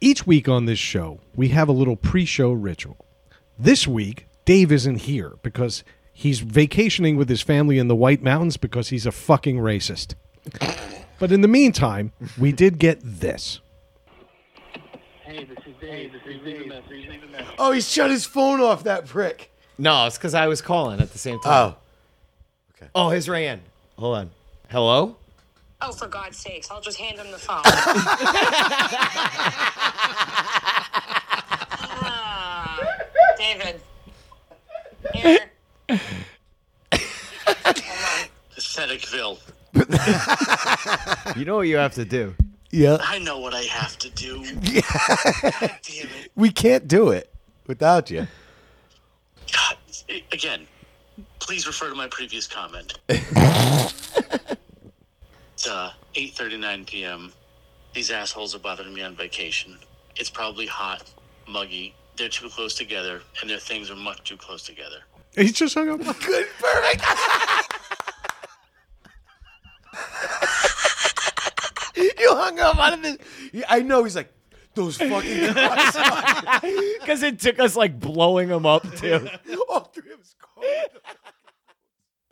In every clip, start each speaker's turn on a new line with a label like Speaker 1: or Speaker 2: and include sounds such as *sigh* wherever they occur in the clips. Speaker 1: Each week on this show, we have a little pre show ritual. This week, Dave isn't here because he's vacationing with his family in the White Mountains because he's a fucking racist. But in the meantime, we did get this.
Speaker 2: Hey, this is Dave. This is Leave a message. Leave a message.
Speaker 3: Oh, he shut his phone off, that prick.
Speaker 4: No, it's because I was calling at the same time.
Speaker 3: Oh.
Speaker 4: Oh, his ran. Hold on. Hello?
Speaker 5: Oh, for God's sakes, I'll just hand him the phone. Ah, David. Here.
Speaker 2: Aestheticville.
Speaker 4: You know what you have to *laughs* do.
Speaker 3: Yeah.
Speaker 2: I know what I have to do. God damn it.
Speaker 3: We can't do it without you.
Speaker 2: God. Again, please refer to my previous comment. it's uh, 8.39 p.m. These assholes are bothering me on vacation. It's probably hot, muggy. They're too close together, and their things are much too close together.
Speaker 1: He's just hung up.
Speaker 3: *laughs* Good, perfect. *laughs* you hung up out of this. I know. He's like, those fucking *laughs* cars.
Speaker 4: Because it took us like blowing him up too.
Speaker 3: All three of his cars.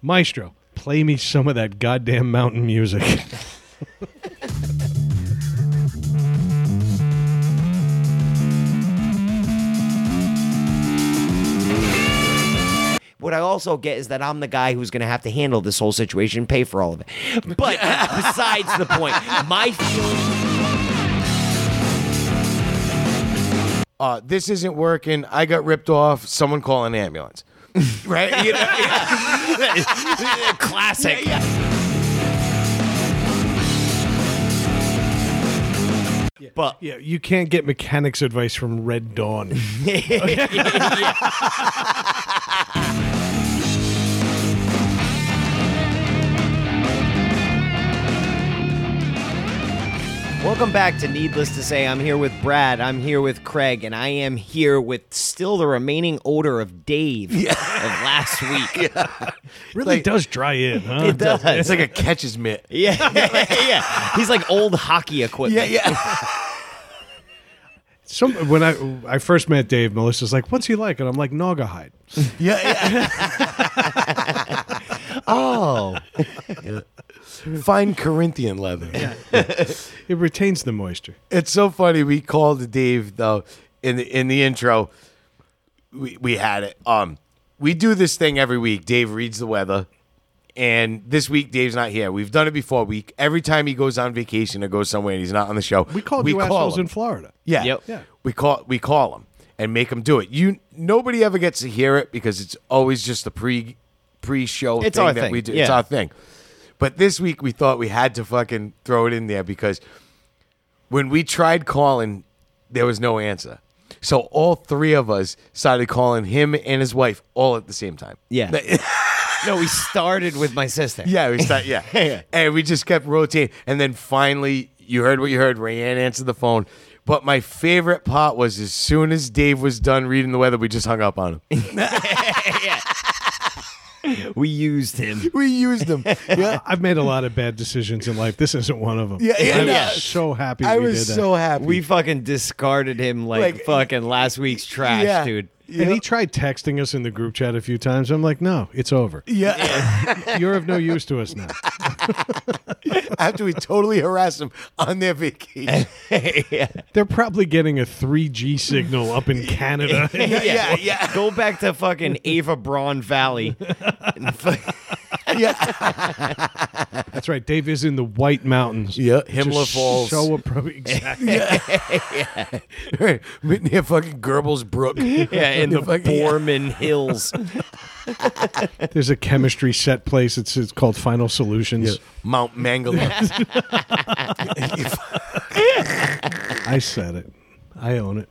Speaker 1: Maestro, play me some of that goddamn mountain music.
Speaker 6: *laughs* What I also get is that I'm the guy who's going to have to handle this whole situation, and pay for all of it.
Speaker 4: *laughs*
Speaker 6: But besides the point, my feeling.
Speaker 3: Uh, this isn't working. I got ripped off. Someone call an ambulance. right? You know?
Speaker 4: *laughs* Classic. But
Speaker 1: yeah, you can't get mechanics advice from Red Dawn.
Speaker 4: welcome back to Needless to Say. I'm here with Brad. I'm here with Craig, and I am here with still the remaining odor of Dave of
Speaker 3: *laughs*
Speaker 4: last week.
Speaker 1: *laughs* really
Speaker 3: Like-
Speaker 1: does dry in, huh?
Speaker 4: It
Speaker 3: *laughs*
Speaker 4: does.
Speaker 3: It's like a catches mitt.
Speaker 4: *laughs* Yeah, yeah. He's like old hockey equipment.
Speaker 3: *laughs* yeah.
Speaker 1: Some when I I first met Dave, Melissa's like, "What's he like?" And I'm like, "Naugahyde."
Speaker 3: yeah, *laughs*
Speaker 4: Oh,
Speaker 3: yeah. Fine Corinthian leather.
Speaker 1: It retains the moisture.
Speaker 3: It's so funny. We called Dave though in the in the intro. We we had it. Um, we do this thing every week. Dave reads the weather, and this week Dave's not here. We've done it before. We every time he goes on vacation or goes somewhere and he's not on the show,
Speaker 1: We called you assholes
Speaker 3: him.
Speaker 1: in Florida.
Speaker 3: Yeah.
Speaker 4: Yep.
Speaker 1: Yeah.
Speaker 3: We call we call them and make them do it. You nobody ever gets to hear it because it's always just the pre pre show
Speaker 4: It's
Speaker 3: thing
Speaker 4: our
Speaker 3: that
Speaker 4: thing,
Speaker 3: we do.
Speaker 4: yeah.
Speaker 3: It's our thing. But this week we thought we had to fucking throw it in there because when we tried calling, there was no answer. So all three of us started calling him and his wife all at the same time.
Speaker 4: yeah. No, we started with my sister.
Speaker 3: Yeah, we start. *laughs* Yeah.
Speaker 4: Yeah.
Speaker 3: And we just kept rotating. And then finally, you heard what you heard. Rayanne answered the phone. But my favorite part was as soon as Dave was done reading the weather, we just hung up on him.
Speaker 4: we used him.
Speaker 3: *laughs* we used him. Yeah.
Speaker 1: I've made a lot of bad decisions in life. This isn't one of them.
Speaker 3: Yeah, yeah,
Speaker 1: I
Speaker 3: no.
Speaker 1: was so happy.
Speaker 3: I
Speaker 1: we
Speaker 3: was
Speaker 1: did that.
Speaker 3: so happy.
Speaker 4: We fucking discarded him like,
Speaker 3: Like-
Speaker 4: fucking last week's trash,
Speaker 3: yeah.
Speaker 4: dude.
Speaker 1: And he tried texting us in the group chat a few times. I'm like, no, it's over. *laughs*
Speaker 3: Yeah.
Speaker 1: You're of no use to us now.
Speaker 3: After we totally harassed him on their vacation. *laughs*
Speaker 1: They're probably getting a 3G signal up in Canada.
Speaker 3: *laughs* yeah, yeah.
Speaker 4: Go back to fucking Ava
Speaker 3: *laughs*
Speaker 4: Braun Valley. And fu-
Speaker 1: *laughs*
Speaker 4: *laughs*
Speaker 1: That's right. Dave is in the White Mountains.
Speaker 3: Yeah, Himla
Speaker 1: Just
Speaker 3: Falls.
Speaker 1: So
Speaker 3: *laughs*
Speaker 1: appro- exactly.
Speaker 3: Near fucking Goebbels Brook.
Speaker 4: yeah, in the
Speaker 3: Fucking- *laughs* yeah. *laughs*
Speaker 4: Borman Hills.
Speaker 1: There's a chemistry set place. It's it's called Final Solutions.
Speaker 3: *laughs* Mount Mangala.
Speaker 1: I said it. I own it.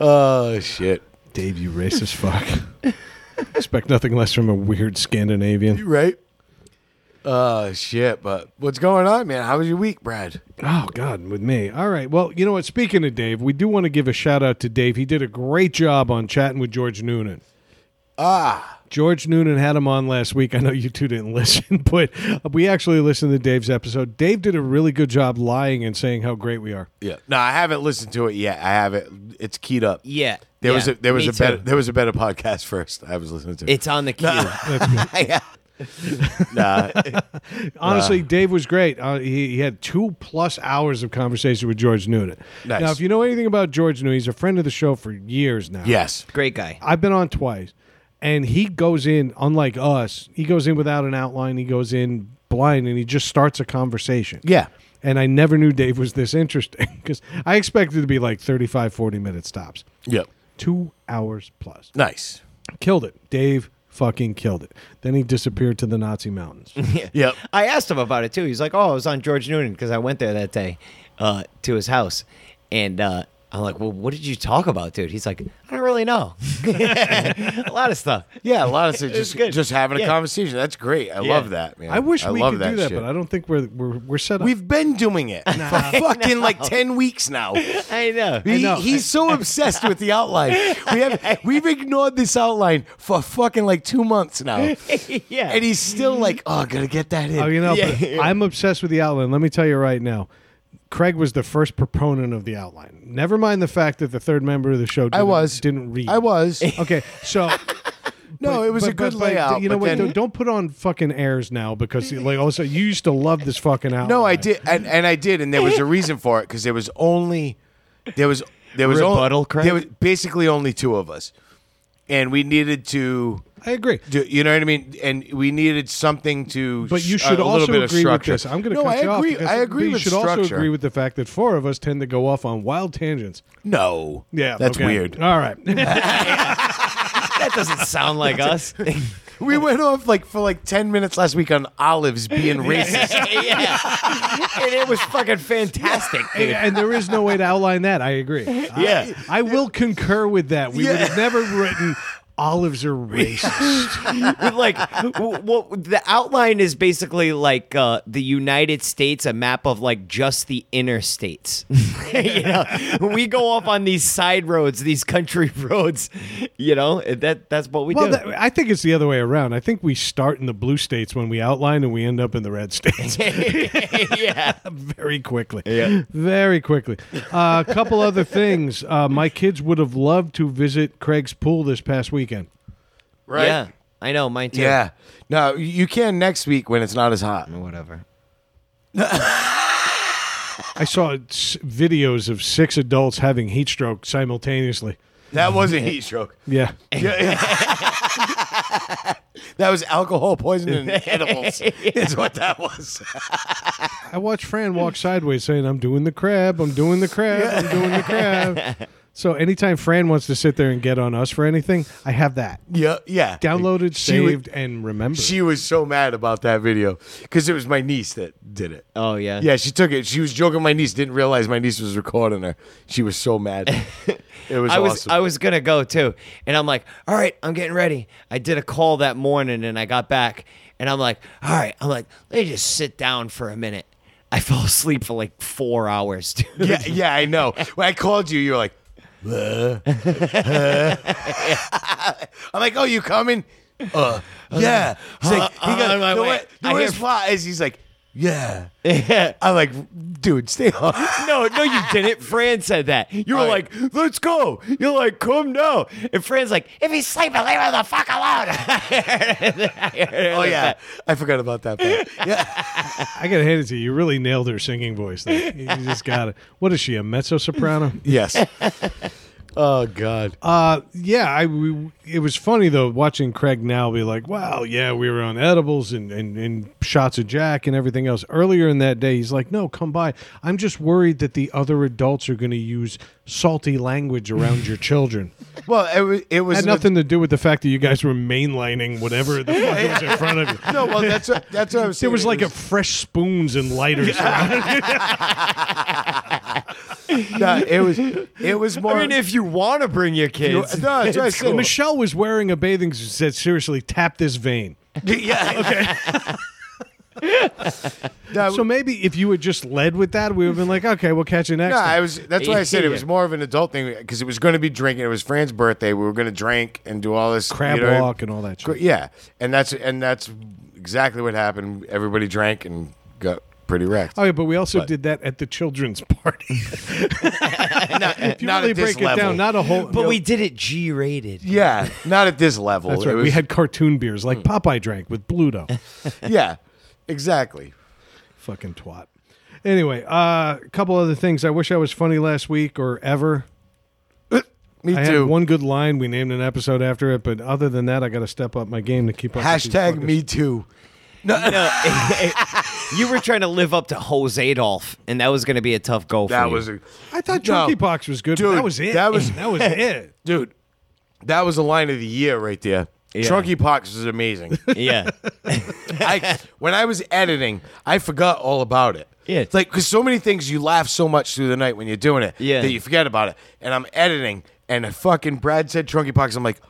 Speaker 3: oh, shit.
Speaker 1: Dave, you racist fuck. *laughs* Expect nothing less from a weird Scandinavian.
Speaker 3: Right? Oh, shit. But what's going on, man? How was your week, Brad?
Speaker 1: Oh God, with me. All right. Well, you know what? Speaking of Dave, we do want to give a shout out to Dave. He did a great job on chatting with George Noonan.
Speaker 3: Ah.
Speaker 1: George Noonan had him on last week. I know you two didn't *laughs* listen, but we actually listened to Dave's episode. Dave did a really good job lying and saying how great we are.
Speaker 3: Yeah. No, I haven't listened to it yet. I have it. It's keyed up.
Speaker 4: Yeah,
Speaker 3: There was
Speaker 4: yeah,
Speaker 3: a there was
Speaker 4: me
Speaker 3: a better
Speaker 4: too.
Speaker 3: there was a better podcast first. I was listening to.
Speaker 4: It's on the queue.
Speaker 3: yeah. nah.
Speaker 1: Honestly, Dave was great. Uh, he, he had two plus hours of conversation with George Noonan.
Speaker 3: Nice.
Speaker 1: Now, if you know anything about George Noonan, he's a friend of the show for years now.
Speaker 3: *laughs* Yes.
Speaker 4: *laughs* Great guy.
Speaker 1: I've been on twice, and he goes in, unlike us, he goes in without an outline. He goes in blind, and he just starts a conversation.
Speaker 3: Yeah.
Speaker 1: And I never knew Dave was this interesting *laughs* because I expected it to be like 35, 40 minute stops.
Speaker 3: Yep.
Speaker 1: Two hours plus.
Speaker 3: Nice.
Speaker 1: Killed it. Dave fucking killed it. Then he disappeared to the Nazi
Speaker 3: *laughs*
Speaker 1: mountains.
Speaker 3: Yep.
Speaker 4: I asked him about it too. He's like, "Oh, I was on George Noonan because I went there that day uh, to his house," and uh, I'm like, "Well, what did you talk about, dude?" He's like, "I don't really know. *laughs* a lot of stuff."
Speaker 3: Yeah, a
Speaker 4: *laughs*
Speaker 3: lot of stuff. Just,
Speaker 4: good.
Speaker 3: just having a
Speaker 4: Yeah.
Speaker 3: conversation. That's great. I love that, man.
Speaker 1: I wish we
Speaker 3: love
Speaker 1: could do that,
Speaker 3: shit.
Speaker 1: but I don't think we're we're, we're set up.
Speaker 3: We've been doing
Speaker 4: *laughs*
Speaker 3: it for fucking like ten weeks now.
Speaker 4: I know. *laughs*
Speaker 3: He,
Speaker 1: know.
Speaker 3: He's so obsessed with the outline. We have we've ignored this outline for fucking like two months now,
Speaker 4: *laughs* yeah.
Speaker 3: and he's still like, "Oh, gotta get that in."
Speaker 1: Oh,
Speaker 3: *laughs*
Speaker 1: you know, but I'm obsessed with the outline. Let me tell you right now. Craig was the first proponent of the outline. Never mind the fact that the third member of the show didn't,
Speaker 3: I was
Speaker 1: didn't read.
Speaker 3: I
Speaker 4: *laughs*
Speaker 3: was.
Speaker 1: Okay,
Speaker 3: *laughs*
Speaker 1: so
Speaker 3: No, it was
Speaker 1: but-
Speaker 3: a good
Speaker 1: but- but
Speaker 3: layout.
Speaker 1: you know
Speaker 3: but
Speaker 1: what?
Speaker 3: then-
Speaker 1: don't- don't put on fucking airs now because like also you used to love this fucking outline.
Speaker 3: No, I did, and, and I did, and
Speaker 1: *laughs*
Speaker 3: there was a reason for it because there was only there was there was
Speaker 4: Rebuttal,
Speaker 3: only
Speaker 4: Craig?
Speaker 3: there was basically only two of us, and we needed to.
Speaker 1: I agree.
Speaker 3: Do, you know what I mean? And we needed something to.
Speaker 1: But you
Speaker 3: sh-
Speaker 1: should
Speaker 3: a little
Speaker 1: also
Speaker 3: bit of
Speaker 1: agree with
Speaker 3: structure.
Speaker 1: this. I'm going to
Speaker 3: no,
Speaker 1: cut
Speaker 3: I
Speaker 1: you off.
Speaker 3: agree.
Speaker 1: because-
Speaker 3: I
Speaker 1: but
Speaker 3: agree
Speaker 1: You
Speaker 3: with
Speaker 1: should
Speaker 3: structure.
Speaker 1: also agree with the fact that four of us tend to go off on wild tangents.
Speaker 3: No.
Speaker 1: Yeah,
Speaker 3: that's
Speaker 1: okay.
Speaker 3: weird.
Speaker 1: All
Speaker 3: *laughs*
Speaker 1: right.
Speaker 4: that doesn't sound like us. *laughs*
Speaker 3: We went off like for like ten minutes last week on
Speaker 1: *laughs*
Speaker 3: olives being racist.
Speaker 4: yeah. And it was fucking fantastic, dude.
Speaker 1: and there is no way to outline that. I agree.
Speaker 3: Yeah.
Speaker 1: I, I will concur with that. We would
Speaker 3: Yeah.
Speaker 1: have never written olives *laughs* are racist.
Speaker 4: With like, w- w- the outline is basically like uh, the United States, a map of like just the inner states. *laughs* you know, we go off on these side roads, these country *laughs* roads. You know, that that's what we
Speaker 1: well,
Speaker 4: do.
Speaker 1: that, I think it's the other way around. I think we start in the blue states when we outline, and we end up in the red states *laughs*
Speaker 4: *laughs* yeah,
Speaker 1: very quickly. Yeah. Very quickly. Uh, a couple other things. Uh, my kids would have loved to visit Craig's pool this past weekend.
Speaker 3: Right.
Speaker 4: yeah. I know, mine too.
Speaker 3: Yeah. No, you can next week when it's not as hot.
Speaker 4: whatever.
Speaker 1: I saw s- videos of six adults having heat stroke simultaneously. *laughs*
Speaker 3: That wasn't heat stroke.
Speaker 1: Yeah.
Speaker 3: That was alcohol
Speaker 4: *laughs*
Speaker 3: poisoning and edibles. Is what that was.
Speaker 1: I watched Fran walk sideways saying, I'm doing the crab, I'm doing the crab, I'm doing the
Speaker 3: *laughs*
Speaker 1: crab. So anytime Fran wants to sit there and get on us for anything, I have that.
Speaker 3: yeah. Yeah.
Speaker 1: Downloaded,
Speaker 3: She would-
Speaker 1: saved, and remembered.
Speaker 3: She was so mad about that video because it was my niece that did it.
Speaker 4: Oh yeah.
Speaker 3: Yeah, she took it. She was joking. My niece didn't realize my niece was recording her. She was so
Speaker 4: *laughs*
Speaker 3: mad. It was
Speaker 4: I was
Speaker 3: awesome.
Speaker 4: I was gonna go too, and I'm like, all right, I'm getting ready. I did a call that morning, and I got back, and I'm like, all right, I'm like, let me just sit down for a minute. I *laughs* fell asleep for like four hours. Dude.
Speaker 3: yeah, yeah, I
Speaker 4: *laughs*
Speaker 3: know. When I called you, you were like, "Uh, uh." *laughs* I'm like, oh, you coming? Uh, yeah. He's like, he
Speaker 4: I'm
Speaker 3: goes,
Speaker 4: on my
Speaker 3: the,
Speaker 4: way.
Speaker 3: way- the
Speaker 4: uh, I
Speaker 3: worst
Speaker 4: hear-
Speaker 3: part is he's like, yeah. I'm like, dude, stay home.
Speaker 4: *laughs*
Speaker 3: *laughs*
Speaker 4: no, no, you didn't. Fran said that. You were
Speaker 3: All right.
Speaker 4: like, let's go. You're like, come now. And Fran's like, if he's sleeping, leave him the fuck alone.
Speaker 3: *laughs* Oh yeah, *laughs* I forgot about that. Part. Yeah,
Speaker 1: I got to hand it to you. You really nailed her singing voice. There. You just got it. What is she, a mezzo soprano?
Speaker 4: *laughs*
Speaker 3: yes. Oh God.
Speaker 1: Uh, yeah, I we, it was funny though watching Craig now be like, "Wow, yeah, we were on edibles and, and and shots of Jack and everything else." Earlier in that day, he's like, "No, come by. I'm just worried that the other adults are going to use salty language around your
Speaker 3: *laughs*
Speaker 1: children."
Speaker 3: Well, it was. It was
Speaker 1: had
Speaker 3: an-
Speaker 1: nothing to do with the fact that you guys were mainlining whatever the fuck was in front of you.
Speaker 3: *laughs* *laughs* No, well, that's what, that's what I was.
Speaker 1: There
Speaker 3: saying.
Speaker 1: was
Speaker 3: It
Speaker 1: like a fresh spoons and lighters.
Speaker 3: No, it was. It was more.
Speaker 4: *laughs* I mean, if you want to bring your
Speaker 3: no,
Speaker 4: kids,
Speaker 3: that's what I said.
Speaker 1: Michelle was wearing a bathing suit. Said, "Seriously, tap this vein."
Speaker 3: Yeah. Okay. No,
Speaker 1: So maybe if you had just led with that, we would have been like, okay, we'll catch you next.
Speaker 3: no,
Speaker 1: time.
Speaker 3: I was. That's why I said it was
Speaker 4: Yeah.
Speaker 3: more of an adult thing because it was going to be drinking. It was Fran's birthday. We were going to drink and do all this
Speaker 1: crab
Speaker 3: you know,
Speaker 1: walk and all that
Speaker 3: Gr-
Speaker 1: shit.
Speaker 3: Yeah, and that's and that's exactly what happened. Everybody drank and got pretty wrecked.
Speaker 1: Oh yeah, but we also
Speaker 3: But-
Speaker 1: did that at the children's *laughs* party.
Speaker 3: not,
Speaker 1: if you really break it down, not a whole.
Speaker 4: But we did it G rated.
Speaker 3: yeah, not at this level.
Speaker 1: That's right.
Speaker 3: It
Speaker 1: we
Speaker 3: was- Hmm.
Speaker 1: had cartoon beers like Popeye drank with
Speaker 3: *laughs*
Speaker 1: Bluto.
Speaker 3: yeah, exactly.
Speaker 1: Fucking twat. Anyway, a uh, couple other things. I wish I was funny last week or ever.
Speaker 3: Me
Speaker 1: I
Speaker 3: too.
Speaker 1: had one good line. We named an episode after it, but other than that, I got to step up my game to keep up. with these
Speaker 3: Hashtag
Speaker 1: fuckers.
Speaker 3: me too. *laughs*
Speaker 4: *laughs* You were trying to live up to Jose Adolf, and that was going to be a tough go for
Speaker 3: That
Speaker 4: you.
Speaker 3: was a
Speaker 1: I thought
Speaker 3: No.
Speaker 1: Chunky Box was good. but
Speaker 3: Dude,
Speaker 1: that was it.
Speaker 3: that
Speaker 1: *laughs*
Speaker 3: was-
Speaker 1: that
Speaker 3: *laughs*
Speaker 1: was it.
Speaker 3: dude. That was the line of the year right there. Trunky Pox is
Speaker 1: *laughs*
Speaker 3: amazing.
Speaker 4: *laughs*
Speaker 3: *laughs*
Speaker 4: yeah. *laughs*
Speaker 3: I when I was editing, I forgot all about it.
Speaker 4: Yeah.
Speaker 3: It's like because so many things you laugh so much through the night when you're doing it
Speaker 4: Yeah.
Speaker 3: that you forget about it. And I'm editing, and fucking Brad said trunky pox. I'm like,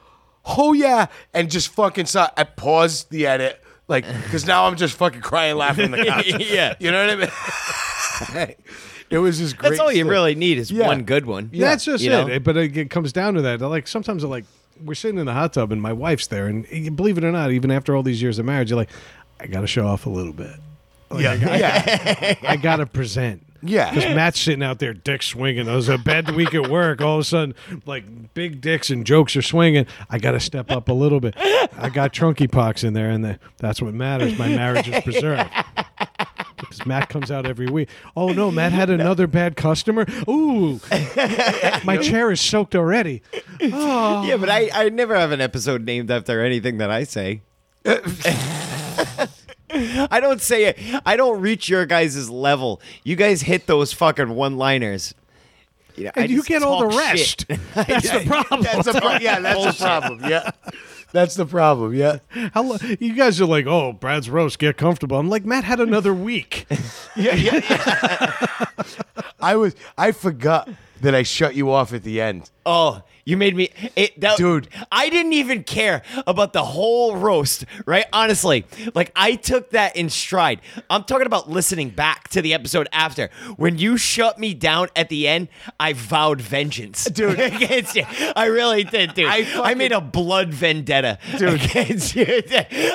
Speaker 3: oh yeah, and just fucking saw. I paused the edit. Like,
Speaker 4: *laughs*
Speaker 3: because now I'm just fucking crying, laughing. In the couch.
Speaker 4: Yeah.
Speaker 3: you know what I mean. *laughs* it was just great.
Speaker 4: That's all you
Speaker 3: stuff.
Speaker 4: really need is
Speaker 3: Yeah.
Speaker 4: one good one.
Speaker 1: That's just
Speaker 4: You
Speaker 1: it.
Speaker 4: know?
Speaker 1: It- But it, it comes down to that. Like sometimes, like we're sitting in the hot tub and my wife's there, and eh, believe it or not, even after all these years of marriage, you're like, I got to show off a little bit. Like, I got-
Speaker 3: Yeah,
Speaker 1: I got to present.
Speaker 3: Yeah.
Speaker 1: Because Matt's sitting out there, dick swinging. It was a bad week at work. All of a sudden, like big dicks and jokes are swinging. I got to step up a little bit. I got trunky pox in there, and the, that's what matters. My marriage is preserved. Because Matt comes out every week. Oh no, Matt had another bad customer. Ooh, my chair is soaked already.
Speaker 4: Yeah, but I, I never have an episode named after anything that I say. *laughs* I don't say it. I don't reach your guys' level. You guys hit those fucking one liners.
Speaker 1: And you get all the rest. That's the problem.
Speaker 3: *laughs* that's a pro- yeah, that's the problem. Yeah, that's the problem. Yeah,
Speaker 1: How lo- you guys are like, oh, Brad's roast, get comfortable. I'm like, Matt had another week.
Speaker 3: yeah, yeah. I was I forgot that I shut you off at the end.
Speaker 4: Oh, you made me, it, that,
Speaker 3: Dude.
Speaker 4: I didn't even care about the whole roast, right? Honestly, like I took that in stride. I'm talking about listening back to the episode after when you shut me down at the end. I vowed vengeance, *laughs* dude, against you. I really did, dude. I,
Speaker 3: fucking-
Speaker 4: made a blood vendetta, dude. Against you. *laughs*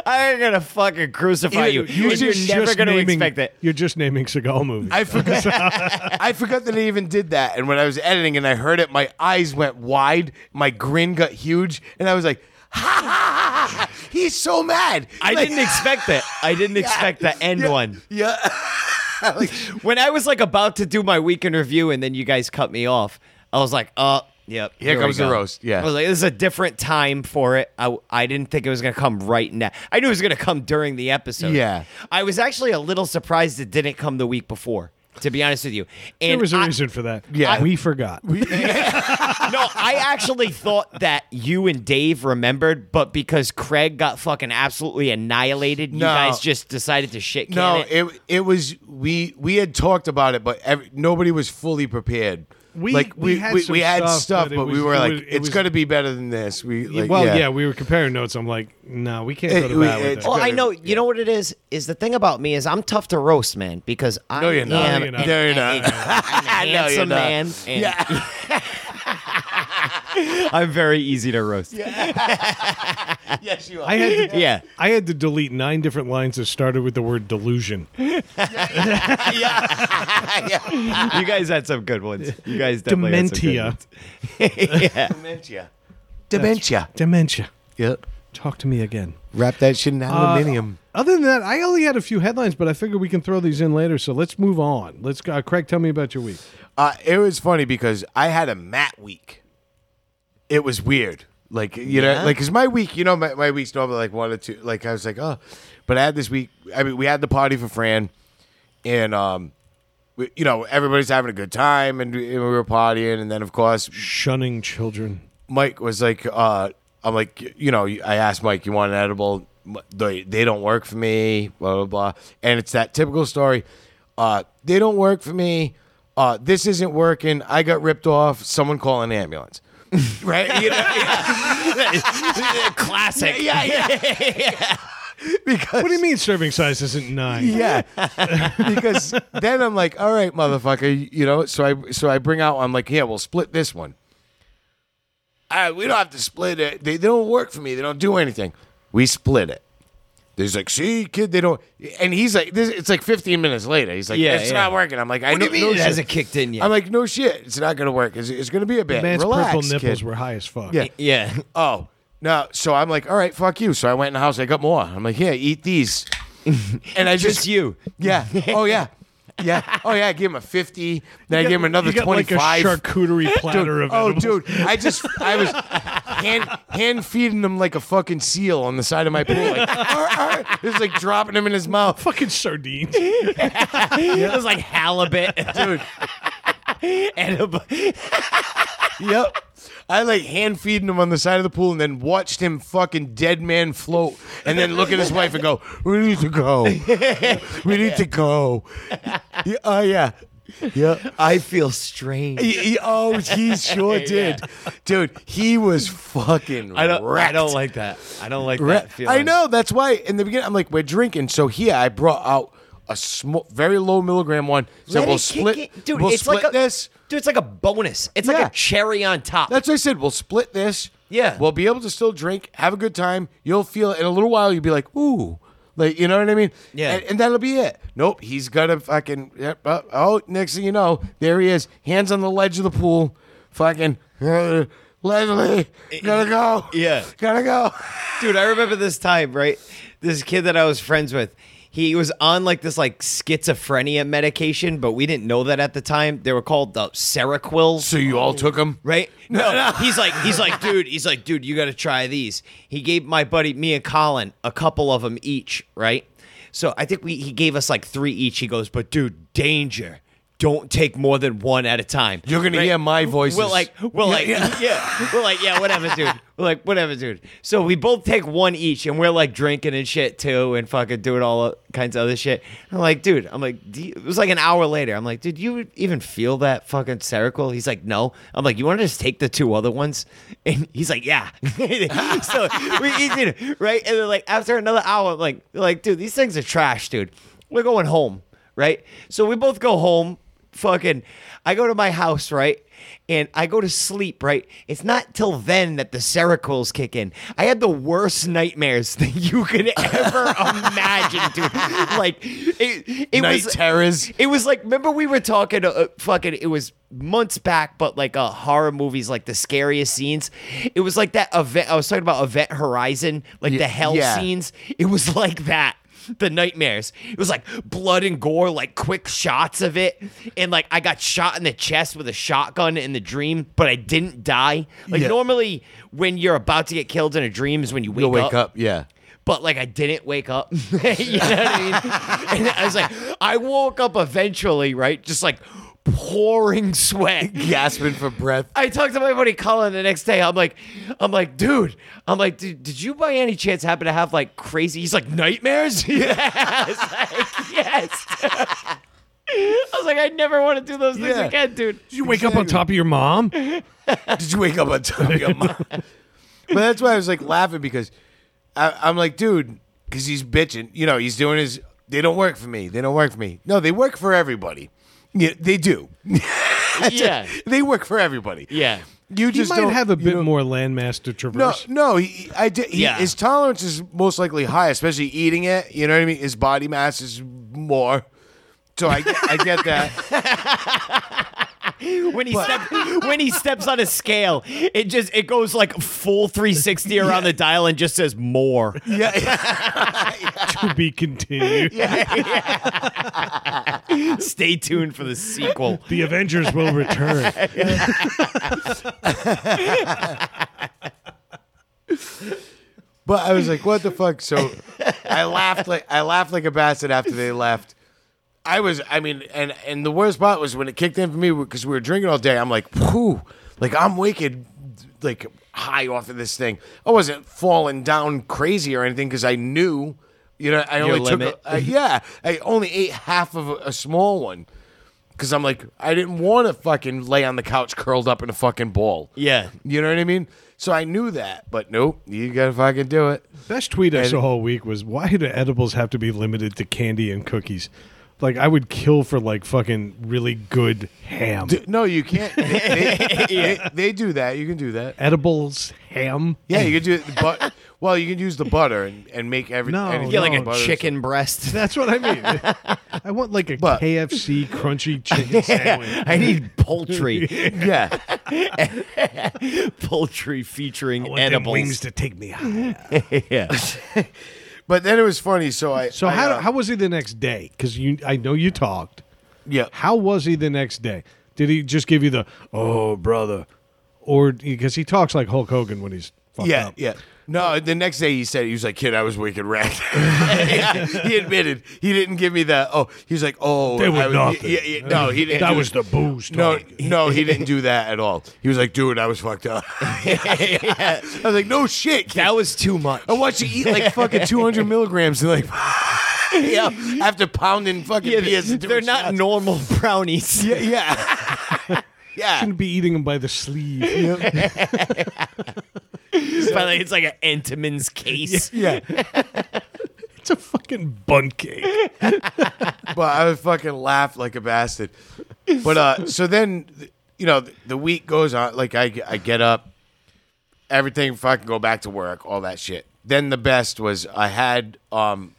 Speaker 4: I'm gonna fucking crucify you.
Speaker 3: You- you
Speaker 4: and you're
Speaker 3: just-
Speaker 4: never gonna
Speaker 1: naming-
Speaker 4: expect it.
Speaker 1: You're just naming Seagal movies.
Speaker 3: I forgot.
Speaker 1: *laughs*
Speaker 3: I forgot that I even did that. And when I was editing and I heard it, my eyes went wide, my grin got huge, and I was like, "Ha ha ha! ha. He's so mad."
Speaker 4: I
Speaker 3: Like,
Speaker 4: didn't expect that. I didn't expect the end one.
Speaker 3: *laughs* Yeah. *laughs* like,
Speaker 4: when I was like about to do my weekend review and then you guys cut me off, I was like, uh, yep.
Speaker 3: Here
Speaker 4: we
Speaker 3: comes the
Speaker 4: go."
Speaker 3: roast, yeah.
Speaker 4: I was like, this is a different time for it. I, I didn't think it was going to come right now. I knew it was going to come during the episode.
Speaker 3: Yeah.
Speaker 4: I was actually a little surprised it didn't come the week before, to be
Speaker 3: *laughs*
Speaker 4: honest with you. And
Speaker 1: there was a
Speaker 4: I-
Speaker 1: reason for that.
Speaker 3: Yeah.
Speaker 1: we forgot.
Speaker 4: no, I actually thought that you and Dave remembered, but because Craig got fucking absolutely annihilated, you
Speaker 3: No.
Speaker 4: guys just decided to shit can
Speaker 3: no,
Speaker 1: e-,
Speaker 4: it.
Speaker 3: it it was we we had talked about it, but every, nobody was fully prepared.
Speaker 1: We-
Speaker 3: like
Speaker 1: we
Speaker 3: we
Speaker 1: had
Speaker 3: we,
Speaker 1: some
Speaker 3: we had
Speaker 1: stuff,
Speaker 3: stuff,
Speaker 1: but it
Speaker 3: but we
Speaker 1: was-
Speaker 3: were
Speaker 1: it
Speaker 3: like,
Speaker 1: was- it
Speaker 3: it's
Speaker 1: was-
Speaker 3: gonna be better than this. We like,
Speaker 1: well,
Speaker 3: yeah.
Speaker 1: yeah. we were comparing notes. I'm like, no, we can't
Speaker 3: It-
Speaker 1: go to
Speaker 3: we-
Speaker 1: bat with
Speaker 3: it's-
Speaker 1: that.
Speaker 4: Well,
Speaker 3: gotta-
Speaker 4: I know. You know what it is? Is the thing about me is I'm tough to roast, man, because I
Speaker 3: No, you're not.
Speaker 4: am
Speaker 1: No, you're not.
Speaker 4: an-
Speaker 3: No, you're not.
Speaker 4: an- I'm a
Speaker 3: No, you're
Speaker 4: handsome
Speaker 3: not.
Speaker 4: man. *laughs* and- *laughs* I'm very easy to roast. Yeah.
Speaker 3: yes, you are.
Speaker 1: I had
Speaker 3: *laughs*
Speaker 1: to, I had to delete nine different lines that started with the word delusion.
Speaker 3: yeah.
Speaker 4: You guys had some good ones. You guys definitely had some good
Speaker 1: Dementia.
Speaker 4: ones.
Speaker 3: Dementia. Dementia.
Speaker 1: Dementia.
Speaker 3: Yep.
Speaker 1: Talk to me again.
Speaker 3: Wrap that shit
Speaker 1: Uh,
Speaker 3: in aluminium.
Speaker 1: Other than that, I only had a few headlines, but I figure we can throw these in later. So let's move on. Let's go. Craig, tell me about your week.
Speaker 3: Uh, it was funny because I had a mat week. It was weird. Like, you know, like, cause my week, you know, my, my week's normally like one or two. Like, I was like, oh, but I had this week. I mean, we had the party for Fran and, um, we, you know, everybody's having a good time and we, and we were partying. And then, of course,
Speaker 1: Shunning children.
Speaker 3: Mike was like, uh, I'm like, you know, I asked Mike, you want an edible? They, they don't work for me, blah, blah, blah. And it's that typical story. Uh, they don't work for me. Uh, this isn't working. I got ripped off. Someone call an ambulance. right? You know?
Speaker 4: *laughs* Classic.
Speaker 3: yeah, yeah. because
Speaker 1: What do you mean serving size isn't nine?
Speaker 3: Yeah,
Speaker 4: *laughs*
Speaker 3: because then I'm like, all right, motherfucker, you know. So I so I bring out. I'm like, yeah, we'll split this one. All right, we don't have to split it. They, they don't work for me. They don't do anything. We split it. He's like, see, kid, they don't. And he's like, this, it's like 15 minutes later. He's like,
Speaker 4: Yeah,
Speaker 3: it's
Speaker 4: yeah.
Speaker 3: not working. I'm like, I
Speaker 4: What do
Speaker 3: know,
Speaker 4: you mean
Speaker 3: no
Speaker 4: it
Speaker 3: shit.
Speaker 4: hasn't kicked in yet?
Speaker 3: I'm like, no shit, it's not gonna work. It's, it's gonna be a bit.
Speaker 1: Man's
Speaker 3: Relax,
Speaker 1: purple nipples
Speaker 3: kid.
Speaker 1: were high as fuck.
Speaker 3: Yeah.
Speaker 4: yeah.
Speaker 3: Oh no! So I'm like, all right, fuck you. So I went in the house. I got more. I'm like, yeah, eat
Speaker 4: *laughs*
Speaker 3: these. And I just,
Speaker 4: Just you.
Speaker 1: *laughs*
Speaker 3: yeah. Oh yeah. Yeah. Oh yeah. I gave him a fifty. Then I gave him another
Speaker 1: you got
Speaker 3: twenty five.
Speaker 1: like a *laughs* charcuterie platter
Speaker 3: Dude,
Speaker 1: of
Speaker 3: oh,
Speaker 1: edibles.
Speaker 3: dude! I just I was hand hand feeding him like a fucking seal on the side of my pool. Like, *laughs* "Arr, arr." it was like dropping him in his mouth,
Speaker 1: Fucking *laughs* sardines.
Speaker 4: It was like halibut
Speaker 3: dude.
Speaker 4: and a,
Speaker 3: Yep. I like hand feeding him on the side of the pool and then watched him fucking dead man float and then look at his wife and go, We need to go. We need to
Speaker 1: *laughs*
Speaker 3: go. Yeah, Oh, yeah. Yeah.
Speaker 4: I feel strange.
Speaker 3: He- he- oh,
Speaker 4: *laughs*
Speaker 3: he sure did. Dude, he was fucking
Speaker 4: I don't.
Speaker 3: wrecked.
Speaker 4: I don't like that. I don't like
Speaker 3: Re-
Speaker 4: that feeling.
Speaker 3: I know. That's why in the beginning I'm like, we're drinking. So here I brought out a small, very low milligram one. So
Speaker 4: Let
Speaker 3: we'll
Speaker 4: it kick
Speaker 3: split,
Speaker 4: in. dude.
Speaker 3: we'll
Speaker 4: it's
Speaker 3: split
Speaker 4: like a,
Speaker 3: this.
Speaker 4: Dude, it's like a bonus. It's
Speaker 3: Yeah.
Speaker 4: like a cherry on top.
Speaker 3: That's what I said. We'll split this.
Speaker 4: Yeah.
Speaker 3: We'll be able to still drink, have a good time. You'll feel in a little while. You'll be like, ooh, like you know what I mean?
Speaker 4: Yeah.
Speaker 3: And, and that'll be it. Nope. He's got a fucking. yep, uh, oh, next thing you know, there he is, hands on the ledge of the pool, fucking. uh, Leslie, gotta go.
Speaker 4: yeah.
Speaker 3: Gotta go.
Speaker 4: dude i remember this time right this kid that i was friends with he was on like this like schizophrenia medication but we didn't know that at the time they were called the seroquils
Speaker 3: So you all took him.
Speaker 4: right no, he's like he's like dude he's like dude you gotta try these he gave my buddy me and colin a couple of them each right so i think we he gave us like three each he goes but dude danger don't take more than one at a time
Speaker 3: You're gonna
Speaker 4: Right?
Speaker 3: hear my voices.
Speaker 4: We're like, we're like, *laughs* yeah. we're like, yeah, whatever, dude. We're like, whatever, dude. So we both take one each, and we're like drinking and shit too, and fucking doing all kinds of other shit. I'm like, dude, I'm like, do you, it was like an hour later. I'm like, did you even feel that fucking Seroquel? He's like, no. I'm like, you want to just take the two other ones? *laughs* And he's like, yeah. *laughs* so we each did it, right, and then like after another hour, I'm like, like, dude, these things are trash, dude. We're going home, right? So we both go home fucking I go to my house, right? And I go to sleep, right? It's not till then that the Seroquels kick in. I had the worst nightmares *laughs* that you could ever
Speaker 3: *laughs*
Speaker 4: imagine, dude. Like it, it
Speaker 3: night
Speaker 4: was
Speaker 3: terrors.
Speaker 4: it was like remember we were talking uh, fucking it was months back but like uh, horror movies like the scariest scenes it was like that event i was talking about event horizon like the hell
Speaker 3: yeah.
Speaker 4: scenes it was *laughs* like that the nightmares it was like blood and gore like quick shots of it and like i got shot in the chest with a shotgun in the dream but i didn't die like
Speaker 3: Yeah.
Speaker 4: normally when you're about to get killed in a dream is when you wake,
Speaker 3: You'll wake up. Yeah.
Speaker 4: but like I didn't wake up. *laughs* you know what I mean? And I was like, I woke up eventually, right? Just like pouring sweat.
Speaker 3: Gasping for breath.
Speaker 4: I talked to my buddy Colin the next day. I'm like, I'm like, dude, I'm like, dude, did you by any chance happen to have like crazy? He's like, nightmares? *laughs* yes. Like, yes. *laughs* I was like, I never want to do those things
Speaker 3: Yeah.
Speaker 4: again, dude.
Speaker 1: Did you wake up on top of your mom?
Speaker 3: Did you wake up on time?
Speaker 1: *laughs*
Speaker 3: Your mom? but that's why I was like laughing because I, I'm like, dude, because he's bitching. You know, he's doing his. They don't work for me. They don't work for me. No, they work for everybody. Yeah, they do. *laughs*
Speaker 4: yeah.
Speaker 3: they work for everybody.
Speaker 4: Yeah.
Speaker 3: You
Speaker 1: You
Speaker 3: just
Speaker 1: might
Speaker 3: don't
Speaker 1: have a
Speaker 3: you
Speaker 1: bit
Speaker 3: know-
Speaker 1: more landmass to
Speaker 3: No,
Speaker 1: *laughs* traverse.
Speaker 3: no. He, I did. He,
Speaker 4: Yeah.
Speaker 3: His tolerance is most likely high, especially eating it. You know what I mean? His body mass is more. So I, I get that.
Speaker 4: When he step, when he steps on a scale, it just it goes like full 360 around the dial and just says more.
Speaker 1: To be continued.
Speaker 4: Stay tuned for the sequel.
Speaker 1: The Avengers *laughs* will return.
Speaker 3: But I was like, what the fuck? So I laughed like I laughed like a bastard after they left. I was, I mean, and and the worst part was when it kicked in for me because we were drinking all day. I'm like, whew, like I'm wicked, like high off of this thing. I wasn't falling down crazy or anything because I knew, you know, I only took,
Speaker 4: limit.
Speaker 3: a- I- yeah, I only ate half of a, a small one. because I'm like, I didn't want to fucking lay on the couch curled up in a fucking ball.
Speaker 4: Yeah.
Speaker 3: You know what I mean? So I knew that, but nope, you gotta fucking do it.
Speaker 1: Best tweet I
Speaker 3: And-
Speaker 1: saw all week was why do edibles have to be limited to candy and cookies? Like I would kill for like fucking really good ham.
Speaker 3: D- No, you can't. They, they- they- they do that. You can do that.
Speaker 1: edibles ham?
Speaker 3: Yeah, you can do it. But well, you can use the butter and, and make every
Speaker 1: No,
Speaker 3: anything
Speaker 1: Yeah,
Speaker 4: Yeah,
Speaker 1: like
Speaker 4: like
Speaker 1: a
Speaker 3: with
Speaker 4: a
Speaker 3: butter.
Speaker 1: *laughs*
Speaker 4: chicken
Speaker 1: *laughs*
Speaker 4: breast.
Speaker 1: That's what I *laughs* mean. I want like a
Speaker 3: But-
Speaker 1: KFC crunchy *laughs* chicken sandwich.
Speaker 4: I need poultry.
Speaker 3: Yeah,
Speaker 4: poultry featuring
Speaker 1: I want them
Speaker 4: edibles.
Speaker 1: wings to take me high.
Speaker 4: yeah.
Speaker 3: but then it was funny. So I.
Speaker 1: So
Speaker 3: I,
Speaker 1: how,
Speaker 3: uh,
Speaker 1: how was he the next day? Because you, I know you talked.
Speaker 3: Yeah.
Speaker 1: How was he the next day? Did he just give you the oh brother, or because he talks like Hulk Hogan when he's fucked
Speaker 3: Yeah,
Speaker 1: up?
Speaker 3: yeah. No, the next day he said he was like, "Kid, I was
Speaker 1: *laughs*
Speaker 3: wicked wrecked." Yeah, he admitted he didn't give me the. Oh, he's like, "Oh,
Speaker 1: They were
Speaker 3: I was-
Speaker 1: nothing.
Speaker 3: Yeah, yeah, no, he didn't.
Speaker 1: That
Speaker 3: do-
Speaker 1: was the booze
Speaker 3: No,
Speaker 1: talking.
Speaker 3: *laughs* no, he didn't do that at all. He was like, "Dude, I was fucked up." *laughs* I was like, "No shit, kid.
Speaker 4: That was too much.
Speaker 3: I watched you eat
Speaker 4: *laughs*
Speaker 3: like fucking 200 milligrams and like, *laughs* yeah, after pounding fucking
Speaker 4: Yeah,
Speaker 3: beers.
Speaker 4: they-
Speaker 3: and
Speaker 4: they're
Speaker 3: doing
Speaker 4: not
Speaker 3: shots.
Speaker 4: normal brownies.
Speaker 3: Yeah, yeah, *laughs* yeah. *laughs*
Speaker 1: Shouldn't be eating him by the sleeve.
Speaker 4: By the way, it's like an
Speaker 1: *laughs*
Speaker 4: Entenmann's case.
Speaker 3: Yeah,
Speaker 1: It's a fucking bun cake.
Speaker 3: but I would fucking laugh like a bastard. But uh, so then, you know, the week goes on. Like I, I get up, everything fucking go back to work, all that shit. Then the best was I had um,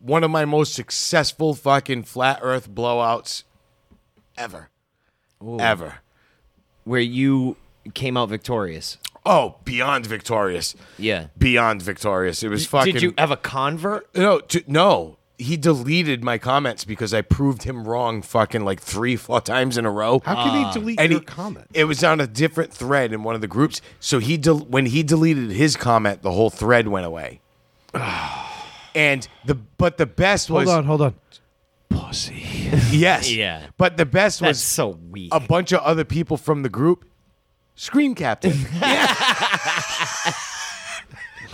Speaker 3: one of my most successful fucking flat Earth blowouts ever, ever.
Speaker 4: Where you came out victorious.
Speaker 3: Oh, beyond victorious.
Speaker 4: Yeah.
Speaker 3: Beyond victorious. It was fucking.
Speaker 4: Did you have a convert?
Speaker 3: No, t- no. He deleted my comments because I proved him wrong fucking like three, four times in a row.
Speaker 1: How can he delete
Speaker 3: Ah, And
Speaker 1: your
Speaker 3: he-
Speaker 1: comment?
Speaker 3: It was on a different thread in one of the groups. So he del when he deleted his comment, the whole thread went
Speaker 1: *sighs*
Speaker 3: away. and the but the best was
Speaker 1: Hold on, hold on. Pussy.
Speaker 3: *laughs* yes,
Speaker 4: Yeah.
Speaker 3: But the best
Speaker 4: That's
Speaker 3: was
Speaker 4: so weak.
Speaker 3: a bunch of other people from the group screen capped
Speaker 4: *laughs*
Speaker 3: it.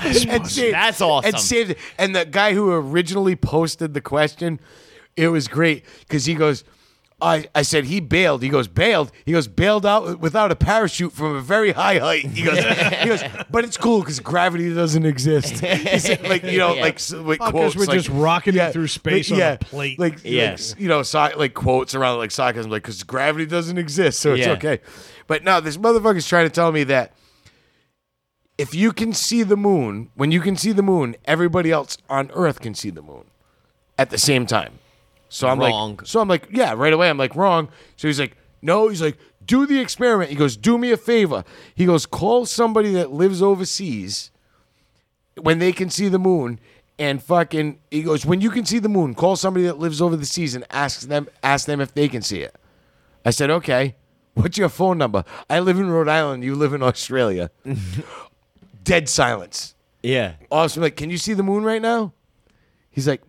Speaker 3: and saved,
Speaker 4: That's awesome.
Speaker 3: And saved it. And the guy who originally posted the question, it was great because he goes, I, I said he bailed. He goes bailed. He goes bailed out without a parachute from a very high height. He goes, he
Speaker 4: *laughs*
Speaker 3: goes but it's cool because gravity doesn't exist. *laughs* He said, like you know, like, s- like
Speaker 1: Fuckers
Speaker 3: quotes,
Speaker 1: were
Speaker 3: like-
Speaker 1: just rocketing through space on a plate.
Speaker 3: Like
Speaker 4: Yeah.
Speaker 3: like, you know, so, like quotes around like sarcasm, like because gravity doesn't exist, so it's
Speaker 4: Yeah.
Speaker 3: okay. But no, this motherfucker's trying to tell me that if you can see the moon, when you can see the moon, everybody else on Earth can see the moon at the same time. So I'm
Speaker 4: Wrong.
Speaker 3: like, so I'm like, yeah, right away. I'm like, wrong. So he's like, no. He's like, do the experiment. He goes, do me a favor. He goes, call somebody that lives overseas when they can see the moon and fucking he goes when you can see the moon call somebody that lives over the seas and ask them ask them if they can see it i said okay what's your phone number i live in rhode island you live in australia dead silence
Speaker 4: yeah.
Speaker 3: awesome like can you see the moon right now he's like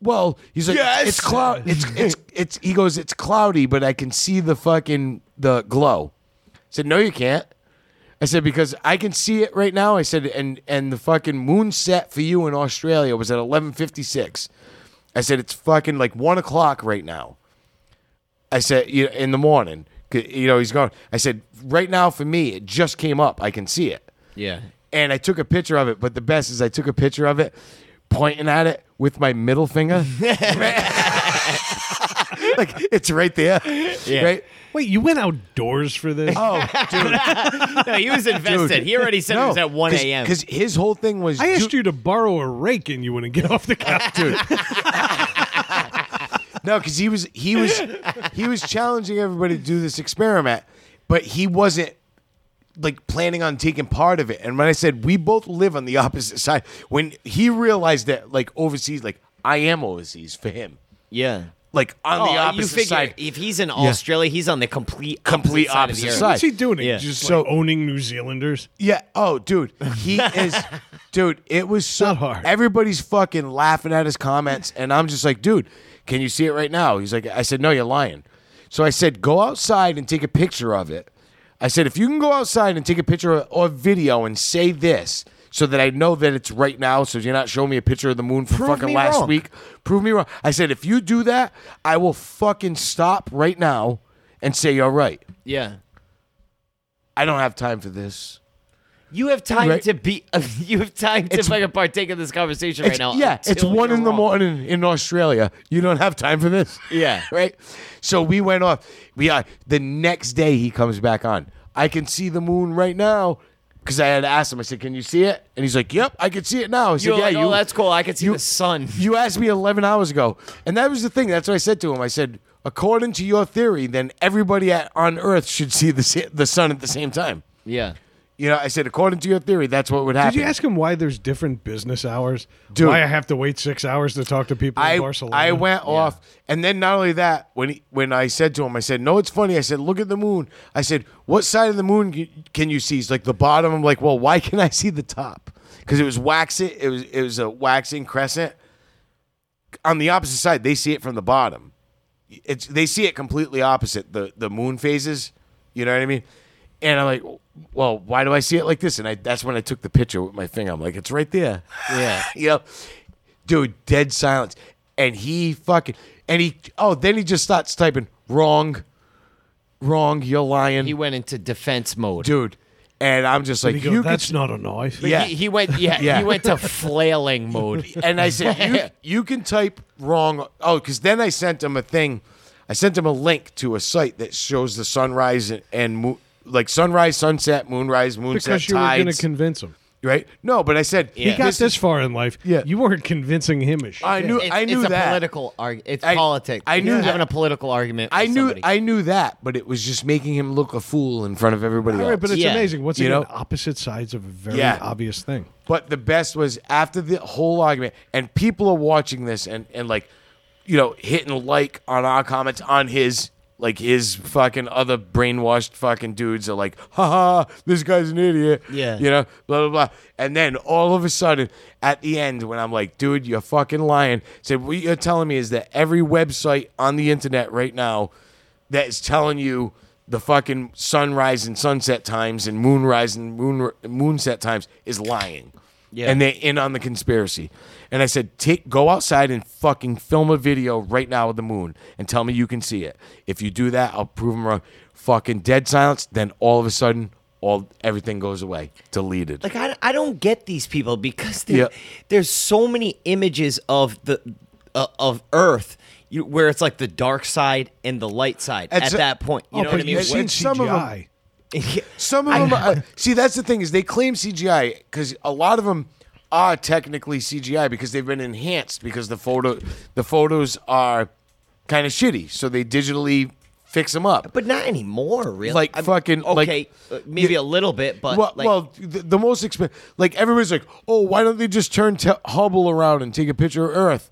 Speaker 3: well he's like
Speaker 4: Yes!
Speaker 3: it's cloud it's it's it's he goes it's cloudy but i can see the fucking the glow I said no you can't I said because I can see it right now. I said and and the fucking moon set for you in Australia was at eleven fifty six. I said it's fucking like one o'clock right now. I said you in the morning. 'Cause, You know he's going. I said right now for me it just came up. I can see it
Speaker 4: Yeah.
Speaker 3: and I took a picture of it. But the best is I took a picture of it, pointing at it with my middle
Speaker 4: *laughs*
Speaker 3: finger. *laughs* like it's right there, right?
Speaker 1: Wait, you went outdoors for this?
Speaker 3: Oh, dude,
Speaker 4: No,
Speaker 3: *laughs*
Speaker 4: he was invested. He already said it was at 1 a.m.
Speaker 3: Because his whole thing was.
Speaker 1: I
Speaker 3: dude-
Speaker 1: asked you to borrow a rake and you wouldn't get off the couch.
Speaker 3: *laughs* dude. no, because he was he was he
Speaker 4: *laughs*
Speaker 3: was challenging everybody to do this experiment, but he wasn't like planning on taking part of it. And when I said we both live on the opposite side, when he realized that like overseas, like I am overseas for him,
Speaker 4: Yeah.
Speaker 3: like on
Speaker 4: Oh,
Speaker 3: the
Speaker 4: you
Speaker 3: opposite
Speaker 4: figure
Speaker 3: side,
Speaker 4: If he's in Australia, he's on the complete
Speaker 3: Complete
Speaker 4: side of the
Speaker 3: opposite
Speaker 4: earth.
Speaker 3: side.
Speaker 1: What's he doing?
Speaker 4: Yeah.
Speaker 1: Just
Speaker 3: So-
Speaker 1: like owning New Zealanders?
Speaker 3: Yeah. Oh, dude,
Speaker 1: *laughs*
Speaker 3: he is. dude, it was so
Speaker 1: Not hard.
Speaker 3: Everybody's fucking laughing at his comments, and I'm just like, dude, can you see it right now? He's like, I said, no, you're lying. So I said, go outside and take a picture of it. I said, if you can go outside and take a picture or, or video and say this, so that I know that it's right now. So you're not showing me a picture of the moon from
Speaker 1: Prove
Speaker 3: fucking
Speaker 1: me
Speaker 3: last
Speaker 1: wrong.
Speaker 3: week. Prove me wrong. I said, if you do that, I will fucking stop right now and say you're right.
Speaker 4: Yeah.
Speaker 3: I don't have time for this.
Speaker 4: You have time
Speaker 3: Right.
Speaker 4: to be. *laughs* you have time to fucking partake of this conversation right
Speaker 3: It's-
Speaker 4: now.
Speaker 3: Yeah, it's
Speaker 4: until
Speaker 3: one
Speaker 4: you're
Speaker 3: in the
Speaker 4: wrong.
Speaker 3: morning in Australia. You don't have time for this.
Speaker 4: *laughs* Yeah.
Speaker 3: *laughs* right. So we went off. We uh, the next day he comes back on. I can see the moon right now because I had asked him. I said, "Can you see it?" And he's like, "Yep, I can see it now." I said,
Speaker 4: You're
Speaker 3: "Yeah,
Speaker 4: like,
Speaker 3: you."
Speaker 4: oh, that's cool. I can see
Speaker 3: you-
Speaker 4: the sun.
Speaker 3: *laughs* You asked me 11 hours ago, and that was the thing. That's what I said to him. I said, "According to your theory, then everybody at, on Earth should see the sa- the sun at the same time."
Speaker 4: Yeah.
Speaker 3: You know, I said, "According to your theory, that's what would happen."
Speaker 1: Did you ask him why there's different business hours?
Speaker 3: Dude.
Speaker 1: Why I have to wait six hours to talk to people
Speaker 3: I,
Speaker 1: in Barcelona?
Speaker 3: I went off, and then not only that, when he, when I said to him, I said, "No, it's funny." I said, "Look at the moon." I said, "What side of the moon you- can you see?" He's like the bottom. I'm like, "Well, why can I see the top?" Because it was wax it. It was it was a waxing crescent. On the opposite side, they see it from the bottom. It's they see it completely opposite the the moon phases. You know what I mean? And I'm like, "Well, why do I see it like this?" And I that's when I took the picture with my finger. I'm like, "It's right there."
Speaker 4: Yeah.
Speaker 1: *sighs*
Speaker 3: you know, dude, dead silence. And he fucking and he oh, then he just starts typing wrong, wrong, you're lying,
Speaker 4: He went into defense mode.
Speaker 3: dude. And I'm just like,
Speaker 1: And he goes,
Speaker 3: you
Speaker 1: That's
Speaker 3: could,
Speaker 1: not a knife.
Speaker 3: Yeah.
Speaker 4: He, he went. Yeah,
Speaker 3: Yeah.
Speaker 4: He went to flailing mode.
Speaker 3: *laughs* and I said,
Speaker 1: *laughs*
Speaker 3: you, you can type wrong. Oh, because then I sent him a thing. I sent him a link to a site that shows the sunrise and, and mo- like sunrise, sunset, moonrise, moonset,
Speaker 1: because you were going
Speaker 3: tides.
Speaker 1: to convince him.
Speaker 3: right? No, but I said
Speaker 1: He got
Speaker 3: this-
Speaker 1: this far in life.
Speaker 3: Yeah.
Speaker 1: You weren't convincing him as shit.
Speaker 4: *laughs*
Speaker 3: I knew.
Speaker 4: It's,
Speaker 3: I knew
Speaker 4: it's
Speaker 3: that.
Speaker 4: a political argument. It's
Speaker 3: I-
Speaker 4: politics.
Speaker 3: I knew
Speaker 4: You're
Speaker 3: that.
Speaker 4: having a political argument.
Speaker 3: I
Speaker 4: with
Speaker 3: knew
Speaker 4: somebody.
Speaker 3: I knew that, but it was just making him look a fool in front of everybody
Speaker 1: All
Speaker 3: else.
Speaker 1: right, but it's
Speaker 4: Yeah.
Speaker 1: amazing. Once
Speaker 3: You
Speaker 1: again,
Speaker 3: know?
Speaker 1: opposite sides of a very
Speaker 3: Yeah.
Speaker 1: obvious thing.
Speaker 3: But the best was after the whole argument, and people are watching this and, and like, you know, hitting like on our comments on his, like his fucking other brainwashed fucking dudes are like, haha, this guy's an idiot.
Speaker 4: Yeah.
Speaker 3: You know, blah, blah, blah. And then all of a sudden at the end, when I'm like, dude, you're fucking lying, said, what you're telling me is that every website on the internet right now that is telling you the fucking sunrise and sunset times and moonrise and moon moonset times is lying.
Speaker 4: Yeah.
Speaker 3: And they're in on the conspiracy. And I said, Take, go outside and fucking film a video right now of the moon and tell me you can see it. If you do that, I'll prove them wrong. Fucking dead silence. Then all of a sudden, all everything goes away. Deleted.
Speaker 6: Like I, I don't get these people because there-
Speaker 3: Yeah.
Speaker 6: there's so many images of the uh, of Earth you, where it's like the dark side and the light side
Speaker 3: It's
Speaker 6: at
Speaker 3: a-
Speaker 6: that point. You
Speaker 1: oh,
Speaker 6: know
Speaker 1: but
Speaker 6: what I mean?
Speaker 1: you've seen
Speaker 3: And some of 'em-
Speaker 1: CGI.
Speaker 3: Some of them, uh, *laughs* see, that's the thing is they claim CGI because a lot of them are technically CGI because they've been enhanced because the photo, the photos are kind of shitty, so they digitally fix them up.
Speaker 6: But not anymore, really.
Speaker 3: Like
Speaker 6: I'm-
Speaker 3: fucking- like-
Speaker 6: okay, uh, maybe
Speaker 3: Yeah.
Speaker 6: a little bit, but
Speaker 3: well,
Speaker 6: like,
Speaker 3: well, the, the most expensive, like everybody's like, oh, why don't they just turn te- Hubble around and take a picture of Earth?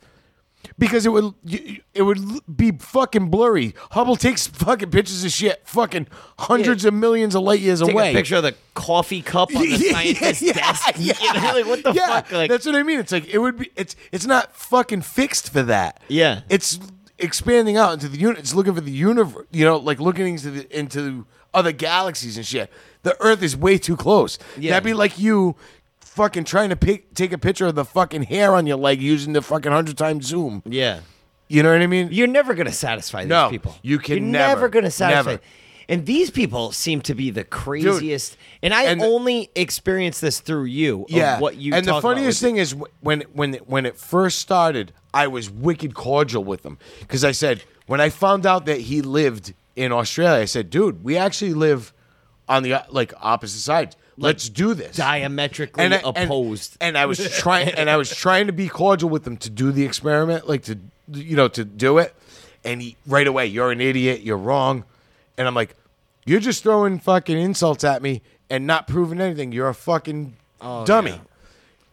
Speaker 3: Because it would you- it would l- be fucking blurry. Hubble takes fucking pictures of shit, fucking hundreds of millions of light years
Speaker 6: take
Speaker 3: away.
Speaker 6: a picture of the coffee cup
Speaker 3: *laughs*
Speaker 6: on the scientist's desk. *laughs* You know, like, what the
Speaker 3: Yeah,
Speaker 6: fuck? Like,
Speaker 3: that's what I mean. It's like it would be. It's it's not fucking fixed for that.
Speaker 6: Yeah.
Speaker 3: it's expanding out into the unit. It's looking for the universe. You know, like looking into the, into other galaxies and shit. The Earth is way too close.
Speaker 6: Yeah.
Speaker 3: That'd be like you fucking trying to pick, take a picture of the fucking hair on your leg using the fucking hundred times zoom.
Speaker 6: yeah.
Speaker 3: You know what I mean?
Speaker 6: You're never going to satisfy these
Speaker 3: No,
Speaker 6: people.
Speaker 3: you can
Speaker 6: You're
Speaker 3: never,
Speaker 6: never, going to satisfy.
Speaker 3: never.
Speaker 6: And these people seem to be the craziest. and I
Speaker 3: and-
Speaker 6: only experienced this through you. of
Speaker 3: yeah.
Speaker 6: what you
Speaker 3: and the
Speaker 6: talk about
Speaker 3: funniest
Speaker 6: with-
Speaker 3: thing is wh- when when when it first started, I was wicked cordial with him because I said when I found out that he lived in Australia, I said, "Dude, we actually live on the uh, like opposite sides. Let's do this."
Speaker 6: diametrically
Speaker 3: I-
Speaker 6: opposed.
Speaker 3: And, I was trying, and I was trying to be cordial with him to do the experiment, like to you know to do it. And he right away, you're an idiot. You're wrong. And I'm like, you're just throwing fucking insults at me and not proving anything. You're a fucking
Speaker 6: Oh,
Speaker 3: dummy.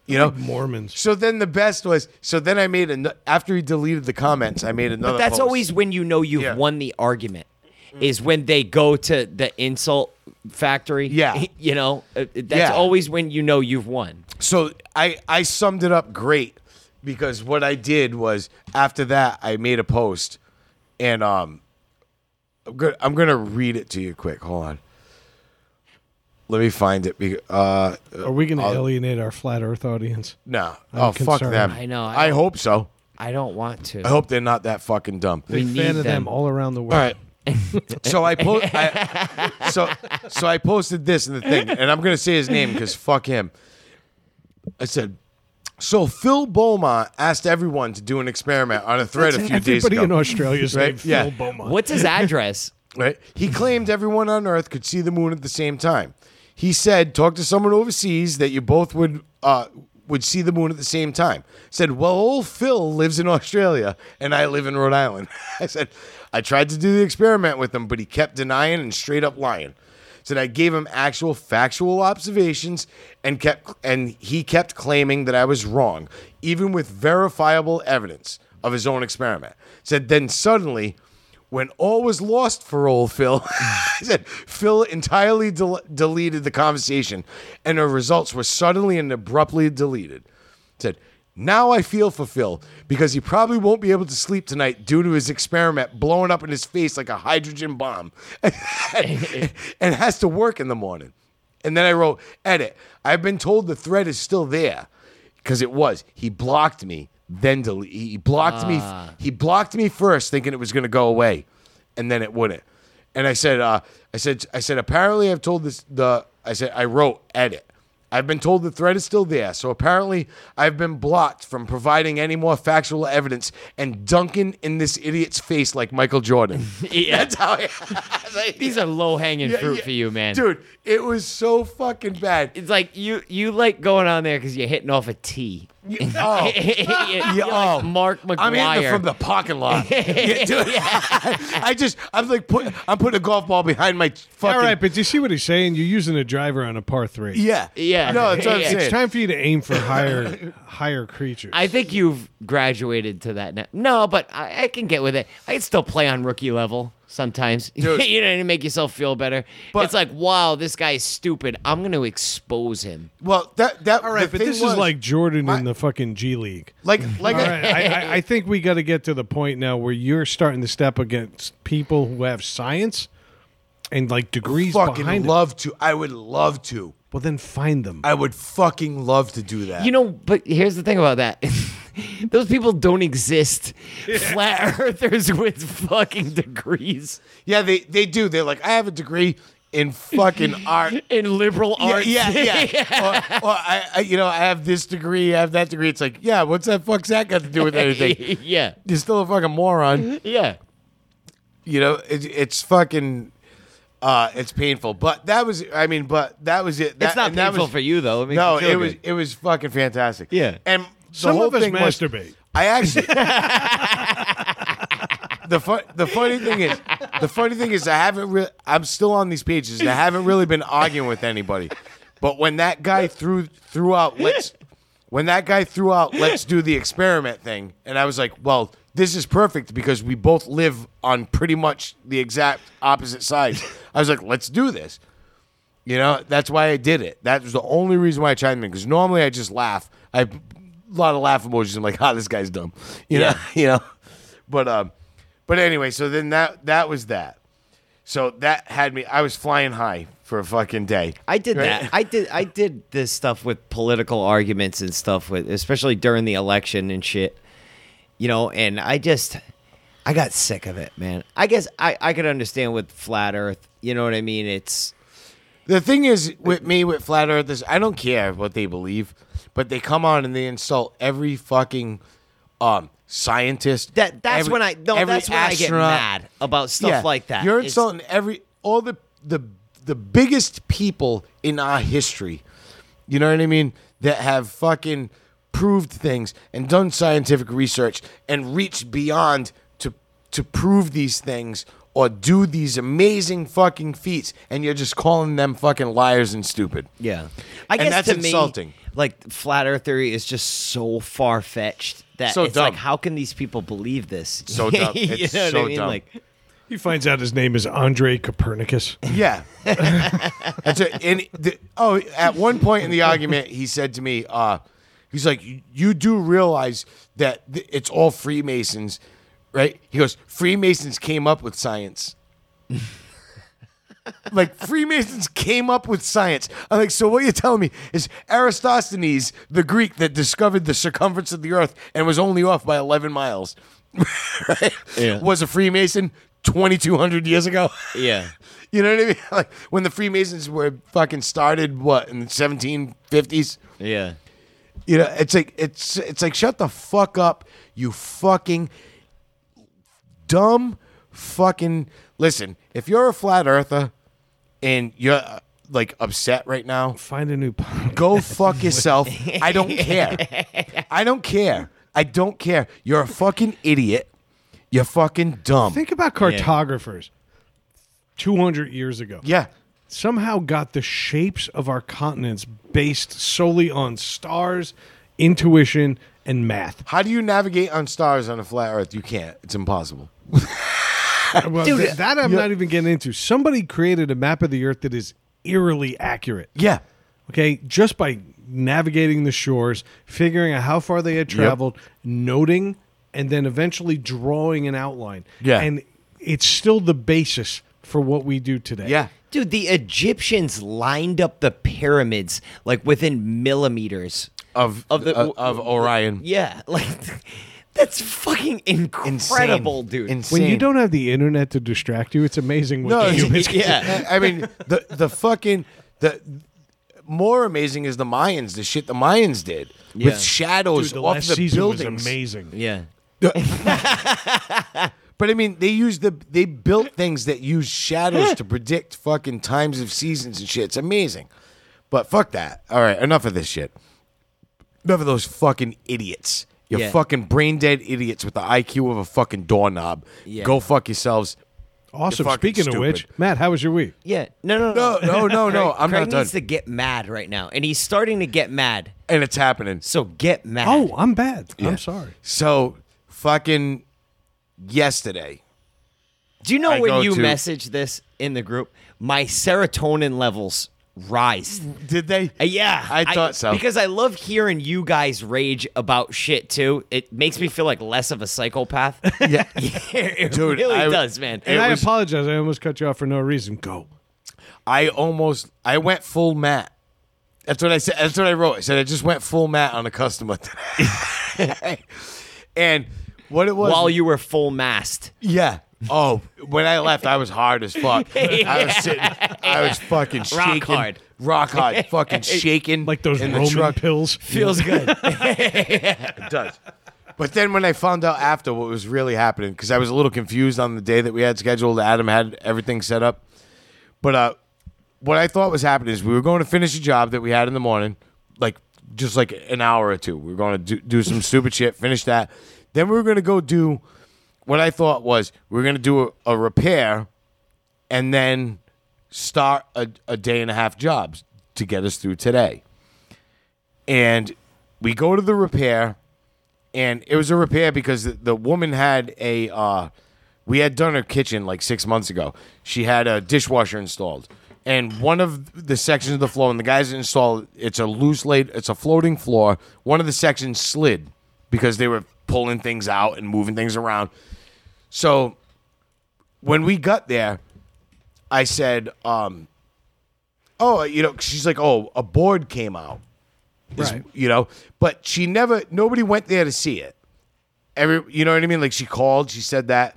Speaker 3: You know,
Speaker 1: Mormons.
Speaker 3: So then the best was. So then I made an after he deleted the comments, I made another.
Speaker 6: That's
Speaker 3: post.
Speaker 6: always when you know you've
Speaker 3: Yeah.
Speaker 6: won the argument. Is when they go to the insult factory.
Speaker 3: Yeah.
Speaker 6: *laughs* you know uh, that's
Speaker 3: Yeah.
Speaker 6: always when you know you've won.
Speaker 3: So I I summed it up great because what I did was after that I made a post and um I'm gonna, I'm gonna read it to you quick. Hold on. Let me find it. be- Uh,
Speaker 1: Are we going to alienate our flat Earth audience?
Speaker 3: no.
Speaker 1: I'm
Speaker 3: oh, fuck
Speaker 1: concerned.
Speaker 3: them.
Speaker 4: I know, I
Speaker 3: I,
Speaker 4: don't-
Speaker 3: hope so.
Speaker 4: I don't want to.
Speaker 3: I hope they're not that fucking dumb.
Speaker 4: we
Speaker 1: Fan
Speaker 4: need
Speaker 1: of them.
Speaker 4: them.
Speaker 1: all around the world.
Speaker 3: All right. *laughs* so I, po- I so so I posted this in the thing, and I'm gonna say his name because fuck him. I said, so Phil Beaumont asked everyone to do an experiment on a thread a few days
Speaker 1: Everybody
Speaker 3: ago.
Speaker 1: in Australia's
Speaker 3: Right?
Speaker 1: named
Speaker 3: Yeah.
Speaker 1: Phil Beaumont.
Speaker 4: What's his address?
Speaker 3: Right? He claimed everyone on Earth could see the moon at the same time. He said, "Talk to someone overseas that you both would uh, would see the moon at the same time." Said, "Well, old Phil lives in Australia and I live in Rhode Island." *laughs* I said, "I tried to do the experiment with him, but he kept denying and straight up lying." Said I gave him actual factual observations and kept and he kept claiming that I was wrong, even with verifiable evidence of his own experiment. Said then suddenly when all was lost for old Phil, *laughs* I said, Phil entirely del- deleted the conversation, and her results were suddenly and abruptly deleted. Said, now I feel for Phil because he probably won't be able to sleep tonight due to his experiment blowing up in his face like a hydrogen bomb, *laughs* and has to work in the morning. And then I wrote, edit. I've been told the thread is still there because it was. He blocked me, then delete. He blocked
Speaker 4: Ah.
Speaker 3: me. He blocked me first, thinking it was going to go away, and then it wouldn't. And I said, uh, I said, I said. Apparently, I've told this. The I said, I wrote edit. I've been told the thread is still there, so apparently I've been blocked from providing any more factual evidence and dunking in this idiot's face like Michael
Speaker 4: *laughs*
Speaker 3: Jordan. *laughs* That's how *laughs* I,
Speaker 4: These are low hanging fruit
Speaker 3: yeah.
Speaker 4: for you, man.
Speaker 3: dude. It was so fucking bad.
Speaker 4: It's like you you like going on there because you're hitting off a T. *laughs*
Speaker 3: oh,
Speaker 4: yeah,
Speaker 3: Yeah, oh,
Speaker 4: Mark McGuire.
Speaker 3: I'm hitting it from the parking
Speaker 4: *laughs*
Speaker 3: lot. Yeah, dude. *laughs* I just, I'm like, put, I'm putting a golf ball behind my fucking.
Speaker 1: All right, but you see what he's saying? You're using a driver on a par three.
Speaker 3: Yeah,
Speaker 4: Yeah.
Speaker 3: No, that's what I'm
Speaker 4: Yeah.
Speaker 1: It's
Speaker 3: saying.
Speaker 1: time for you to aim for
Speaker 4: *laughs*
Speaker 1: higher higher creatures.
Speaker 4: I think you've graduated to that now. No, but I, I can get with it. I can still play on rookie level sometimes. *laughs*
Speaker 3: Dude.
Speaker 4: you know, to make yourself feel better.
Speaker 3: But-
Speaker 4: it's like, wow, this guy's stupid. I'm going to expose him.
Speaker 3: Well, that that.
Speaker 1: All right, but this is like Jordan in the fucking G League.
Speaker 3: like, like,
Speaker 1: All right, I, I, I think we got to get to the point now where you're starting to step against people who have science and like
Speaker 3: I
Speaker 1: degrees
Speaker 3: fucking
Speaker 1: behind it.
Speaker 3: love to. I would love to.
Speaker 1: Well, then find them.
Speaker 3: I would fucking love to do that.
Speaker 4: You know, but here's the thing about that. *laughs* Those people
Speaker 3: *laughs*
Speaker 4: don't exist. Flat earthers with fucking degrees
Speaker 3: yeah, they they do. They're like, I have a degree in
Speaker 4: *laughs*
Speaker 3: fucking art.
Speaker 4: in liberal arts.
Speaker 3: Yeah, yeah.
Speaker 4: *laughs*
Speaker 3: yeah. or, or I, I, you know, I have this degree, I have that degree. It's like, yeah, what's that fuck's that got to do with
Speaker 4: *laughs*
Speaker 3: anything?
Speaker 4: yeah.
Speaker 3: You're still a fucking moron.
Speaker 4: Yeah.
Speaker 3: you know it, it's fucking uh it's painful but that was i mean but that was it that,
Speaker 4: It's not
Speaker 3: and that
Speaker 4: painful
Speaker 3: was-
Speaker 4: for you though. It makes
Speaker 3: no
Speaker 4: you feel
Speaker 3: it was
Speaker 4: *laughs* good.
Speaker 3: it was fucking fantastic
Speaker 4: Yeah.
Speaker 3: and the
Speaker 1: Some
Speaker 3: whole
Speaker 1: of us
Speaker 3: thing was-
Speaker 1: masturbate.
Speaker 3: i actually *laughs* the fu- the funny thing is the funny thing is i haven't really i'm still on these pages and i haven't really been arguing with anybody but when that guy threw threw out let's when that guy threw out let's do the experiment thing and i was like well this is perfect because we both live on pretty much the exact opposite sides i was like let's do this you know that's why i did it that was the only reason why i chimed in because normally i just laugh i a lot of laugh emojis i'm like *laughs* ah this guy's dumb you know you know *laughs* but um but anyway so then that that was that so that had me i was flying high for a fucking day
Speaker 4: I did
Speaker 3: Right?
Speaker 4: that. I did. I did this stuff with political arguments and stuff with, especially during the election and shit. You know, and I just, I got sick of it, man. I guess I I could understand with flat Earth. You know what I mean? It's
Speaker 3: The thing is with me with flat earthers, I don't care what they believe, but they come on and they insult every fucking um scientist.
Speaker 4: that. That's
Speaker 3: every-
Speaker 4: when I no.
Speaker 3: every
Speaker 4: That's when I get
Speaker 3: astronaut.
Speaker 4: mad about stuff
Speaker 3: Yeah,
Speaker 4: like that.
Speaker 3: You're
Speaker 4: It's-
Speaker 3: insulting every all the the the biggest people in our history. You know what I mean? That have fucking proved things and done scientific research and reached beyond to to prove these things or do these amazing fucking feats and you're just calling them fucking liars and stupid.
Speaker 4: Yeah, I
Speaker 3: And
Speaker 4: guess
Speaker 3: that's
Speaker 4: to
Speaker 3: insulting.
Speaker 4: Me, like flat Earth theory is just so far fetched that
Speaker 3: So
Speaker 4: it's like,
Speaker 3: dumb.
Speaker 4: how can these people believe this? *laughs*
Speaker 3: So dumb.
Speaker 4: You
Speaker 3: It's
Speaker 4: know what
Speaker 3: so
Speaker 4: I mean?
Speaker 3: dumb.
Speaker 4: Like,
Speaker 1: he finds out his name is Andre Copernicus. *laughs*
Speaker 3: Yeah. That's it. And the, oh, at one point in the argument, he said to me, uh, he's like, "You- you do realize that th- it's all Freemasons, right? He goes, Freemasons came up with science. *laughs* like Freemasons came up with science. I'm like, so what you're telling me is Aristothenes, the Greek that discovered the circumference of the Earth and was only off by 11 miles, *laughs* right? was a Freemason 2,200 years ago. *laughs*
Speaker 4: Yeah.
Speaker 3: You know what I mean? *laughs* Like when the Freemasons were fucking started, what in the 1750s?
Speaker 4: Yeah.
Speaker 3: You know, it's like it's it's like shut the fuck up, you fucking dumb fucking. Listen, if you're a flat earther and you're uh, like upset right now,
Speaker 1: Find a new podcast.
Speaker 3: go fuck yourself. I don't care. I don't care. I don't care. You're a fucking idiot. You're fucking dumb.
Speaker 1: Think about cartographers 200 years ago.
Speaker 3: Yeah.
Speaker 1: Somehow got the shapes of our continents based solely on stars, intuition, and math.
Speaker 3: *laughs* How do you navigate on stars on a flat Earth? You can't. It's impossible.
Speaker 1: Well, th- that I'm not even getting into. Somebody created a map of the Earth that is eerily accurate.
Speaker 3: Yeah.
Speaker 1: Okay, just by navigating the shores, figuring out how far they had traveled, noting, and then eventually drawing an outline.
Speaker 3: Yeah.
Speaker 1: and it's still the basis for what we do today.
Speaker 3: Yeah.
Speaker 4: Dude, the Egyptians lined up the pyramids like within millimeters.
Speaker 3: Of of
Speaker 4: Of the-
Speaker 3: of Orion.
Speaker 4: Yeah, *laughs* like that's fucking incredible, dude.
Speaker 3: Insane.
Speaker 1: When you *laughs* don't have the internet to distract you, it's amazing what
Speaker 3: *laughs*
Speaker 1: the
Speaker 3: it's-
Speaker 1: humans can
Speaker 4: yeah.
Speaker 3: I mean the the fucking the more amazing is the Mayans, the shit the Mayans did
Speaker 4: Yeah.
Speaker 3: with shadows
Speaker 1: do. The
Speaker 3: off
Speaker 1: last
Speaker 3: the
Speaker 1: season
Speaker 3: buildings.
Speaker 1: was amazing.
Speaker 4: Yeah.
Speaker 3: But I mean, they used the they
Speaker 4: *laughs*
Speaker 3: built things that use shadows to predict fucking times of seasons and shit. It's amazing. But fuck that. All right, enough of this shit. Enough of those fucking idiots. You
Speaker 4: Yeah.
Speaker 3: fucking brain dead idiots with the IQ of a fucking doorknob.
Speaker 4: Yeah.
Speaker 3: Go fuck yourselves.
Speaker 1: Awesome.
Speaker 3: You're fucking
Speaker 1: Speaking of which, Matt, how was your week?
Speaker 4: Yeah. No, no,
Speaker 3: No,
Speaker 4: *laughs* no.
Speaker 3: no, no, no.
Speaker 4: Craig-
Speaker 3: I'm
Speaker 4: Craig
Speaker 3: not done.
Speaker 4: needs to get mad right now, and he's starting to get mad.
Speaker 3: and it's happening.
Speaker 4: So get mad.
Speaker 1: Oh, I'm bad. I'm sorry.
Speaker 3: So fucking yesterday.
Speaker 4: do you know
Speaker 3: I go
Speaker 4: when you
Speaker 3: to-
Speaker 4: message this in the group, my serotonin levels rise.
Speaker 3: Did they?
Speaker 4: Uh, yeah,
Speaker 3: I thought so.
Speaker 4: because I love hearing you guys rage about shit too. It makes me feel like less of a psychopath.
Speaker 3: *laughs*
Speaker 4: *laughs*
Speaker 3: Yeah.
Speaker 4: it
Speaker 3: Dude,
Speaker 4: really
Speaker 3: I-
Speaker 4: does, man.
Speaker 1: And
Speaker 3: It
Speaker 1: I
Speaker 3: was-
Speaker 1: apologize. I almost cut you off for no reason. Go.
Speaker 3: I almost I went full Matt. That's what I said. That's what I wrote. I said I just went full Matt on a customer. today. *laughs* and what it was
Speaker 4: While you were full
Speaker 3: *laughs*
Speaker 4: mast,
Speaker 3: yeah. Oh, when I left, I was hard as fuck.
Speaker 4: *laughs*
Speaker 3: I was sitting. I was fucking
Speaker 4: Rock
Speaker 3: shaking,
Speaker 4: hard.
Speaker 3: rock
Speaker 4: *laughs*
Speaker 3: hard, fucking shaking,
Speaker 1: Like those
Speaker 3: in
Speaker 1: Roman
Speaker 3: the truck.
Speaker 1: pills.
Speaker 4: feels *laughs* good.
Speaker 3: It does. But then when I found out after what was really happening, because I was a little confused on the day that we had scheduled, Adam had everything set up. But uh, what I thought was happening is we were going to finish a job that we had in the morning, like just like an hour or two. We were going to do, do some stupid shit, finish that. Then we were going to go do what I thought was we were going to do a, a repair and then start a, a day and a half jobs to get us through today. And we go to the repair and it was a repair because the, the woman had a uh, we had done her kitchen like six months ago she had a dishwasher installed and one of the sections of the floor and the guys that installed it, it's a loose laid it's a floating floor one of the sections slid because they were pulling things out and moving things around so when we got there i said um, oh you know she's like oh a board came out is-
Speaker 1: Right.
Speaker 3: you know but she never nobody went there to see it every you know what i mean like she called she said that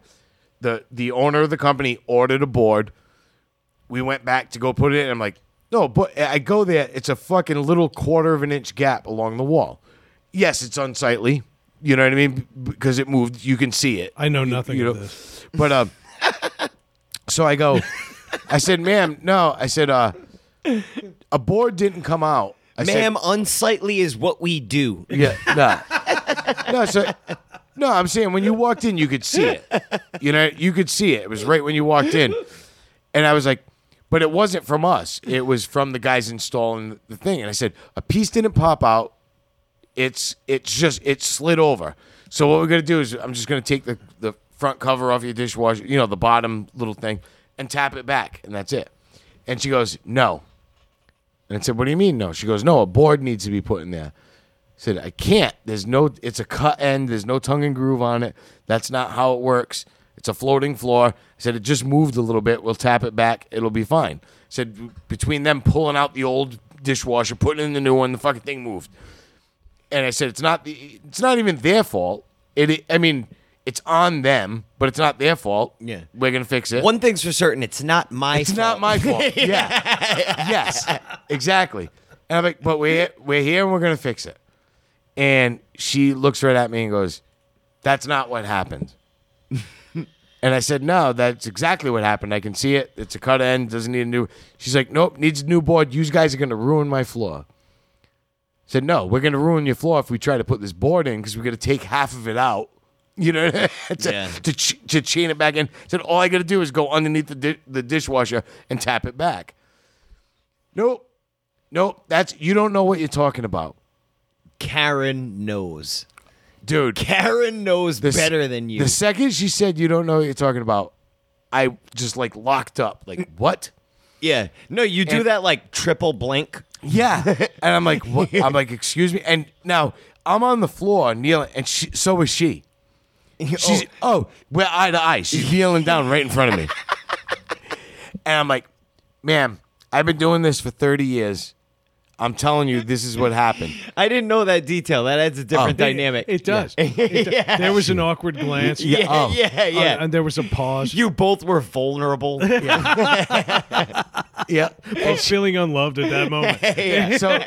Speaker 3: the the owner of the company ordered a board we went back to go put it in i'm like no but i go there it's a fucking little quarter of an inch gap along the wall yes it's unsightly you know what i mean because it moved you can see it
Speaker 1: I know nothing
Speaker 3: you
Speaker 1: of
Speaker 3: know.
Speaker 1: this.
Speaker 3: but um, so I go, I said, "Ma'am, no." I said, "Uh, a board didn't come out." I said-
Speaker 4: Ma'am, unsightly is what we do.
Speaker 3: yeah, no, no. So, no, I'm saying when you walked in, you could see it. You know, you could see it. It was right when you walked in, and I was like, but it wasn't from us. It was from the guys installing the thing. And I said, a piece didn't pop out. It's it's just it slid over. So what we're gonna do is I'm just gonna take the the front cover off your dishwasher, you know, the bottom little thing, and tap it back, and that's it. And she goes, no. And I said, what do you mean no? She goes, no, a board needs to be put in there said i can't there's no it's a cut end there's no tongue and groove on it that's not how it works It's a floating floor. I said, it just moved a little bit. We'll tap it back. It'll be fine. I said, between them pulling out the old dishwasher, putting in the new one, the fucking thing moved. And I said, it's not, the, it's not even their fault. It, I mean, it's on them, but it's not their fault.
Speaker 4: Yeah.
Speaker 3: We're going to fix it.
Speaker 4: One thing's for certain, it's not my
Speaker 3: It's not
Speaker 4: *laughs*
Speaker 3: my fault. Yeah. yes. Exactly. And I'm like, but we're we're here and we're gonna fix it. And she looks right at me and goes, That's not what happened. and I said, No, that's exactly what happened. I can see it. It's a cut end, doesn't need a new she's like, Nope, needs a new board. You guys are gonna ruin my floor. I said, No, we're gonna ruin your floor if we try to put this board in because we're gonna take half of it out. *laughs* You know, to,
Speaker 4: Yeah.
Speaker 3: to, ch- to chain it back in. I said, all I got to do is go underneath the, di- the dishwasher and tap it back. Nope. Nope. That's, you don't know what you're talking about.
Speaker 4: Karen knows.
Speaker 3: Dude.
Speaker 4: Karen knows
Speaker 3: the s-
Speaker 4: better than you.
Speaker 3: The second she said, you don't know what you're talking about, I just like locked up. Like, what?
Speaker 4: yeah. No, you do
Speaker 3: And-
Speaker 4: that like triple blink.
Speaker 3: Yeah. *laughs* and I'm like, what? I'm like, excuse me. And now I'm on the floor kneeling, and she, so is
Speaker 4: *laughs*
Speaker 3: she. She's, oh. we're eye to eye. She's kneeling down right in front of
Speaker 4: *laughs*
Speaker 3: me. and I'm like, ma'am, I've been doing this for 30 years. I'm telling you, this is what happened.
Speaker 4: I didn't know that detail. That adds a different
Speaker 3: Oh.
Speaker 4: dynamic.
Speaker 1: It does.
Speaker 3: *laughs*
Speaker 1: It do- There was an awkward glance.
Speaker 4: yeah, yeah,
Speaker 3: oh.
Speaker 4: yeah,
Speaker 1: Uh, and there was a pause.
Speaker 4: you both were vulnerable. *laughs*
Speaker 3: Yeah.
Speaker 1: Both feeling unloved at that
Speaker 3: *laughs*
Speaker 1: moment.
Speaker 3: So,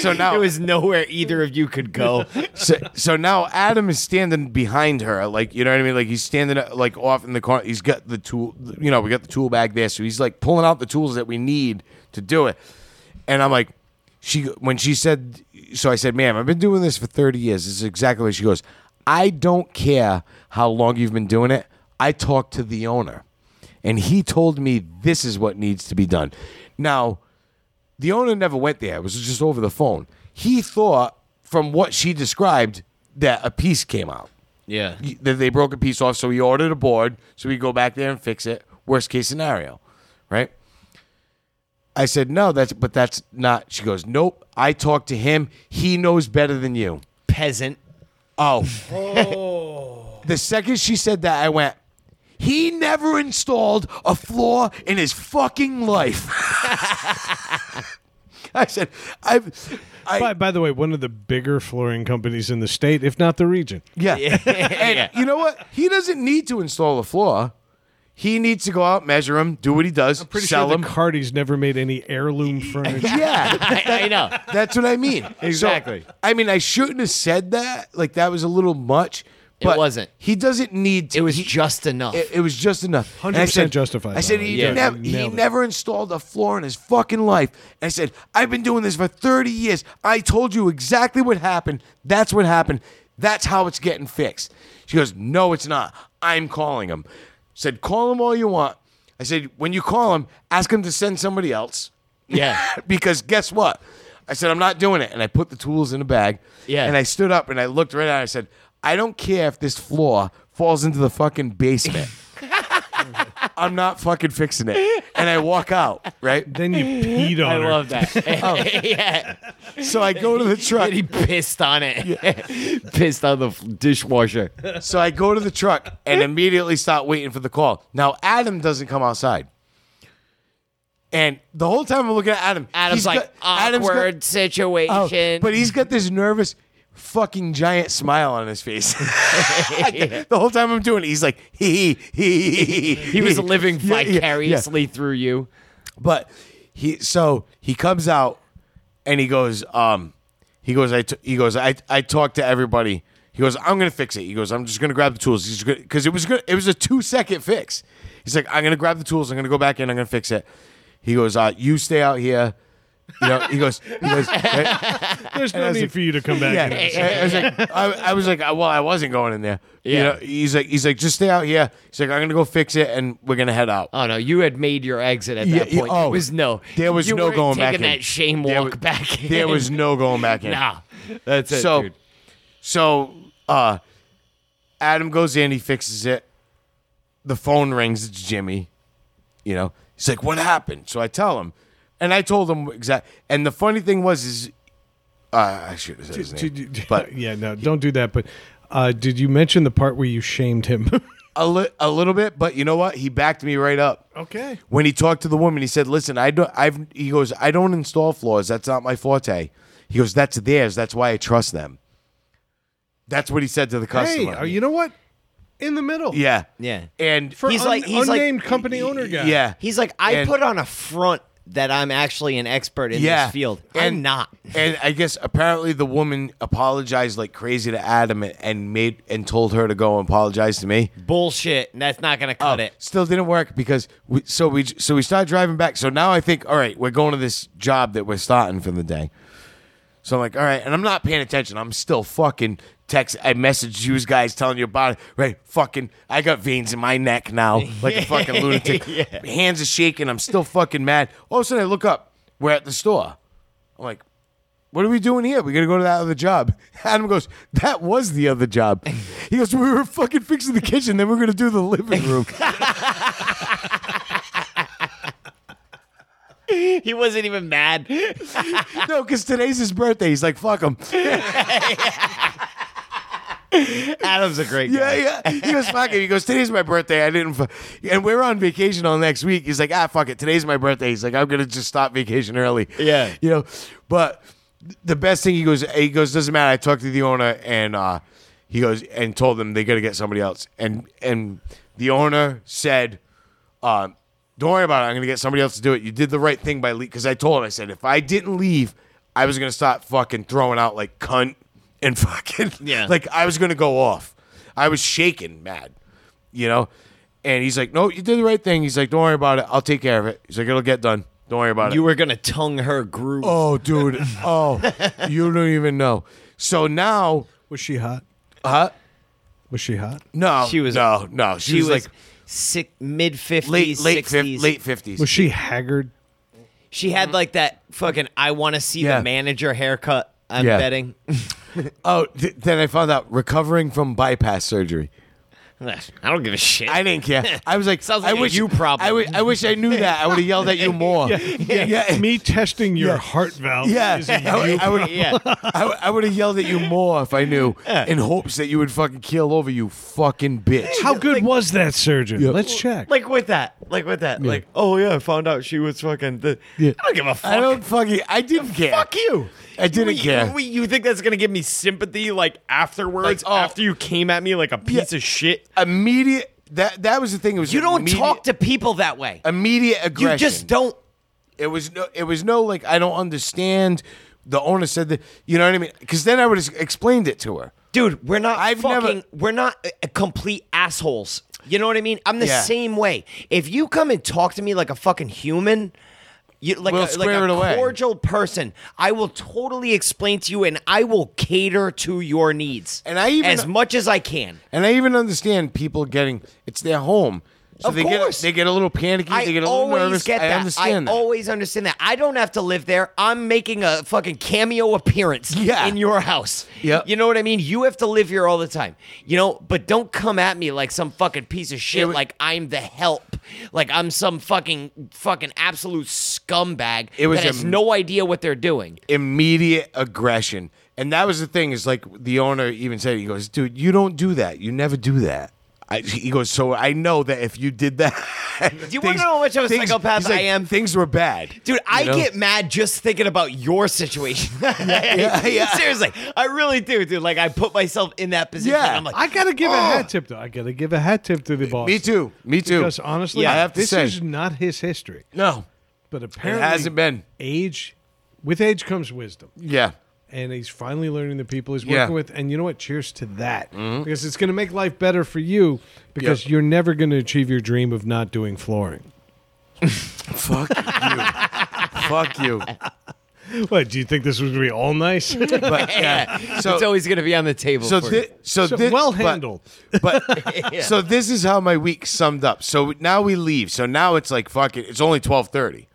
Speaker 4: *laughs*
Speaker 3: so now
Speaker 4: There was nowhere either of you
Speaker 3: *laughs*
Speaker 4: could go.
Speaker 3: so, so now Adam is standing behind her, like you know what I mean. Like he's standing uh, like off in the car. He's got the tool, you know, we got the tool bag there, so he's like pulling out the tools that we need to do it. And I'm like, she when she said, so I said, ma'am, I've been doing this for 30 years. This is exactly what she goes. I don't care how long you've been doing it. I talked to the owner, and he told me this is what needs to be done. Now the owner never went there. It was just over the phone. He thought, from what she described, that a piece came out.
Speaker 4: Yeah.
Speaker 3: Y- That they broke a piece off, so he ordered a board, so we go back there and fix it. Worst case scenario, right? I said no. That's but that's not. She goes, nope. I talked to him. He knows better than you.
Speaker 4: Peasant.
Speaker 3: Oh.
Speaker 4: Oh.
Speaker 3: the second she said that, I went. He never installed a floor in his fucking life. *laughs* I said, I've, I,
Speaker 1: By, by the way, one of the bigger flooring companies in the state, if not the region.
Speaker 4: *laughs*
Speaker 3: Yeah. and you know what? He doesn't need to install a floor. He needs to go out, measure them, do what he does,
Speaker 1: Pretty
Speaker 3: sell
Speaker 1: sure
Speaker 3: them.
Speaker 1: the
Speaker 3: *laughs*
Speaker 1: Cardi's never made any heirloom furniture.
Speaker 3: yeah.
Speaker 4: *laughs* I know.
Speaker 3: That's what I mean.
Speaker 4: Exactly.
Speaker 3: So, I mean, I shouldn't have said that. Like that was a little much. But
Speaker 4: wasn't.
Speaker 3: He doesn't need to
Speaker 4: It was
Speaker 3: he-
Speaker 4: just enough.
Speaker 3: It, it was just enough.
Speaker 1: 100%
Speaker 3: And I said-
Speaker 1: justified,
Speaker 3: I said
Speaker 1: by the
Speaker 3: he,
Speaker 1: way. Yeah,
Speaker 3: nev-
Speaker 1: you
Speaker 3: he
Speaker 1: nailed it.
Speaker 3: never installed a floor in his fucking life. And I said, I've been doing this for 30 years. I told you exactly what happened. That's what happened. That's how it's getting fixed. She goes, No, it's not. I'm calling him. Said, Call him all you want. I said, When you call him, ask him to send somebody else.
Speaker 4: Yeah.
Speaker 3: because guess what? I said, I'm not doing it. And I put the tools in a bag.
Speaker 4: Yeah.
Speaker 3: And I stood up and I looked right at her. I said, I don't care if this floor falls into the fucking
Speaker 6: *laughs*
Speaker 3: basement. I'm not fucking fixing it. And I walk out, right?
Speaker 1: Then you peed on
Speaker 4: I
Speaker 1: her.
Speaker 3: *laughs*
Speaker 4: love that.
Speaker 3: Oh.
Speaker 4: *laughs* yeah.
Speaker 3: So I go to the truck.
Speaker 4: And he pissed on it. *laughs* pissed on the f- dishwasher.
Speaker 3: So I go to the truck and immediately stop waiting for the call. Now, Adam doesn't come outside. And the whole time I'm looking at Adam.
Speaker 6: Adam's
Speaker 3: he's
Speaker 6: like
Speaker 3: got- Adam's got-
Speaker 6: awkward
Speaker 3: Oh,
Speaker 6: situation.
Speaker 3: but he's got this nervous fucking giant smile on his face.
Speaker 4: *laughs*
Speaker 3: the whole time I'm doing it, he's like, he, he, he, he,
Speaker 4: He was living
Speaker 3: Yeah, yeah, yeah.
Speaker 4: vicariously through you.
Speaker 3: But he, so he comes out and he goes, um, he goes, I, t- he goes, I, I talked to everybody. He goes, I'm going to fix it. He goes, I'm just going to grab the tools. He's good. Cause it was good. It was a two second fix. He's like, I'm going to grab the tools. I'm going to go back in. I'm going to fix it. He goes, uh, you stay out here. You know, he goes, he goes,
Speaker 1: There's
Speaker 3: I
Speaker 1: no
Speaker 3: was
Speaker 1: need
Speaker 3: like-
Speaker 1: for you to come back. in
Speaker 3: yeah,
Speaker 1: this.
Speaker 3: I, I was like, I, I was like, I- well, I wasn't going in there. You
Speaker 4: Yeah.
Speaker 3: know, he's like, he's like, just stay out here. He's like, I'm gonna go fix it, and we're gonna head
Speaker 4: *laughs*
Speaker 3: out.
Speaker 4: Oh no, you had made your exit at that
Speaker 3: Yeah, yeah,
Speaker 4: point.
Speaker 3: oh,
Speaker 4: There was no.
Speaker 3: there was
Speaker 4: you
Speaker 3: no
Speaker 4: weren't
Speaker 3: going back
Speaker 4: taking
Speaker 3: in.
Speaker 4: that shame
Speaker 3: There
Speaker 4: walk
Speaker 3: was-
Speaker 4: back in.
Speaker 3: *laughs* There was no going back in.
Speaker 4: Nah. That's it.
Speaker 3: so,
Speaker 4: dude.
Speaker 3: so, uh, Adam goes in, he fixes it. The phone rings. It's Jimmy. You know, he's like, what happened? So I tell him, and I told him exact. And the funny thing was, is uh, I should have said his
Speaker 1: Did
Speaker 3: name,
Speaker 1: you- *laughs*
Speaker 3: but
Speaker 1: yeah, no, don't do that. But uh, did you mention the part where you shamed him? *laughs*
Speaker 3: a, li- a little bit, but you know what? He backed me right up.
Speaker 1: Okay.
Speaker 3: When he talked to the woman, he said, "Listen, I don't. I've." He goes, "I don't install floors. That's not my forte." He goes, "That's theirs. That's why I trust them." That's what he said to the
Speaker 1: Hey,
Speaker 3: customer.
Speaker 1: uh, you know what? In the middle.
Speaker 3: yeah,
Speaker 4: Yeah.
Speaker 3: and
Speaker 1: For
Speaker 4: He's
Speaker 1: un-
Speaker 4: like- he's like-
Speaker 1: unnamed company owner guy.
Speaker 3: yeah,
Speaker 4: He's like, I
Speaker 3: And-
Speaker 4: put on a front that I'm actually an expert in
Speaker 3: yeah,
Speaker 4: this field.
Speaker 3: and
Speaker 4: I'm not. *laughs*
Speaker 3: And I guess apparently the woman apologized like crazy to Adam and, and made and told her to go and apologize to me.
Speaker 4: Bullshit. and That's not gonna cut
Speaker 3: Oh,
Speaker 4: it. *laughs*
Speaker 3: Still didn't work because we, so we so we started driving back. So now I think, all right, we're going to this job that we're starting for the day. So I'm like, all right, and I'm not paying attention. I'm still fucking text. I messaged you guys telling you about it. Right, fucking. I got veins in my neck now, like a fucking lunatic. Hands are shaking. I'm still fucking mad. All of a sudden, I look up. We're at the store. I'm like, what are we doing here? We gotta go to that other job. *laughs* Adam goes, that was the other job. He goes, we were fucking fixing the kitchen, then we are gonna do the living room.
Speaker 4: He wasn't even mad. *laughs*
Speaker 3: No, because today's his birthday. He's like, fuck him.
Speaker 4: Adam's a great guy.
Speaker 3: Yeah, yeah. He goes, fuck it. He goes, today's my birthday. I didn't. F-. And we're on vacation all next week. He's like, ah, fuck it. Today's my birthday. He's like, I'm going to just stop vacation early.
Speaker 4: Yeah.
Speaker 3: You know, but the best thing he goes, he goes, doesn't matter. I talked to the owner and uh, he goes, and told them they got to get somebody else. And, and the owner said, uh, don't worry about it. I'm going to get somebody else to do it. You did the right thing by leave. Because I told him, I said, if I didn't leave, I was going to start fucking throwing out like cunt and *laughs* fucking.
Speaker 4: Yeah.
Speaker 3: Like I was going to go off. I was shaking mad, you know? And he's like, no, you did the right thing. He's like, don't worry about it. I'll take care of it. He's like, it'll get done. Don't worry about it.
Speaker 4: You were gonna tongue her groove.
Speaker 3: oh, *laughs* dude. Oh, you don't even know. So now,
Speaker 1: Was she hot?
Speaker 3: huh?
Speaker 1: Was she hot?
Speaker 3: No.
Speaker 4: She was-
Speaker 3: No, no. She,
Speaker 4: she
Speaker 3: was,
Speaker 4: was,
Speaker 3: like
Speaker 4: sick mid
Speaker 3: late,
Speaker 4: fifties,
Speaker 3: late, fif-
Speaker 4: sixties.
Speaker 3: late 50s.
Speaker 1: Was she haggard?
Speaker 4: She had like that fucking I want to see
Speaker 3: Yeah.
Speaker 4: the manager haircut. I'm
Speaker 3: Yeah. *laughs*
Speaker 4: betting. *laughs*
Speaker 3: Oh, th- then I found out recovering from bypass surgery.
Speaker 4: I don't give a shit.
Speaker 3: I didn't
Speaker 4: *laughs*
Speaker 3: care. I was like,
Speaker 4: Sounds
Speaker 3: I
Speaker 4: like a
Speaker 3: wish
Speaker 4: you problem.
Speaker 3: I wi- I wish I knew that. I would have yelled
Speaker 4: *laughs*
Speaker 3: at you more. *laughs* Yeah, yeah,
Speaker 1: *laughs* Me testing your
Speaker 3: Yeah.
Speaker 1: heart valve.
Speaker 3: yeah. *laughs*
Speaker 1: is a
Speaker 3: I, would- I would.
Speaker 4: yeah.
Speaker 3: have yelled at you more if I knew, in hopes that you would fucking keel over. You fucking bitch.
Speaker 1: *laughs* How good was that surgeon?
Speaker 3: Yeah.
Speaker 1: Let's check.
Speaker 4: like with that, like with that, like oh yeah, I found out she was fucking. The- I don't give a fuck.
Speaker 3: I don't fucking. I didn't care.
Speaker 4: fuck you.
Speaker 3: I didn't
Speaker 4: Wait,
Speaker 3: care.
Speaker 4: wait, you think that's gonna give me sympathy like afterwards?
Speaker 3: Like, oh.
Speaker 4: after you came at me like a piece
Speaker 3: Yeah.
Speaker 4: of shit?
Speaker 3: Immediate. That that was the thing. It was
Speaker 4: You don't
Speaker 3: immediate-
Speaker 4: talk to people that way.
Speaker 3: immediate aggression.
Speaker 4: You just don't.
Speaker 3: It was no. It was no. Like I don't understand. The owner said that. You know what I mean? Because then I would have explained it to her.
Speaker 4: dude we're not
Speaker 3: I've never-
Speaker 4: fucking we're not uh, uh, complete assholes you know what i mean i'm the
Speaker 3: Yeah.
Speaker 4: same way if you come and talk to me like a fucking human you like
Speaker 3: We'll
Speaker 4: a, like
Speaker 3: square
Speaker 4: a
Speaker 3: it away.
Speaker 4: cordial person i will totally explain to you and i will cater to your needs
Speaker 3: And I even-
Speaker 4: as much as i can
Speaker 3: And I even understand people getting it's their home. So
Speaker 4: Of
Speaker 3: they
Speaker 4: course.
Speaker 3: get they get a little panicky,
Speaker 4: I
Speaker 3: they get a little
Speaker 4: always
Speaker 3: nervous.
Speaker 4: get that.
Speaker 3: I understand
Speaker 4: I
Speaker 3: that.
Speaker 4: always understand that. I don't have to live there. I'm making a fucking cameo appearance
Speaker 3: Yeah.
Speaker 4: in your house.
Speaker 3: Yep.
Speaker 4: You know what I mean? You have to live here all the time. You know, but don't come at me like some fucking piece of shit
Speaker 3: wa-
Speaker 4: like I'm the help. Like I'm some fucking fucking absolute scumbag
Speaker 3: It was
Speaker 4: that has
Speaker 3: a-
Speaker 4: no idea what they're doing.
Speaker 3: Immediate aggression. And that was the thing, is like the owner even said, he goes, dude, you don't do that. You never do that. I, he goes, so I know that if you did
Speaker 4: *laughs*
Speaker 3: that, do
Speaker 4: you wanna know how much of a psychopath I am?
Speaker 3: Things were bad,
Speaker 4: Dude,
Speaker 3: you
Speaker 4: I
Speaker 3: know?
Speaker 4: get mad just thinking about your *laughs* situation.
Speaker 3: *laughs* yeah, yeah.
Speaker 4: Seriously, I really do, dude. Like I put myself in that position.
Speaker 3: Yeah.
Speaker 4: I'm like,
Speaker 1: I gotta give a
Speaker 3: Oh.
Speaker 1: hat tip to. I gotta give a hat tip to the boss.
Speaker 3: Me too. Me too.
Speaker 1: Because honestly,
Speaker 3: I have to
Speaker 1: this
Speaker 3: say,
Speaker 1: is not his history,
Speaker 3: no.
Speaker 1: but apparently
Speaker 3: hasn't been.
Speaker 1: Age, with age comes wisdom,
Speaker 3: Yeah.
Speaker 1: and he's finally learning the people he's working
Speaker 3: Yeah. Mm-hmm.
Speaker 1: with. And you know what? Cheers to that, because it's going to make life better for you. Because you're never going to achieve your dream of not doing flooring.
Speaker 3: Fuck you. *laughs* Fuck you.
Speaker 1: What do you think this was going to be all nice?
Speaker 3: *laughs*
Speaker 4: *laughs*
Speaker 3: But yeah. So
Speaker 4: it's always gonna be on the table.
Speaker 3: So,
Speaker 4: for
Speaker 3: thi- so,
Speaker 1: So
Speaker 3: thi-
Speaker 1: well
Speaker 3: but-
Speaker 1: handled.
Speaker 3: *laughs* But,
Speaker 4: *laughs*
Speaker 3: so this is how my week summed up. So now we leave. So now it's like fuck it. It's only twelve thirty,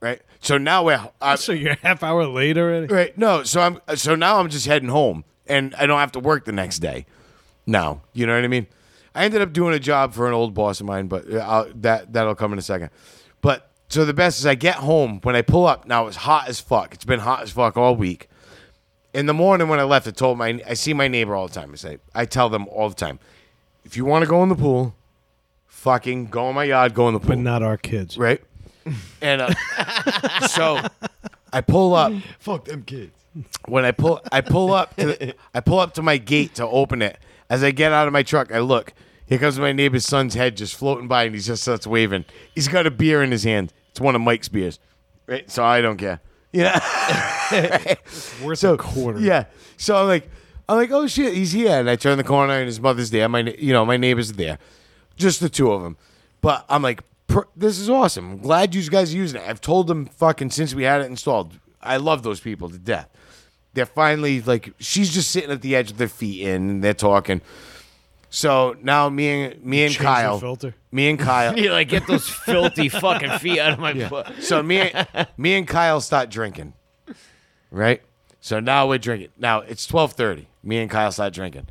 Speaker 3: right? So now we're uh, I,
Speaker 1: so you're a half hour later, and
Speaker 3: right. No, so I'm so now I'm just heading home, and I don't have to work the next day. Now you know what I mean. I ended up doing a job for an old boss of mine, but uh, I'll, that that'll come in a second. But so the best is I get home when I pull up. Now it's hot as fuck. It's been hot as fuck all week in the morning when I left, I told my I see my neighbor all the time. I say I tell them all the time, if you want to go in the pool, fucking go in my yard, go in the pool.
Speaker 1: but not our kids. *laughs*
Speaker 3: right? And uh, so I pull up.
Speaker 4: Fuck them kids.
Speaker 3: When I pull, I pull up. To the, I pull up to my gate to open it. As I get out of my truck, I look. Here comes my neighbor's son's head just floating by, and he just starts waving. He's got a beer in his hand. It's one of Mike's beers, right? So I don't care. You *laughs* know.
Speaker 1: Worth
Speaker 3: so
Speaker 1: a quarter.
Speaker 3: Yeah. So I'm like, I'm like, oh shit, he's here. And I turn the corner, and his mother's there. My, ne- you know, my neighbors are there, just the two of them. But I'm like, pr- this is awesome. I'm glad you guys are using it. I've told them fucking since we had it installed. I love those people to death. They're finally like, she's just sitting at the edge with their feet in, and they're talking. So now me and me and
Speaker 1: Change the
Speaker 3: Kyle,
Speaker 1: filter.
Speaker 3: me and Kyle,
Speaker 4: You like get those filthy fucking feet out of my butt.
Speaker 3: so me, me and Kyle start drinking, right? So now we're drinking. Now it's twelve thirty. Me and Kyle start drinking.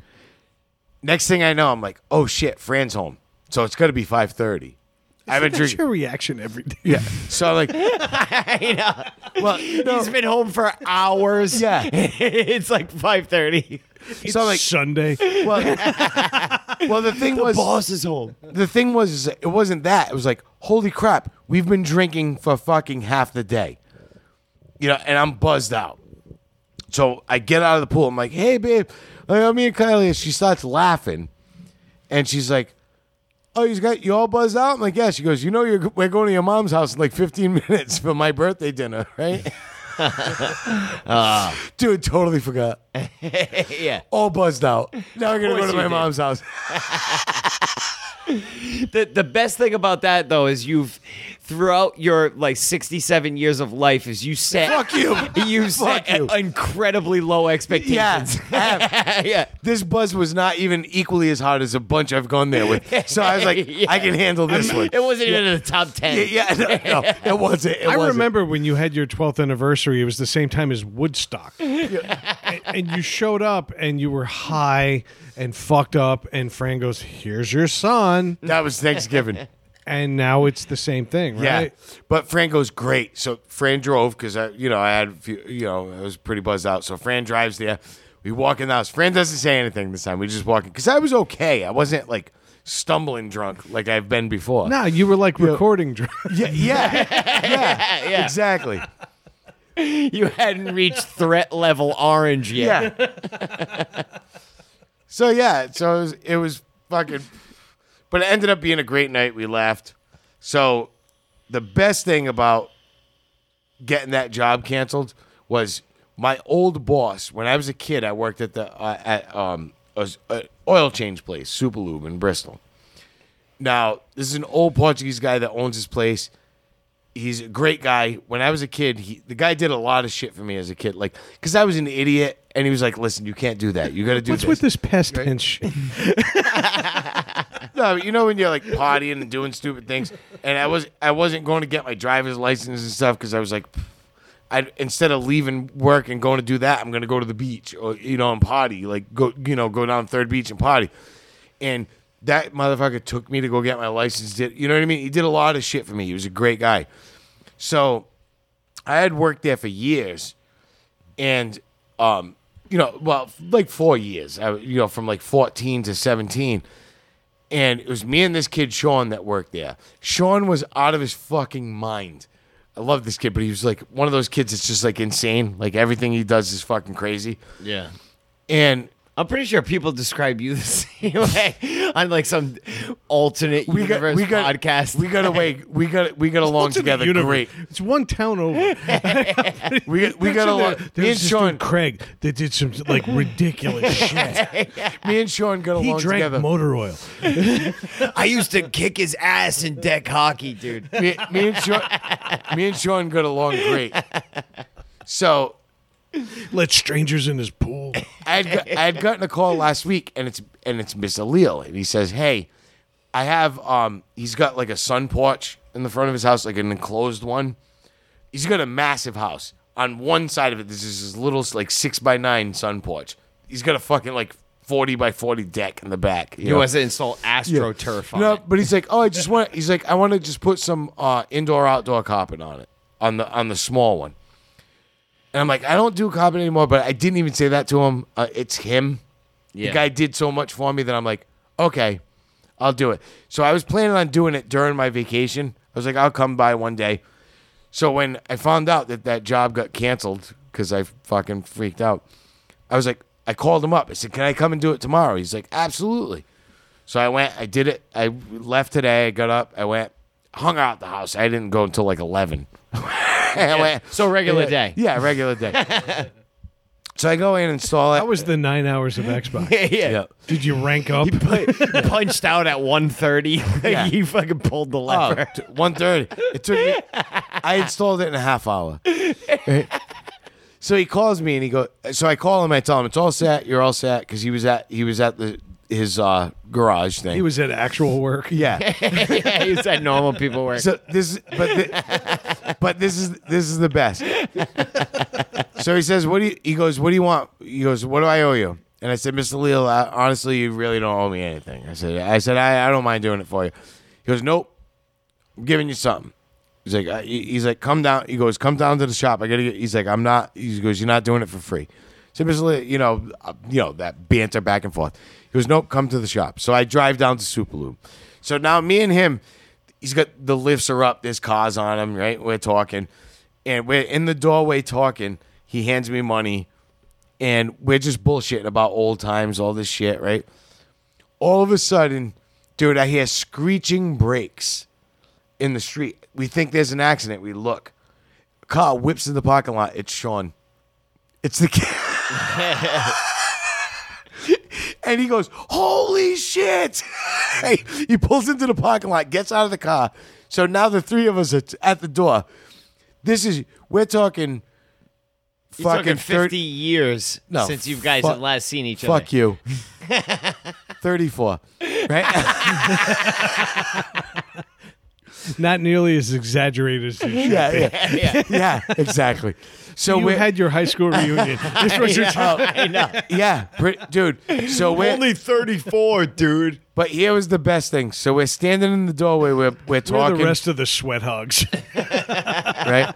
Speaker 3: Next thing I know, I'm like, oh shit, Fran's home. So it's gonna be five thirty. I've been
Speaker 1: That's
Speaker 3: drinking.
Speaker 1: your reaction every day.
Speaker 3: Yeah. So I'm like, well, no.
Speaker 4: He's been home for hours.
Speaker 3: Yeah.
Speaker 4: *laughs* it's like five thirty.
Speaker 3: so I'm like,
Speaker 1: *laughs* Sunday.
Speaker 3: well, *laughs* well, the thing was,
Speaker 4: is home.
Speaker 3: the thing was, is it wasn't that. It was like, holy crap, we've been drinking for fucking half the day, you know, and I'm buzzed out. So I get out of the pool. I'm like, hey, babe, I got me and Kylie. And she starts laughing, and she's like, oh, you got you all buzzed out. I'm like, yeah. She goes, you know, you're we're going to your mom's house in like 15 *laughs* minutes for my birthday dinner,
Speaker 4: *laughs*
Speaker 3: right? *laughs* Uh. Dude, totally forgot.
Speaker 4: *laughs* Yeah.
Speaker 3: All buzzed out. Now I'm gonna go to
Speaker 4: course you
Speaker 3: my
Speaker 4: did.
Speaker 3: mom's house.
Speaker 4: The the best thing about that though is you've throughout your like sixty seven years of life is you set
Speaker 3: Fuck you.
Speaker 4: *laughs* you
Speaker 3: Fuck
Speaker 4: set
Speaker 3: you.
Speaker 4: incredibly low expectations.
Speaker 3: Yeah.
Speaker 4: *laughs* yeah.
Speaker 3: this buzz was not even equally as hard as a bunch I've gone there with. So I was like,
Speaker 4: Yeah.
Speaker 3: I can handle this one.
Speaker 4: It wasn't even in the top ten.
Speaker 3: Yeah, yeah, no, no, it wasn't. It
Speaker 1: I
Speaker 3: wasn't.
Speaker 1: remember when you had your 12th anniversary, it was the same time as Woodstock. and, and you showed up and you were high and fucked up, and Fran goes, Here's your son.
Speaker 3: that was Thanksgiving.
Speaker 1: And now it's the same thing,
Speaker 3: Yeah,
Speaker 1: right?
Speaker 3: but Fran goes great. So Fran drove because I, you know, I had, a few, you know, I was pretty buzzed out. So Fran drives there. We walk in the house. Fran doesn't say anything this time. We just walk in because I was okay. I wasn't like stumbling drunk like I've been before.
Speaker 1: No, you were like recording drunk.
Speaker 3: *laughs* Yeah, yeah, yeah, yeah. exactly.
Speaker 4: You hadn't reached threat level orange yet.
Speaker 3: Yeah. *laughs* so yeah, so it was, it was fucking, but it ended up being a great night. We laughed. So the best thing about getting that job canceled was my old boss. When I was a kid, I worked at the uh, at um a s- a oil change place, Superlube in Bristol. Now this is an old Portuguese guy that owns his place he's a great guy. When I was a kid, he the guy did a lot of shit for me as a kid, like because I was an idiot, and he was like, "Listen, you can't do that. You got to do
Speaker 1: What's
Speaker 3: this."
Speaker 1: with this past tense shit?
Speaker 3: No, you know when you're like partying and doing stupid things, and I was I wasn't going to get my driver's license and stuff because I was like, I instead of leaving work and going to do that, I'm going to go to the beach or you know and party like go you know go down Third Beach and party, and that motherfucker took me to go get my license. Did you know what I mean? He did a lot of shit for me. He was a great guy, so I had worked there for years, and um, you know, well, like four years. I, you know, from like 14 to 17 and it was me and this kid Sean that worked there. Sean was out of his fucking mind. I love this kid, but he was like one of those kids that's just like insane. Like everything he does is fucking crazy.
Speaker 4: Yeah.
Speaker 3: And
Speaker 4: I'm pretty sure people describe you *laughs* the same way on like some alternate
Speaker 3: we got
Speaker 4: universe
Speaker 3: we got
Speaker 4: podcast.
Speaker 3: We got away. We got we got along together. Great.
Speaker 1: It's one town over.
Speaker 3: We got we got
Speaker 1: Picture
Speaker 3: along.
Speaker 1: that.
Speaker 3: Me and
Speaker 1: There's this dude
Speaker 3: Sean.
Speaker 1: Craig that did some
Speaker 3: *laughs*
Speaker 1: like ridiculous shit.
Speaker 3: Me and Sean got
Speaker 1: He
Speaker 3: along
Speaker 1: drank
Speaker 3: together.
Speaker 1: motor oil.
Speaker 4: I used to kick his ass in deck
Speaker 3: *laughs*
Speaker 4: hockey, dude.
Speaker 3: me, me and Sean. Me and Sean got along
Speaker 1: *laughs*
Speaker 3: great. So
Speaker 1: Let strangers in his pool.
Speaker 3: I had, got- I had gotten a call last week, and it's and it's Miss Allele, and he says, "Hey, I have um, he's got like a sun porch in the front of his house, like an enclosed one. He's got a massive house. On one side of it, this is his little like six by nine sun porch. He's got a fucking like forty by forty deck in the back. You
Speaker 4: He
Speaker 3: know?
Speaker 4: wants to install AstroTurf on
Speaker 3: No,
Speaker 4: it.
Speaker 3: but he's like, oh, I just want. He's like, I want to just put some uh, indoor outdoor carpet on it, on the on the small one. And I'm like, I don't do carpet anymore, but I didn't even say that to him. Uh, it's him.
Speaker 4: Yeah.
Speaker 3: The guy did so much for me that I'm like, okay, I'll do it. So I was planning on doing it during my vacation. I was like, I'll come by one day. So when I found out that that job got canceled because I fucking freaked out, I was like, I called him up. I said, Can I come and do it tomorrow? He's like, Absolutely. So I went, I did it. I left today. I got up, I went, hung out the house. I didn't go until like 11. And *laughs* I went,
Speaker 4: So regular day.
Speaker 3: Yeah, regular
Speaker 4: *laughs*
Speaker 3: day. so I go in and install it.
Speaker 1: That was the nine hours of Xbox.
Speaker 3: *laughs* yeah.
Speaker 1: Did you rank
Speaker 3: *laughs*
Speaker 1: up?
Speaker 4: *laughs* punched out at *laughs* 1.30.
Speaker 3: Yeah.
Speaker 4: you fucking pulled the
Speaker 3: Oh,
Speaker 4: lever. *laughs*
Speaker 3: t- one third. It took me. I installed it in a half hour. so he calls me and he goes. So I call him. I tell him it's all set. You're all set because he was at he was at the his uh, garage thing.
Speaker 1: He was at actual work.
Speaker 3: yeah.
Speaker 4: yeah, you said normal people
Speaker 3: *laughs*
Speaker 4: work.
Speaker 3: So this, but thi- but this is this is the best. so he says, "What do you?" He goes, "What do you want?" He goes, "What do I owe you?" And I said, "Mr. Leal, I, honestly, you really don't owe me anything." I said, "I said I, I don't mind doing it for you." He goes, "Nope, I'm giving you something." He's like, I, he- "He's like, come down." He goes, "Come down to the shop. I gotta get." He's like, "I'm not." He goes, "You're not doing it for free." So Mr. Leal, you know, uh, you know that banter back and forth. He goes, "Nope, come to the shop." So I drive down to Superloop. So now me and him he's got the lifts are up. There's cars on him, right? We're talking, and we're in the doorway talking. He hands me money, and we're just bullshitting about old times, all this shit, right? All of a sudden, dude, I hear screeching brakes in the street. We think there's an accident. We look. Car whips in the parking lot. It's Sean. It's the kid. *laughs* and he goes, "Holy shit!" *laughs* he pulls into the parking lot, gets out of the car. So now the three of us are t- at the door. This is we're talking
Speaker 4: You're talking
Speaker 3: fucking
Speaker 4: 50
Speaker 3: thirty.
Speaker 4: years
Speaker 3: No,
Speaker 4: since you guys
Speaker 3: fuck-
Speaker 4: had last seen each other.
Speaker 3: Fuck you. *laughs* Thirty-four, right?
Speaker 1: Not nearly as exaggerated as you. should.
Speaker 3: *laughs* yeah, yeah, yeah, exactly. So
Speaker 1: You
Speaker 3: we *laughs*
Speaker 1: had your high school reunion. This was your time.
Speaker 4: I know.
Speaker 3: yeah, pre- dude. So we're
Speaker 4: 34, dude.
Speaker 3: but here was the best thing. So we're standing in the doorway. We're we're
Speaker 1: We're
Speaker 3: talking.
Speaker 1: the rest of the sweat hogs. *laughs*
Speaker 3: right?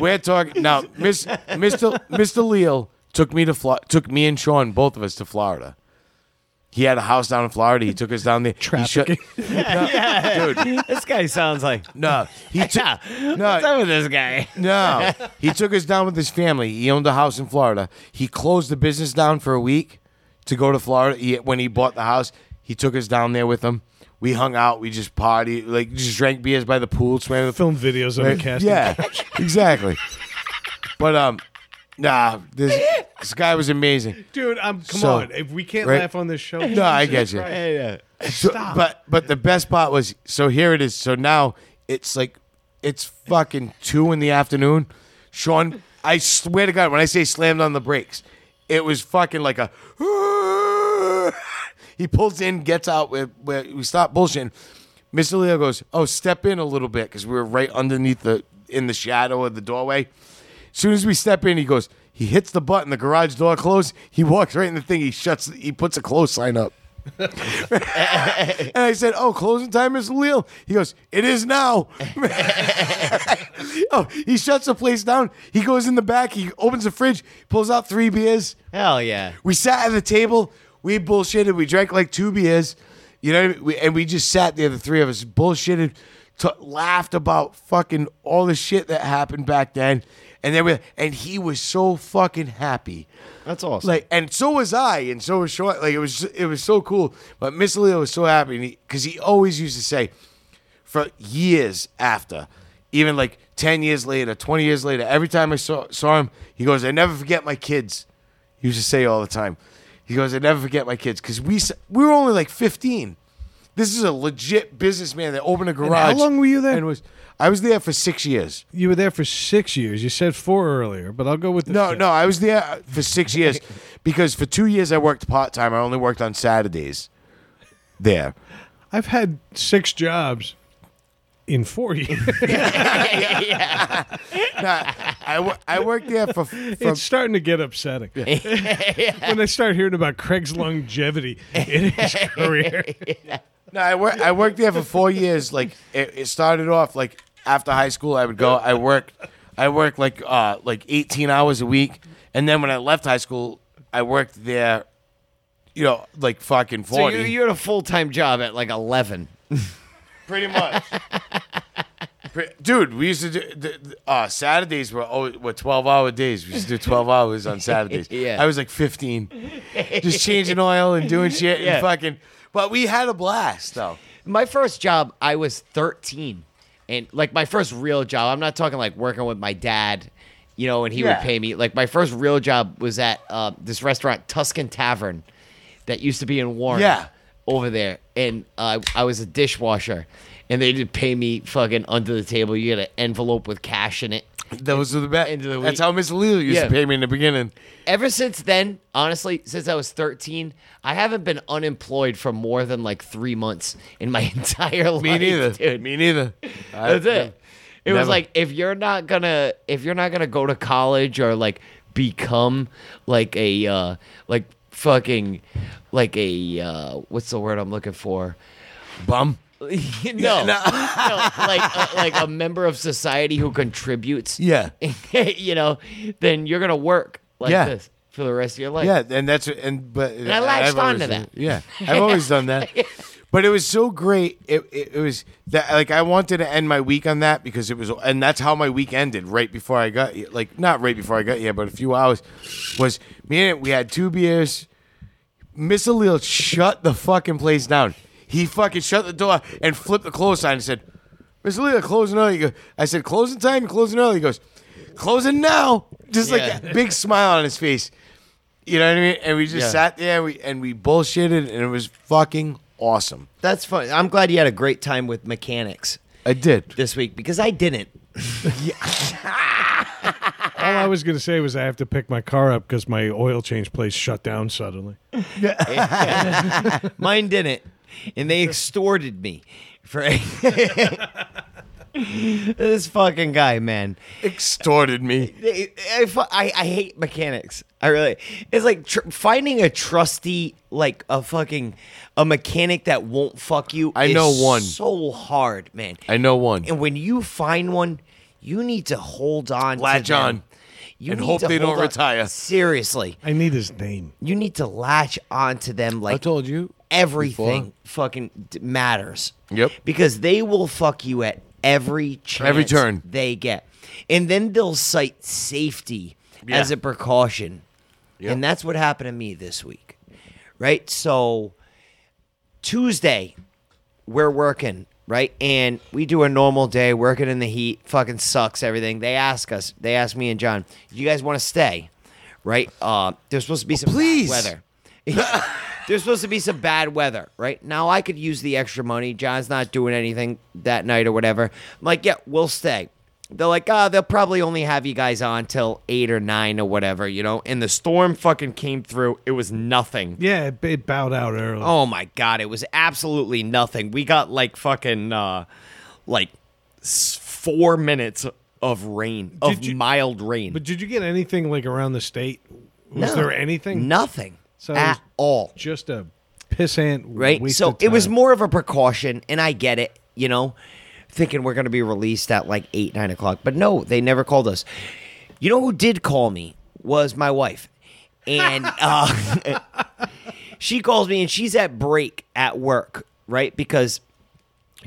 Speaker 3: We're talking now. Miss, Mr. Mr. Leal took me to Flo- took me and Sean, both of us, to Florida. He had a house down in Florida. He took us down there.
Speaker 1: Trafficking.
Speaker 3: He shut, no, dude.
Speaker 4: *laughs* This guy sounds like. *laughs*
Speaker 3: No, he took
Speaker 4: Yeah. What's
Speaker 3: *laughs* no,
Speaker 4: up with this guy?
Speaker 3: no. *laughs* He took us down with his family. He owned a house in Florida. He closed the business down for a week to go to Florida. He, when he bought the house, he took us down there with him. We hung out. We just partied, like just drank beers by the pool, swam. with
Speaker 1: Film videos on the *laughs*
Speaker 3: Right?
Speaker 1: casting.
Speaker 3: *laughs* Yeah, exactly. But um, nah, this this guy was amazing.
Speaker 1: Dude, I'm, come
Speaker 3: So-
Speaker 1: on. If we can't
Speaker 3: right?
Speaker 1: laugh on this show,
Speaker 3: No, I get you. So- but but the best part was so here it is. So now it's like it's fucking two in the afternoon. Sean, I swear to God, when I say slammed on the brakes, it was fucking like a. *laughs* he pulls in, gets out. We, we, we stop bullshitting. Mr. Leo goes, "Oh, step in a little bit," because we were right underneath the in the shadow of the doorway. As soon as we step in, he goes. He hits the button. The garage door closed. He walks right in the thing. He shuts. He puts a close sign up. And I said, "Oh, closing time is Leal." He goes, "It is now." oh, he shuts the place down. He goes in the back. He opens the fridge, pulls out three beers.
Speaker 4: Hell yeah.
Speaker 3: We sat at the table. We bullshitted. We drank like two beers. You know, what I mean? we, and we just sat there, the three of us, bullshitted, t- laughed about fucking all the shit that happened back then. And then we, and he was so fucking happy.
Speaker 4: That's awesome.
Speaker 3: Like, and so was I, and so was Sean. Like, it was it was so cool. But Miss Leo was so happy because he, always used to say, for years after, even like ten years later, twenty years later, every time I saw saw him, he goes, "I never forget my kids." He used to say all the time. He goes, "I never forget my kids," because we s- we were only like fifteen. This is a legit businessman that opened a
Speaker 1: how
Speaker 3: garage.
Speaker 1: long were you there?
Speaker 3: And was I was there for six years.
Speaker 1: you were there for six years. You said four earlier, but I'll go with the
Speaker 3: No,
Speaker 1: six.
Speaker 3: no, I was there for
Speaker 4: *laughs*
Speaker 3: six years because for two years I worked part time. I only worked on Saturdays there.
Speaker 1: I've had six jobs in four *laughs* years.
Speaker 3: I, wo- I worked there
Speaker 4: *laughs*
Speaker 3: for. for
Speaker 1: it's starting to get upsetting.
Speaker 3: *laughs*
Speaker 1: when I start hearing about Craig's longevity in
Speaker 3: *laughs*
Speaker 1: his career.
Speaker 3: no, I, wor- I worked there for four years. Like it, it started off like after high school, I would go. I worked, I worked like uh like eighteen hours a week, and then when I left high school, I worked there you know, like fucking
Speaker 4: So
Speaker 3: forty.
Speaker 4: you, you had a full time job at like eleven.
Speaker 3: pretty much. Pre- Dude, we used to do the, the- uh, Saturdays were always, were twelve hour days. We used to do twelve hours
Speaker 4: *laughs*
Speaker 3: on Saturdays.
Speaker 4: Yeah.
Speaker 3: I was like fifteen, just changing oil and doing shit
Speaker 4: Yeah.
Speaker 3: and fucking. But we had a blast though.
Speaker 4: My first job, I was 13. And like my first real job, I'm not talking like working with my dad, you know, and he
Speaker 3: Yeah.
Speaker 4: would pay me. Like my first real job was at uh, this restaurant, Tuscan Tavern, that used to be in Warren.
Speaker 3: Yeah.
Speaker 4: Over there. And uh, I was a dishwasher. And they did pay me fucking under the table. You get an envelope with cash in it.
Speaker 3: Those were the best.
Speaker 4: into the
Speaker 3: That's
Speaker 4: week.
Speaker 3: how Miss Lila used
Speaker 4: Yeah.
Speaker 3: to pay me in the beginning.
Speaker 4: Ever since then, honestly, since I was 13, I haven't been unemployed for more than like three months in my *laughs* entire life.
Speaker 3: Me neither.
Speaker 4: Dude.
Speaker 3: Me neither. I-
Speaker 4: That's it. It was
Speaker 3: Never.
Speaker 4: like if you're not gonna if you're not gonna go to college or like become like a uh like fucking like a uh what's the word I'm looking for? *laughs*
Speaker 3: bum.
Speaker 4: no. *laughs* no. like uh, like a member of society who contributes.
Speaker 3: Yeah.
Speaker 4: *laughs* you know, then you're gonna work like
Speaker 3: Yeah.
Speaker 4: this for the rest of your life.
Speaker 3: Yeah, and that's and but and
Speaker 4: I latched onto that. *laughs*
Speaker 3: Yeah, I've always done that. But it was so great. It, it it was that like I wanted to end my week on that because it was and that's how my week ended right before I got here. like not right before I got here, but a few hours was me and we had two beers. Miss Allele shut the fucking place down. He fucking shut the door and flipped the close sign and said, Miss Allele, closing early. He go- I said, closing time, closing early. He goes, closing now. Just
Speaker 4: Yeah.
Speaker 3: like that big smile on his face. You know what I mean? And we just
Speaker 4: Yeah.
Speaker 3: sat there and we, and we bullshitted and it was fucking awesome.
Speaker 4: That's fun. I'm glad you had a great time with mechanics
Speaker 3: I did.
Speaker 4: this week because I didn't.
Speaker 1: All I was going to say was I have to pick my car up because my oil change place shut down suddenly.
Speaker 4: Mine didn't, and they extorted me for *laughs* this fucking guy, man.
Speaker 3: Extorted me.
Speaker 4: They- I, fu- I, I hate mechanics. I really. It's like tr- finding a trusty, like a fucking a mechanic that won't fuck you.
Speaker 3: I
Speaker 4: is
Speaker 3: know one.
Speaker 4: so hard, man.
Speaker 3: I know one.
Speaker 4: And when you find one, you need to hold on.
Speaker 3: Latch
Speaker 4: to them.
Speaker 3: on.
Speaker 4: You
Speaker 3: And
Speaker 4: need
Speaker 3: hope
Speaker 4: to
Speaker 3: they don't
Speaker 4: hold on-
Speaker 3: retire.
Speaker 4: Seriously,
Speaker 1: I need his name.
Speaker 4: you need to latch onto them like
Speaker 3: I told you.
Speaker 4: everything
Speaker 3: before.
Speaker 4: fucking d- matters.
Speaker 3: Yep.
Speaker 4: Because they will fuck you at every chance
Speaker 3: Every turn.
Speaker 4: they get. And then they'll cite safety
Speaker 3: Yeah.
Speaker 4: as a precaution.
Speaker 3: Yep.
Speaker 4: And that's what happened to me this week. Right? So Tuesday, we're working, right? And we do a normal day, working in the heat, fucking sucks everything. They ask us, they ask me and John, do you guys want to stay? Right? Uh, there's supposed to be some bad
Speaker 3: please.
Speaker 4: weather. *laughs* There's supposed to be some bad weather, right? Now I could use the extra money. John's not doing anything that night or whatever. I'm like, yeah, we'll stay. They're like, ah, they'll probably only have you guys on till eight or nine or whatever, you know? And the storm fucking came through. It was nothing.
Speaker 1: Yeah, it, it bowed out early.
Speaker 4: Oh my god, it was absolutely nothing. We got like fucking uh like s- 4 minutes of rain, of
Speaker 1: Did you-
Speaker 4: mild rain.
Speaker 1: But did you get anything like around the state? Was
Speaker 4: No.
Speaker 1: there anything?
Speaker 4: Nothing
Speaker 1: So it
Speaker 4: at
Speaker 1: was
Speaker 4: all.
Speaker 1: Just a pissant
Speaker 4: Right?
Speaker 1: waste
Speaker 4: so
Speaker 1: of
Speaker 4: it was
Speaker 1: time.
Speaker 4: more of a precaution and I get it, you know, thinking we're going to be released at like 8 9 o'clock. But no, they never called us. You know who did call me was my wife. And
Speaker 1: *laughs*
Speaker 4: uh *laughs* she calls me and she's at break at work, right? Because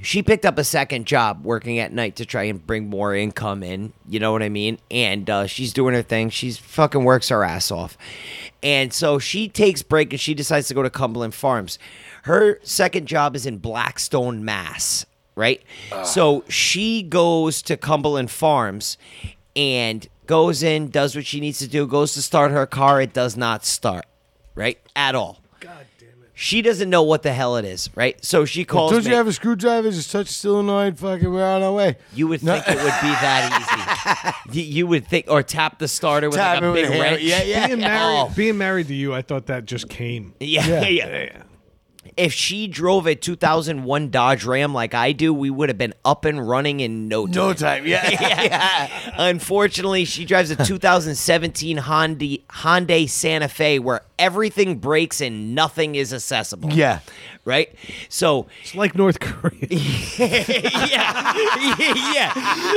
Speaker 4: she picked up a second job working at night to try and bring more income in. You know what I mean? And uh, she's doing her thing. She's fucking works her ass off. And so she takes break and she decides to go to Cumberland Farms. Her second job is in Blackstone, Mass. Right? So she goes to Cumberland Farms and goes in, does what she needs to do, goes to start her car. It does not start, right? At all. God damn it. She doesn't know what the hell it is, right? So she calls
Speaker 3: Don't
Speaker 4: me.
Speaker 3: you have a screwdriver? Just touch the solenoid. Fucking, we're on our way.
Speaker 4: You would think it would be that
Speaker 3: *laughs*
Speaker 4: easy. you, you would think, or tap the starter with
Speaker 3: Tap
Speaker 4: like
Speaker 3: it
Speaker 4: a
Speaker 3: with
Speaker 4: big
Speaker 3: a hammer.
Speaker 4: wrench.
Speaker 3: Yeah, yeah.
Speaker 4: Oh.
Speaker 1: being married, being married to you, I thought that just came.
Speaker 4: Yeah, yeah, yeah. If she drove a 2001 Dodge Ram like I do, we would have been up and running in no time.
Speaker 3: No time. *laughs* Yeah.
Speaker 4: *laughs* Unfortunately, she drives a 2017 Hyundai Hyundai Santa Fe, where everything breaks and nothing is accessible.
Speaker 3: Yeah.
Speaker 4: Right? So
Speaker 1: It's like North
Speaker 4: *laughs*
Speaker 1: Korea.
Speaker 4: yeah, *laughs* yeah.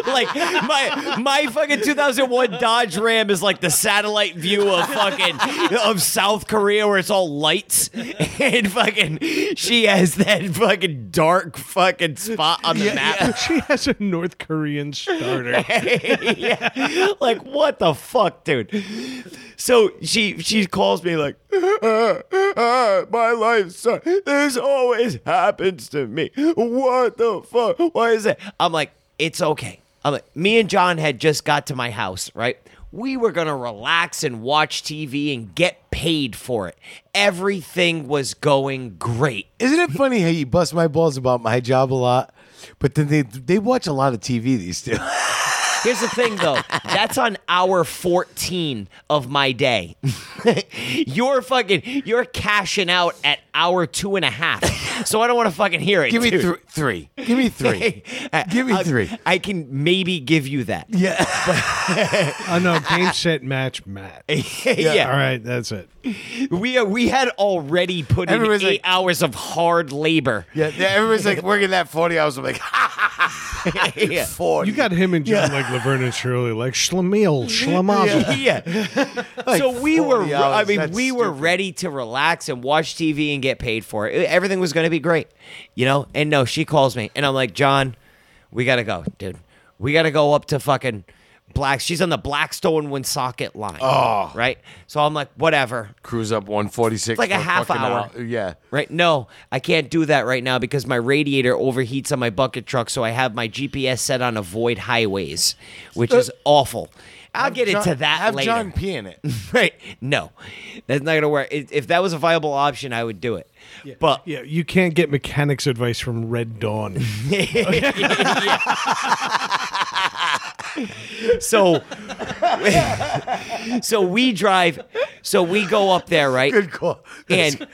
Speaker 4: Like my my fucking 2001 Dodge Ram is like the satellite view of fucking of South Korea where it's all lights *laughs* and fucking she has that fucking dark fucking spot on the
Speaker 1: *laughs*
Speaker 4: map.
Speaker 1: she has a North Korean
Speaker 4: *laughs*
Speaker 1: starter.
Speaker 4: yeah. Like what the fuck, dude? So she she calls me like, *laughs* "Uh, uh, my life, son. This always happens to me. What the fuck? Why is that? I'm like, it's okay. I'm like, me and John had just got to my house, right? We were gonna relax and watch TV and get paid for it. Everything was going great.
Speaker 3: Isn't it funny how you bust my balls about my job a lot, but then they they watch a lot of TV these two.
Speaker 4: Here's the thing, though. That's on hour 14 of my day. *laughs* you're fucking, you're cashing out at hour two and a half. So I don't want to fucking hear
Speaker 3: *laughs*
Speaker 4: it.
Speaker 3: Give me
Speaker 4: dude. *laughs*
Speaker 3: thr three. Give me three.
Speaker 4: I-
Speaker 3: Give me
Speaker 4: I-
Speaker 3: three.
Speaker 4: I can maybe give you that. *laughs*
Speaker 3: Yeah.
Speaker 1: oh no, game set match Matt.
Speaker 4: Yeah.
Speaker 1: All right, that's it.
Speaker 4: We uh, we had already put in
Speaker 3: Everyone's
Speaker 4: eight
Speaker 3: like-
Speaker 4: hours of hard labor.
Speaker 3: *laughs*
Speaker 4: *laughs*
Speaker 3: Yeah. yeah, Everyone's like working that forty hours. I'm like, *laughs*
Speaker 4: Yeah.
Speaker 3: forty.
Speaker 1: You got him and John like Laverne and Shirley, like Schlemiel, Schlemazel.
Speaker 4: *laughs* yeah. so we were,
Speaker 3: 40
Speaker 4: I
Speaker 3: hours,
Speaker 4: mean,
Speaker 3: that's
Speaker 4: we were
Speaker 3: stupid.
Speaker 4: ready to relax and watch TV and get paid for it. Everything was going to be great, you know? And no, she calls me and I'm like, John, we got to go, dude. We got to go up to fucking Black. She's on the Blackstone Woonsocket line. Oh. Right? So I'm like, whatever.
Speaker 3: cruise up one forty six.
Speaker 4: Like a half hour.
Speaker 3: Yeah.
Speaker 4: Right? No, I can't do that right now because my radiator overheats on my bucket truck. So I have my GPS set on avoid highways, which is awful. I'll get
Speaker 3: John-
Speaker 4: into that
Speaker 3: Uh, Have
Speaker 4: later.
Speaker 3: John pee in it. *laughs*
Speaker 4: *laughs* right? No, that's not gonna work. If if that was a viable option, I would do it. But
Speaker 1: Yeah, you can't get mechanics advice from Red Dawn.
Speaker 4: *laughs* so, *laughs* so we drive. So we go up there, right?
Speaker 3: Good call.
Speaker 4: and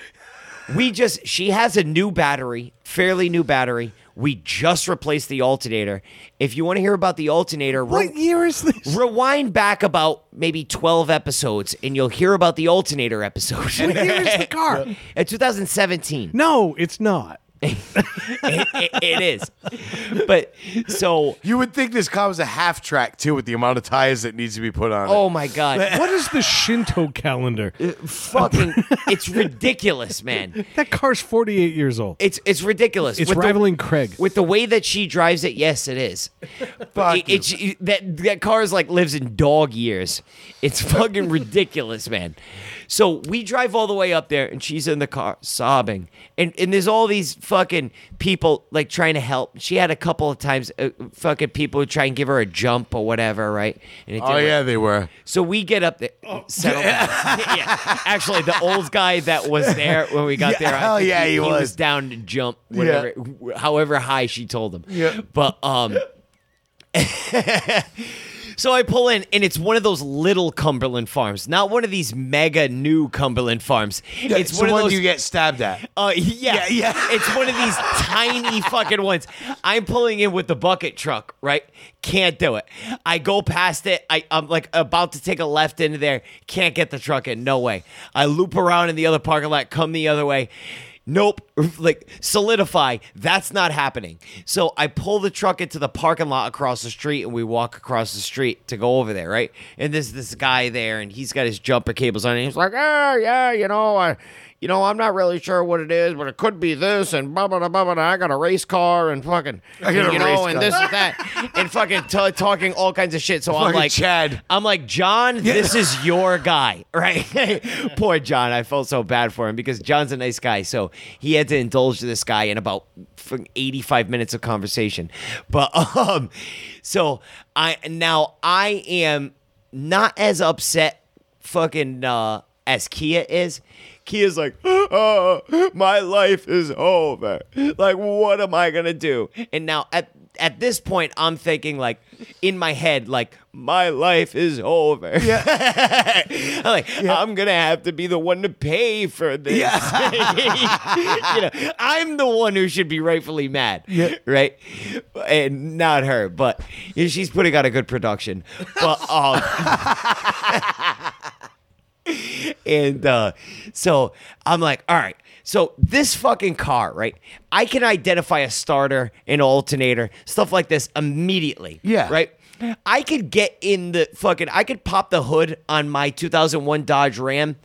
Speaker 4: we just she has a new battery, fairly new battery. We just replaced the alternator. If you want to hear about the alternator, re-
Speaker 1: what year is this?
Speaker 4: *laughs* rewind back about maybe 12 episodes and you'll hear about the alternator episode.
Speaker 1: What year is the car?
Speaker 4: *laughs* In 2017.
Speaker 1: No, it's not.
Speaker 4: It- it- it is. But so,
Speaker 3: you would think this car was a half track too, with the amount of tires that needs to be put on. it.
Speaker 4: oh
Speaker 3: *laughs*
Speaker 4: my God.
Speaker 1: What is the Shinto
Speaker 4: *laughs*
Speaker 1: calendar?
Speaker 4: Fucking, it's ridiculous, man.
Speaker 1: That car's 48 years old.
Speaker 4: It's it's ridiculous.
Speaker 1: It's
Speaker 4: With the-
Speaker 1: rivaling Craig.
Speaker 4: with the way that she drives it, yes, it is.
Speaker 3: *laughs* Fuck
Speaker 4: It- it's- it- that that car is like lives in dog years.
Speaker 3: *laughs*
Speaker 4: It's fucking ridiculous, man. So we drive all the way up there, and she's in the car sobbing, and and there's all these fucking people like trying to help. She had a couple of times, uh, fucking people who try and give her a jump or whatever, right? And it
Speaker 3: Oh
Speaker 4: didn't work.
Speaker 3: yeah, they were.
Speaker 4: So we get up there.
Speaker 3: Oh. *laughs*
Speaker 4: settle down. yeah. Actually, the old guy that was there when we got
Speaker 3: Yeah,
Speaker 4: there, I
Speaker 3: hell
Speaker 4: think
Speaker 3: yeah, he
Speaker 4: was.
Speaker 3: was.
Speaker 4: down to jump, whatever, however high she told him.
Speaker 3: Yeah.
Speaker 4: But um, so I pull in, and it's one of those little Cumberland farms, not one of these mega new Cumberland farms. it's
Speaker 3: the
Speaker 4: one
Speaker 3: one
Speaker 4: of those
Speaker 3: you get stabbed at.
Speaker 4: uh, yeah,
Speaker 3: Yeah, *laughs* yeah.
Speaker 4: It's one of these tiny fucking ones. I'm pulling in with the bucket truck, right? Can't do it. I go past it. I, I'm like about to take a left into there. Can't get the truck in. No way. I loop around in the other parking lot. Come the other way. Nope. *laughs* Like solidify. That's not happening. So I pull the truck into the parking lot across the street, and we walk across the street to go over there, right? And there's this guy there, and he's got his jumper cables on, and he's like, "Ah, yeah, you know, I." you know, I'm not really sure what it is, but it could be this and blah blah blah blah. blah. I got a race car and fucking,
Speaker 3: I got a
Speaker 4: you know,
Speaker 3: race
Speaker 4: and
Speaker 3: car.
Speaker 4: this and that, and fucking t- talking all kinds of shit. So I'm
Speaker 3: Fucking
Speaker 4: like,
Speaker 3: Chad.
Speaker 4: I'm like, John, this is
Speaker 3: *laughs*
Speaker 4: your guy, right? *laughs* Poor John, I felt so bad for him because John's a nice guy, so he had to indulge this guy in about f- 85 minutes of conversation. But *laughs* um, so I now I am not as upset fucking uh as Kia is. Kia's like, oh, my life is over. Like, what am I gonna do? And now at at this point, I'm thinking like in my head, like, my life is over. *laughs* I'm like, I'm gonna have to be the one to pay for this. *laughs* you know, I'm the one who should be rightfully mad. Right? And not her, but *laughs* you know, she's putting out a good production. But um and uh, so I'm like, all right. So this fucking car, right? I can identify a starter, an alternator, stuff like this immediately.
Speaker 3: Yeah.
Speaker 4: Right. I could get in the fucking. I could pop the hood on my 2001 Dodge Ram.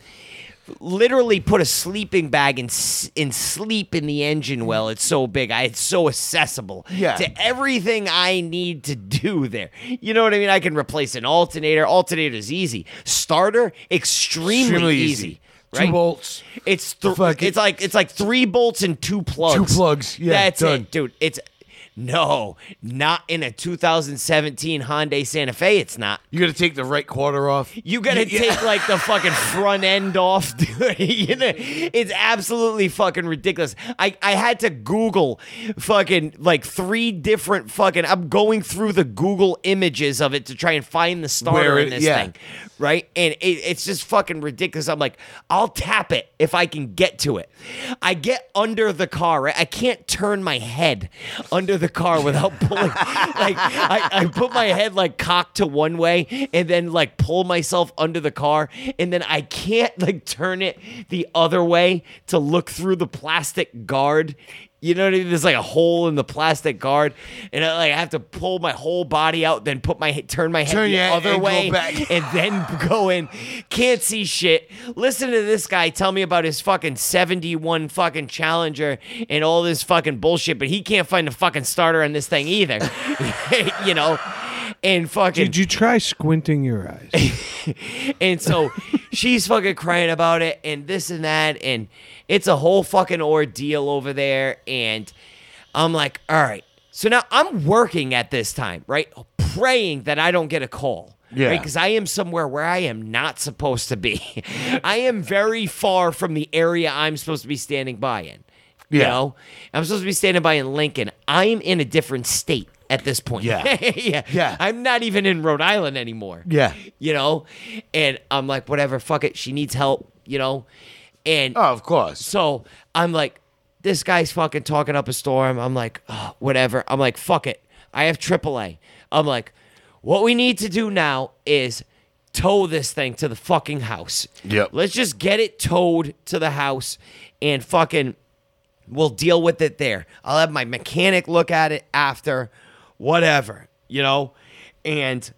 Speaker 4: Literally put a sleeping bag and s- and sleep in the engine well. It's so big. I it's so accessible
Speaker 3: Yeah.
Speaker 4: to everything I need to do there. You know what I mean? I can replace an alternator. Alternator is easy. Starter, extremely,
Speaker 3: Extremely
Speaker 4: easy.
Speaker 3: easy.
Speaker 4: Right?
Speaker 3: Two bolts.
Speaker 4: It's th-
Speaker 3: Fuck it.
Speaker 4: it's like it's like three bolts and two plugs.
Speaker 3: Two plugs. Yeah,
Speaker 4: that's
Speaker 3: done.
Speaker 4: it, dude. It's no, not in a 2017 Hyundai Santa Fe. It's not.
Speaker 3: You got to take the right quarter off.
Speaker 4: You gotta
Speaker 3: Yeah.
Speaker 4: take like the fucking front end off, *laughs* dude. you know, it's absolutely fucking ridiculous. I, I had to Google fucking like three different fucking. I'm going through the Google images of it to try and find the starter
Speaker 3: Where
Speaker 4: in
Speaker 3: it-
Speaker 4: this
Speaker 3: yeah.
Speaker 4: thing, right? And it, it's just fucking ridiculous. I'm like, I'll tap it if I can get to it. I get under the car, right? I can't turn my head under the car
Speaker 3: *laughs*
Speaker 4: without pulling. like, I, I put my head like cocked to one way and then like pull myself under the car. And then I can't like turn it the other way to look through the plastic guard. You know what I mean? There's like a hole in the plastic guard, and I like I have to pull my whole body out, then put my he- turn my head
Speaker 3: Turn
Speaker 4: the
Speaker 3: your head
Speaker 4: other
Speaker 3: and go
Speaker 4: way,
Speaker 3: back.
Speaker 4: and then go in. Can't see shit. Listen to this guy tell me about his fucking 71 fucking Challenger and all this fucking bullshit, but he can't find a fucking starter on this thing either. *laughs* you know? And fucking
Speaker 1: Did you try squinting your
Speaker 4: *laughs*
Speaker 1: eyes?
Speaker 4: and so she's fucking crying about it and this and that and it's a whole fucking ordeal over there and i'm like all right so now i'm working at this time right praying that i don't get a call
Speaker 3: Yeah.
Speaker 4: because i am somewhere where i am not supposed to be *laughs* i am very far from the area i'm supposed to be standing by in you
Speaker 3: Yeah.
Speaker 4: know i'm supposed to be standing by in lincoln i'm in a different state at this point
Speaker 3: Yeah.
Speaker 4: *laughs* yeah
Speaker 3: Yeah.
Speaker 4: i'm not even in rhode island anymore
Speaker 3: Yeah.
Speaker 4: you know? And I'm like, whatever, fuck it. She needs help, you know? And
Speaker 3: Oh, of course.
Speaker 4: so I'm like, this guy's fucking talking up a storm. I'm like, "Ugh, whatever. I'm like, fuck it. I have AAA. I'm like, what we need to do now is tow this thing to the fucking house.
Speaker 3: Yep.
Speaker 4: Let's just get it towed to the house and fucking we'll deal with it there. I'll have my mechanic look at it after, whatever, you know? And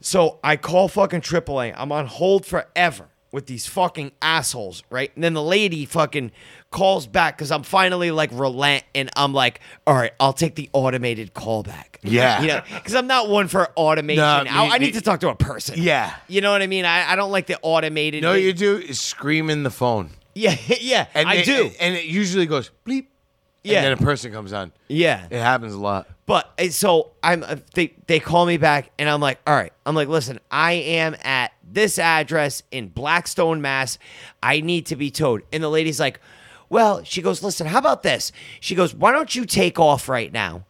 Speaker 4: so I call fucking AAA. I'm on hold forever with these fucking assholes, right? And then the lady fucking calls back because I'm finally like relent and I'm like, all right, I'll take the automated callback.
Speaker 3: Yeah.
Speaker 4: You know, because I'm not one for automation.
Speaker 3: No,
Speaker 4: I,
Speaker 3: me-
Speaker 4: I need
Speaker 3: me-
Speaker 4: to talk to a person.
Speaker 3: Yeah.
Speaker 4: You know what I mean? I, I don't like the automated.
Speaker 3: No, you do is scream in the phone.
Speaker 4: *laughs* Yeah, yeah. I
Speaker 3: it-
Speaker 4: do.
Speaker 3: And it usually goes bleep.
Speaker 4: yeah.
Speaker 3: And then a person comes on.
Speaker 4: yeah.
Speaker 3: It happens a lot.
Speaker 4: But and so I'm uh, they they call me back and I'm like, all right. I'm like, listen, I am at this address in Blackstone, Mass. I need to be towed. And the lady's like, well, she goes, listen, how about this? She goes, why don't you take off right now?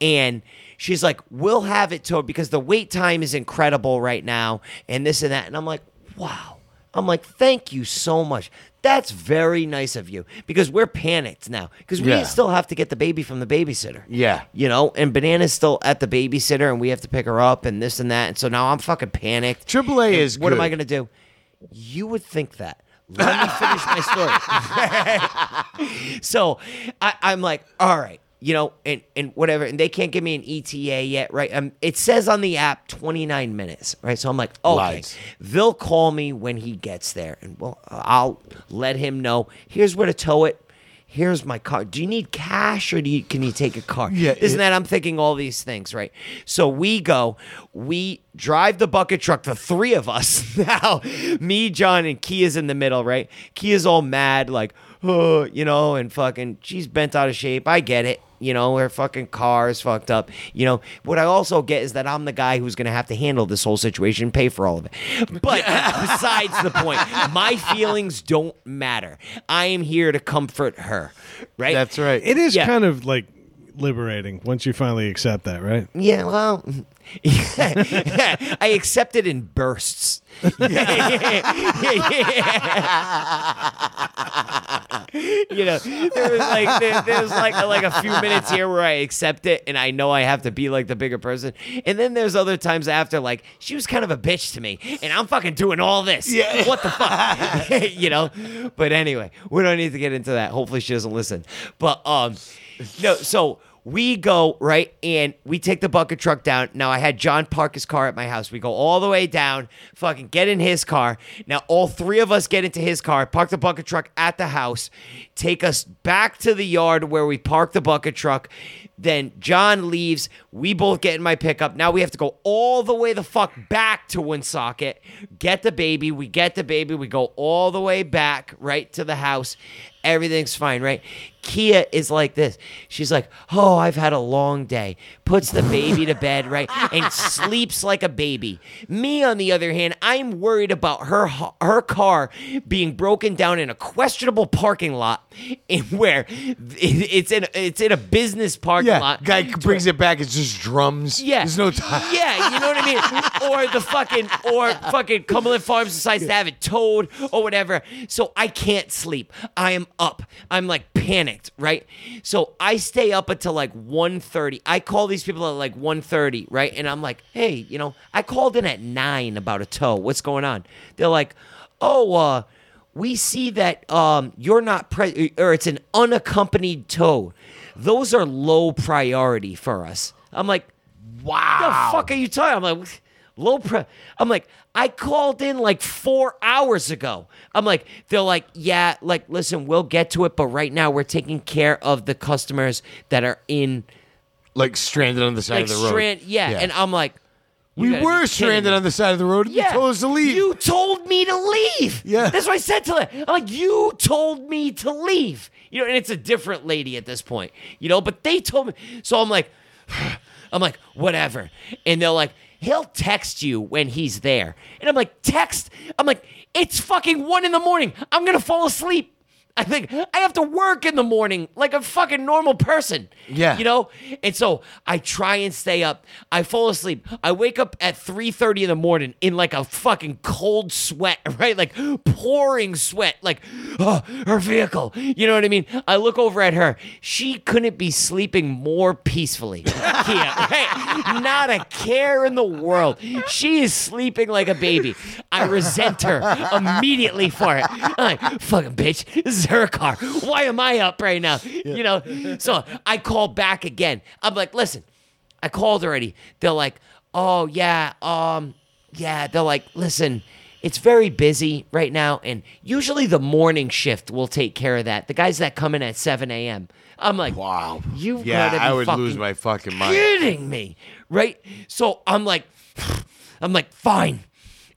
Speaker 4: And she's like, we'll have it towed because the wait time is incredible right now, and this and that. And I'm like, wow. I'm like, thank you so much. That's very nice of you because we're panicked now because we
Speaker 3: Yeah.
Speaker 4: still have to get the baby from the babysitter
Speaker 3: Yeah.
Speaker 4: you know, and Banana's still at the babysitter and we have to pick her up and this and that. And so now I'm fucking panicked.
Speaker 3: AAA
Speaker 4: And
Speaker 3: is
Speaker 4: What am
Speaker 3: good.
Speaker 4: I going to do? You would think that. Let me finish my
Speaker 3: *laughs*
Speaker 4: story. *laughs* so I, I'm like, all right, you know, and, and whatever. And they can't give me an ETA yet, right? Um, it says on the app 29 minutes, right? So I'm like, okay,
Speaker 3: Lies.
Speaker 4: they'll call me when he gets there. And well, I'll let him know. Here's where to tow it. Here's my car. Do you need cash or do you, can you take a car?
Speaker 3: Yeah,
Speaker 4: This
Speaker 3: yeah.
Speaker 4: and that. I'm thinking all these things, right? So we go, we drive the bucket truck, the three of us *laughs* now. Me, John, and Kia's in the middle, right? Kia's all mad, like, oh, *sighs* you know, and fucking, she's bent out of shape. I get it. You know, her fucking car is fucked up. You know, what I also get is that I'm the guy who's going to have to handle this whole situation and pay for all of it. But besides the point, my feelings don't matter. I am here to comfort her, right?
Speaker 3: That's right.
Speaker 1: It is
Speaker 4: Yeah.
Speaker 1: kind of like liberating once you finally accept that, right?
Speaker 4: Yeah, well, *laughs* I accept it in *laughs* bursts. Yeah. you know, there was like there, there was like like a few minutes here where I accept it and I know I have to be like the bigger person. And then there's other times after like she was kind of a bitch to me and I'm fucking doing all this. Yeah. What the fuck? *laughs* you know? But anyway, we don't need to get into that. Hopefully she doesn't listen. But um no, so we go right and we take the bucket truck down. Now I had John park his car at my house. We go all the way down, fucking get in his car. Now all three of us get into his car, park the bucket truck at the house, take us back to the yard where we parked the bucket truck. Then John leaves. We both get in my pickup. Now we have to go all the way the fuck back to Woonsocket, get the baby. We get the baby. We go all the way back right to the house. Everything's fine, right? Kia is like this. She's like, Oh, I've had a long day. Puts the baby to bed, right?
Speaker 3: *laughs*
Speaker 4: And sleeps like a baby. Me, on the other hand, I'm worried about her ho- her car being broken down in a questionable parking lot in where *laughs* it- it's in it's in a business parking
Speaker 3: Yeah,
Speaker 4: lot.
Speaker 3: guy brings it back. It's just drums.
Speaker 4: Yeah.
Speaker 3: there's no time.
Speaker 4: Yeah, you know what I mean? or the fucking or fucking Cumberland Farms decides to have it towed or whatever. So I can't sleep. I am up. I'm like panicked, right? So I stay up until like 1.30. I call these people at like 1.30, right? And I'm like, hey, you know, I called in at nine about a tow. What's going on? They're like, oh, uh, we see that um, you're not pre- or it's an unaccompanied tow. Those are low priority for us. I'm like,
Speaker 3: Wow.
Speaker 4: the fuck are you talking? I'm like, low pre. I'm like, I called in like four hours ago. I'm like, they're like, yeah, like, listen, we'll get to it, but right now we're taking care of the customers that are in
Speaker 3: Like stranded on the side
Speaker 4: like
Speaker 3: of the road.
Speaker 4: strand. Yeah.
Speaker 3: Yeah.
Speaker 4: and I'm like, you
Speaker 3: we
Speaker 4: gotta be
Speaker 3: were
Speaker 4: kidding
Speaker 3: stranded
Speaker 4: me.
Speaker 3: on the side of the road. and
Speaker 4: Yeah,
Speaker 3: You told us to leave.
Speaker 4: You told me to leave.
Speaker 3: Yeah.
Speaker 4: that's what I said to her. I'm like, you told me to leave. You know, and it's a different lady at this point. You know, but they told me. So I'm like, *sighs* I'm like, whatever. And they're like, he'll text you when he's there. And I'm like, text. I'm like, it's fucking one in the morning. I'm gonna fall asleep. I think I have to work in the morning like a fucking normal person.
Speaker 3: Yeah.
Speaker 4: You know, know? And so I try and stay up. I fall asleep. I wake up at 3:30 in the morning in like a fucking cold sweat, *laughs* right? Like pouring sweat. Like, oh, her vehicle. You know what I mean? I look over at her. She couldn't be sleeping more peacefully. *laughs* Kia, right? Not a care in the world. She is sleeping like a baby. I resent her immediately for it. I'm like, fucking bitch, this is her car. Why am I up right now? You know? So I call back again. I'm like, listen, I called already. They're like, oh yeah, um, yeah. They're like, listen, it's very busy right now, and usually the morning shift will take care of that. The guys that come in at 7 a.m. I'm like,
Speaker 3: Wow.
Speaker 4: you
Speaker 3: yeah,
Speaker 4: gotta be
Speaker 3: I would
Speaker 4: fucking
Speaker 3: lose my fucking mind.
Speaker 4: kidding me, right? So I'm like, I'm like, fine.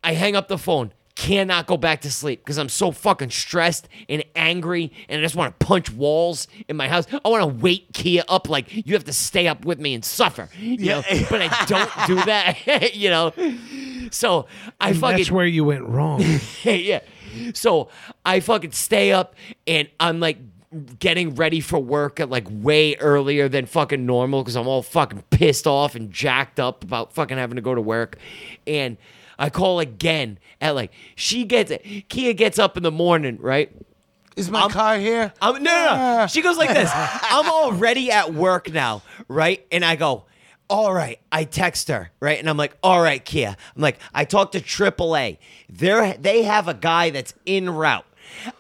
Speaker 4: I hang up the phone. Cannot go back to sleep because I'm so fucking stressed and angry, and I just want to punch walls in my house. I want to wake Kia up like you have to stay up with me and suffer, you know. But I don't do that, *laughs* you know. So I fucking
Speaker 1: That's where you went
Speaker 4: *laughs*
Speaker 1: wrong.
Speaker 4: yeah. So I fucking stay up and I'm like getting ready for work at like way earlier than fucking normal because I'm all fucking pissed off and jacked up about fucking having to go to work. And I call again at like she gets Kia gets up in the morning, right?
Speaker 3: Is my car here?
Speaker 4: I'm, no, no, no. She goes like this. I'm already at work now, right? And I go, all right. I text her, right? And I'm like, all right, Kia. I'm like, I talked to AAA. They're, they have a guy that's in route.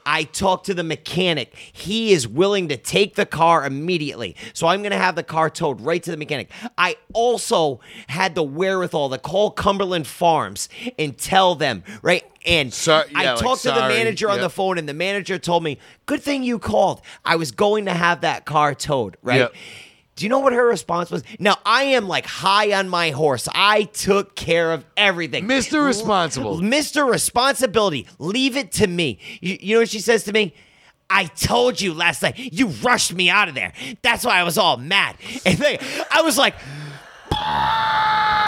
Speaker 4: I talked to the mechanic. He is willing to take the car immediately. So I'm going to have the car towed right to the mechanic. I also had the wherewithal to call Cumberland Farms and tell them, right? And
Speaker 3: So-
Speaker 4: I
Speaker 3: yeah, like,
Speaker 4: talked to the
Speaker 3: sorry.
Speaker 4: manager on
Speaker 3: Yep.
Speaker 4: the phone and the manager told me, "Good thing you called. I was going to have that car towed, right?"
Speaker 3: Yep.
Speaker 4: Do you know what her response was? Now I am like high on my horse. I took care of everything.
Speaker 3: Mr. Responsible.
Speaker 4: Mr. Responsibility, leave it to me. You, you know what she says to me? I told you last night. You rushed me out of there. That's why I was all mad. *laughs* And they, I was like, *laughs*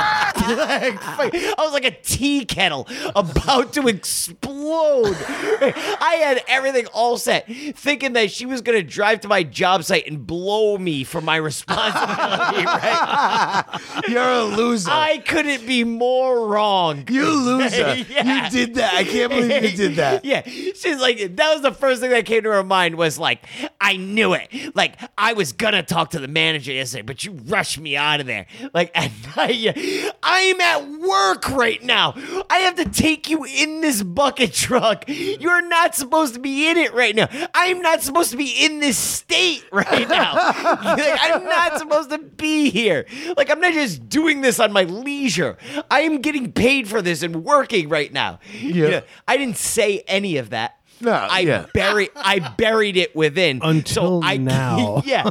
Speaker 4: like, fuck, I was like a tea kettle about to explode. *laughs* blown. I had everything all set, thinking that she was gonna drive to my job site and blow me for my responsibility. *laughs* right?
Speaker 3: You're a loser.
Speaker 4: I couldn't be more wrong.
Speaker 3: you loser.
Speaker 4: *laughs* Yeah.
Speaker 3: You did that. I can't believe you did that.
Speaker 4: *laughs* yeah, she's like that was the first thing that came to her mind was like, I knew it. Like I was gonna talk to the manager yesterday, but you rushed me out of there. Like *laughs* and I, I'm at work right now. I have to take you in this bucket truck. You're not supposed to be in it right now. I'm not supposed to be in this state *laughs* right now. Like, I'm not supposed to be here. Like I'm not just doing this on my leisure. I am getting paid for this and working right now. You know, I didn't say any of that.
Speaker 3: No,
Speaker 4: I
Speaker 3: yeah.
Speaker 4: buried I buried it within.
Speaker 1: Until
Speaker 4: so I, *laughs*
Speaker 1: now.
Speaker 4: Yeah.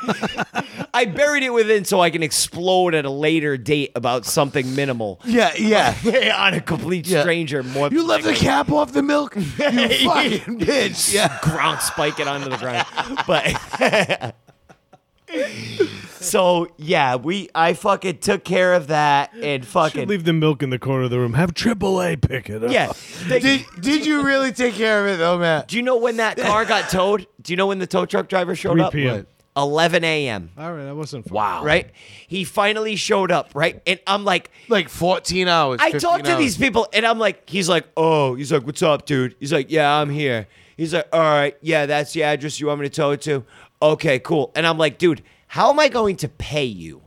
Speaker 4: I buried it within so I can explode at a later date about something minimal.
Speaker 3: Yeah, yeah.
Speaker 4: *laughs* on a complete
Speaker 3: Yeah.
Speaker 4: stranger more
Speaker 3: You left the cap off the
Speaker 4: *laughs*
Speaker 3: milk. You fucking bitch. Yeah.
Speaker 4: ground spike it onto the ground. But *laughs* So yeah, we I fucking took care of that and
Speaker 1: Should
Speaker 4: fucking
Speaker 1: leave the milk in the corner of the room. Have AAA pick it up. *laughs*
Speaker 4: Yeah. They-
Speaker 3: Did, did you really take care of it though, Matt?
Speaker 4: do you know when that car got towed? Do you know when the tow truck driver showed
Speaker 1: 3
Speaker 4: up?
Speaker 1: p.m..
Speaker 4: 11 a.m.
Speaker 1: All right, that wasn't fun.
Speaker 3: Wow.
Speaker 4: Right? He finally showed up, right? And I'm like,
Speaker 3: Like 14 hours.
Speaker 4: I
Speaker 3: 15
Speaker 4: talked to
Speaker 3: hours.
Speaker 4: these people and I'm like, he's like, oh, he's like, what's up, dude? He's like, yeah, I'm here. He's like, all right, yeah, that's the address you want me to tow it to. Okay, cool. And I'm like, dude, how am I going to pay you?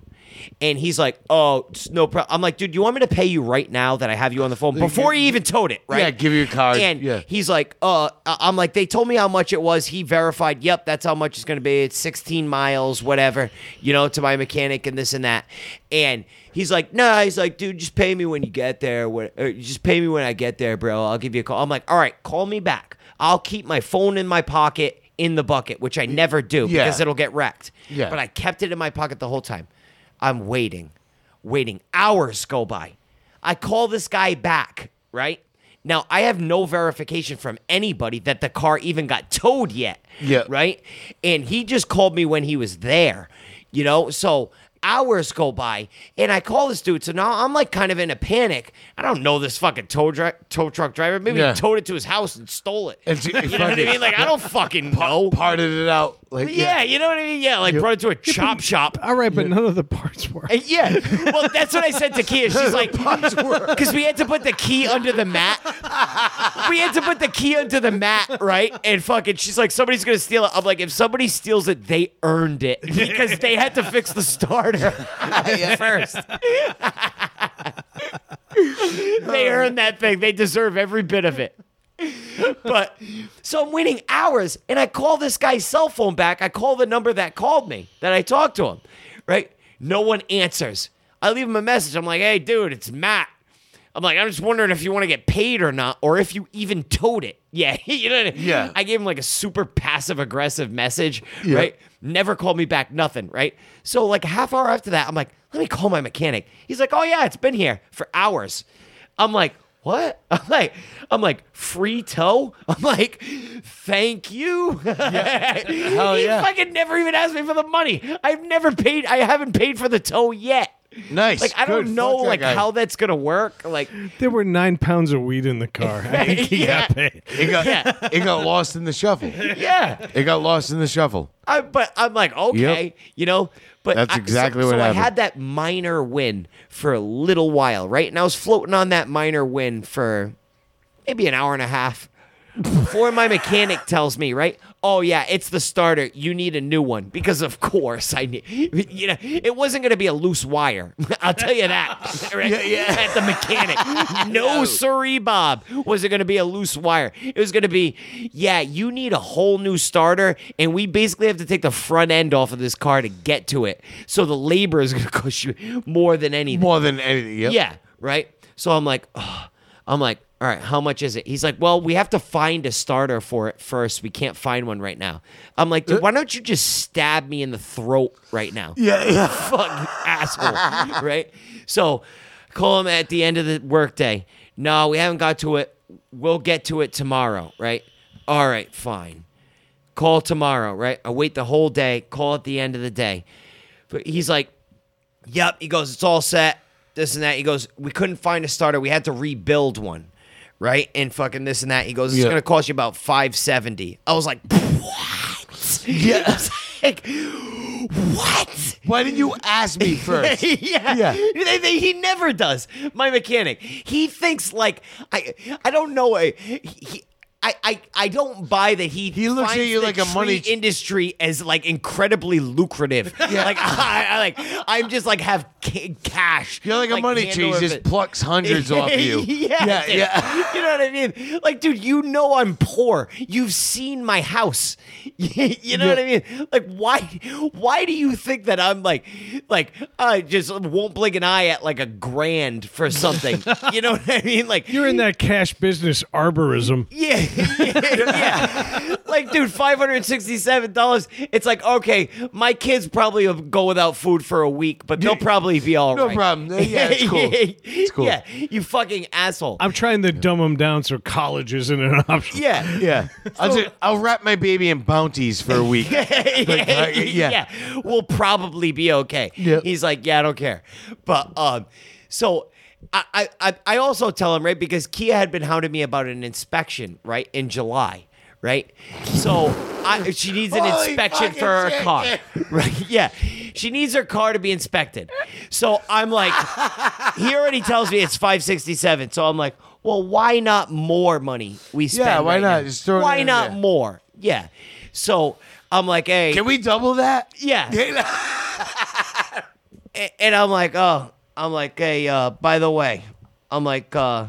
Speaker 4: And he's like, oh, it's no problem. I'm like, dude, you want me to pay you right now that I have you on the phone before he even towed it, right?
Speaker 3: Yeah, give you your card.
Speaker 4: And
Speaker 3: Yeah.
Speaker 4: he's like, uh, I- I'm like, they told me how much it was. He verified, yep, that's how much it's going to be. It's 16 miles, whatever, you know, to my mechanic and this and that. And he's like, nah, he's like, dude, just pay me when you get there. What, or just pay me when I get there, bro. I'll give you a call. I'm like, all right, call me back. I'll keep my phone in my pocket in the bucket, which I never do
Speaker 3: Yeah.
Speaker 4: because it'll get wrecked.
Speaker 3: Yeah.
Speaker 4: But I kept it in my pocket the whole time. I'm waiting, waiting. Hours go by. I call this guy back, right? Now, I have no verification from anybody that the car even got towed yet.
Speaker 3: Yeah.
Speaker 4: Right? And he just called me when he was there, you know? So hours go by and I call this dude. So now I'm like kind of in a panic. I don't know this fucking tow, dri- tow truck driver. Maybe
Speaker 3: Yeah.
Speaker 4: he towed it to his house and stole it.
Speaker 3: And she-
Speaker 4: *laughs* you know what I mean? Like, I don't fucking know.
Speaker 3: Parted it out. Like,
Speaker 4: Yeah, you know what I mean? Yeah, like brought it to a chop shop.
Speaker 1: All right, but none of the parts were.
Speaker 4: And yeah, *laughs* well, that's what I said to *laughs* Kia. She's like, because we had to put the key under the mat. We had to put the key under the mat, right? And fucking, she's like, somebody's gonna steal it. I'm like, if somebody steals it, they earned it because they had to fix the starter first. they earned that thing. They deserve every bit of it. But so I'm waiting hours and I call this guy's cell phone back. I call the number that called me that I talked to him, right? No one answers. I leave him a message. I'm like, hey, dude, it's Matt. I'm like, I'm just wondering if you want to get paid or not, or if you even towed it. *laughs* Yeah. you know what I mean?
Speaker 3: Yeah.
Speaker 4: I gave him like a super passive aggressive message, right? Never called me back, nothing, right? So, like, a half hour after that, I'm like, let me call my mechanic. He's like, oh, yeah, it's been here for hours. I'm like, what? *laughs* I'm like, I'm like, free tow? *laughs* I'm like, thank you. *laughs*
Speaker 3: Hell
Speaker 4: he
Speaker 3: yeah.
Speaker 4: fucking never even asked me for the money. I've never paid, I haven't paid for the tow yet.
Speaker 3: Nice.
Speaker 4: Like, I
Speaker 3: Good.
Speaker 4: don't know,
Speaker 3: Fuck that
Speaker 4: like,
Speaker 3: guy.
Speaker 4: how that's gonna work. Like,
Speaker 1: There were nine pounds of weed in the car. I think
Speaker 4: *laughs*
Speaker 1: he got paid.
Speaker 3: It got,
Speaker 4: Yeah.
Speaker 3: it *laughs* got lost in the shuffle.
Speaker 4: yeah.
Speaker 3: It got lost in the shuffle.
Speaker 4: I, but I'm like, okay, you know. But
Speaker 3: That's
Speaker 4: I-
Speaker 3: exactly
Speaker 4: so,
Speaker 3: what
Speaker 4: so
Speaker 3: happened.
Speaker 4: I had that minor win for a little while, right? And I was floating on that minor win for maybe an hour and a half before my mechanic tells me, right? Oh yeah, it's the starter. You need a new one because of course I need. You know, it wasn't going to be a loose wire. *laughs* I'll tell
Speaker 3: *laughs*
Speaker 4: you that. Right?
Speaker 3: Yeah, yeah.
Speaker 4: At
Speaker 3: *laughs*
Speaker 4: the mechanic, no, sorry, Bob, was it going to be a loose wire? It was going to be, yeah, you need a whole new starter, and we basically have to take the front end off of this car to get to it. So the labor is going to *laughs* cost you more than anything.
Speaker 3: More than anything. Yep.
Speaker 4: Yeah, right. So I'm like, "Ugh." I'm like, all right, how much is it? He's like, well, we have to find a starter for it first. We can't find one right now. I'm like, dude, why don't you just stab me in the throat right now?
Speaker 3: Yeah. yeah.
Speaker 4: fucking asshole, right? So call him at the end of the workday. No, we haven't got to it. We'll get to it tomorrow, right? All right, fine. Call tomorrow, right? I wait the whole day. Call at the end of the day. But he's like, "Yep." He goes, "It's all set." This and that. He goes, "We couldn't find a starter. We had to rebuild one." right? And fucking this and that. He goes, it's
Speaker 3: Yeah.
Speaker 4: gonna cost you about five seventy. I was like, what? *laughs* Yeah. I was like, what?
Speaker 3: *laughs* Why didn't you ask
Speaker 4: *laughs*
Speaker 3: me first?
Speaker 4: yeah.
Speaker 3: Yeah.
Speaker 4: They- they- he never does. My mechanic. He thinks like I. I don't know. I. He, I, I, I don't buy that he
Speaker 3: He looks at
Speaker 4: finds
Speaker 3: you
Speaker 4: the
Speaker 3: like a money
Speaker 4: tree industry as like
Speaker 3: *laughs*
Speaker 4: incredibly lucrative. Like *laughs* I, I like I'm just like have ca- cash.
Speaker 3: You're like a money
Speaker 4: handle
Speaker 3: tree, he
Speaker 4: of
Speaker 3: just
Speaker 4: it.
Speaker 3: plucks
Speaker 4: *laughs*
Speaker 3: hundreds off you.
Speaker 4: yeah,
Speaker 3: yeah,
Speaker 4: dude.
Speaker 3: yeah. *laughs*
Speaker 4: *laughs* You know what I mean? Like, dude, you know I'm poor. You've seen my house. *laughs* you know what I mean? Like, why? Why do you think that I'm like, like, I just won't blink an eye at like a grand
Speaker 3: *laughs*
Speaker 4: for something? you know what I mean? Like,
Speaker 1: You're in that cash business arborism.
Speaker 4: *laughs* yeah, yeah, yeah. Like, dude, five hundred sixty-seven dollars. It's like, okay, my kids probably will go without food for a week, but they'll probably be all
Speaker 3: No
Speaker 4: right.
Speaker 3: problem. Yeah,
Speaker 4: *laughs*
Speaker 3: it's cool. It's cool.
Speaker 4: Yeah, you fucking asshole.
Speaker 1: I'm trying to dumb them down so college isn't an option.
Speaker 4: yeah. *laughs*
Speaker 3: Yeah. I'll, just, I'll wrap my baby in bounties for a week. *laughs*
Speaker 4: *laughs*
Speaker 3: Like, uh, yeah.
Speaker 4: we'll probably be okay.
Speaker 3: Yep.
Speaker 4: He's like, yeah, I don't care. But um, so I, I- I I also tell him right because Kia had been hounding me about an inspection right in July. Right, so I, she needs an
Speaker 3: Holy
Speaker 4: inspection
Speaker 3: fucking
Speaker 4: for her
Speaker 3: shit,
Speaker 4: car.
Speaker 3: yeah.
Speaker 4: Right? *laughs* Yeah, she needs her car to be inspected. So I'm like, he already tells me it's five sixty seven. So I'm like, well, why not more money we spend?
Speaker 3: why
Speaker 4: right
Speaker 3: not?
Speaker 4: now?
Speaker 3: Just throw it
Speaker 4: why
Speaker 3: in
Speaker 4: not
Speaker 3: there.
Speaker 4: more? Yeah. So I'm like, hey,
Speaker 3: Can we double that? *laughs*
Speaker 4: yeah. *laughs* A- And I'm like, oh, I'm like, hey, uh, by the way, I'm like, uh,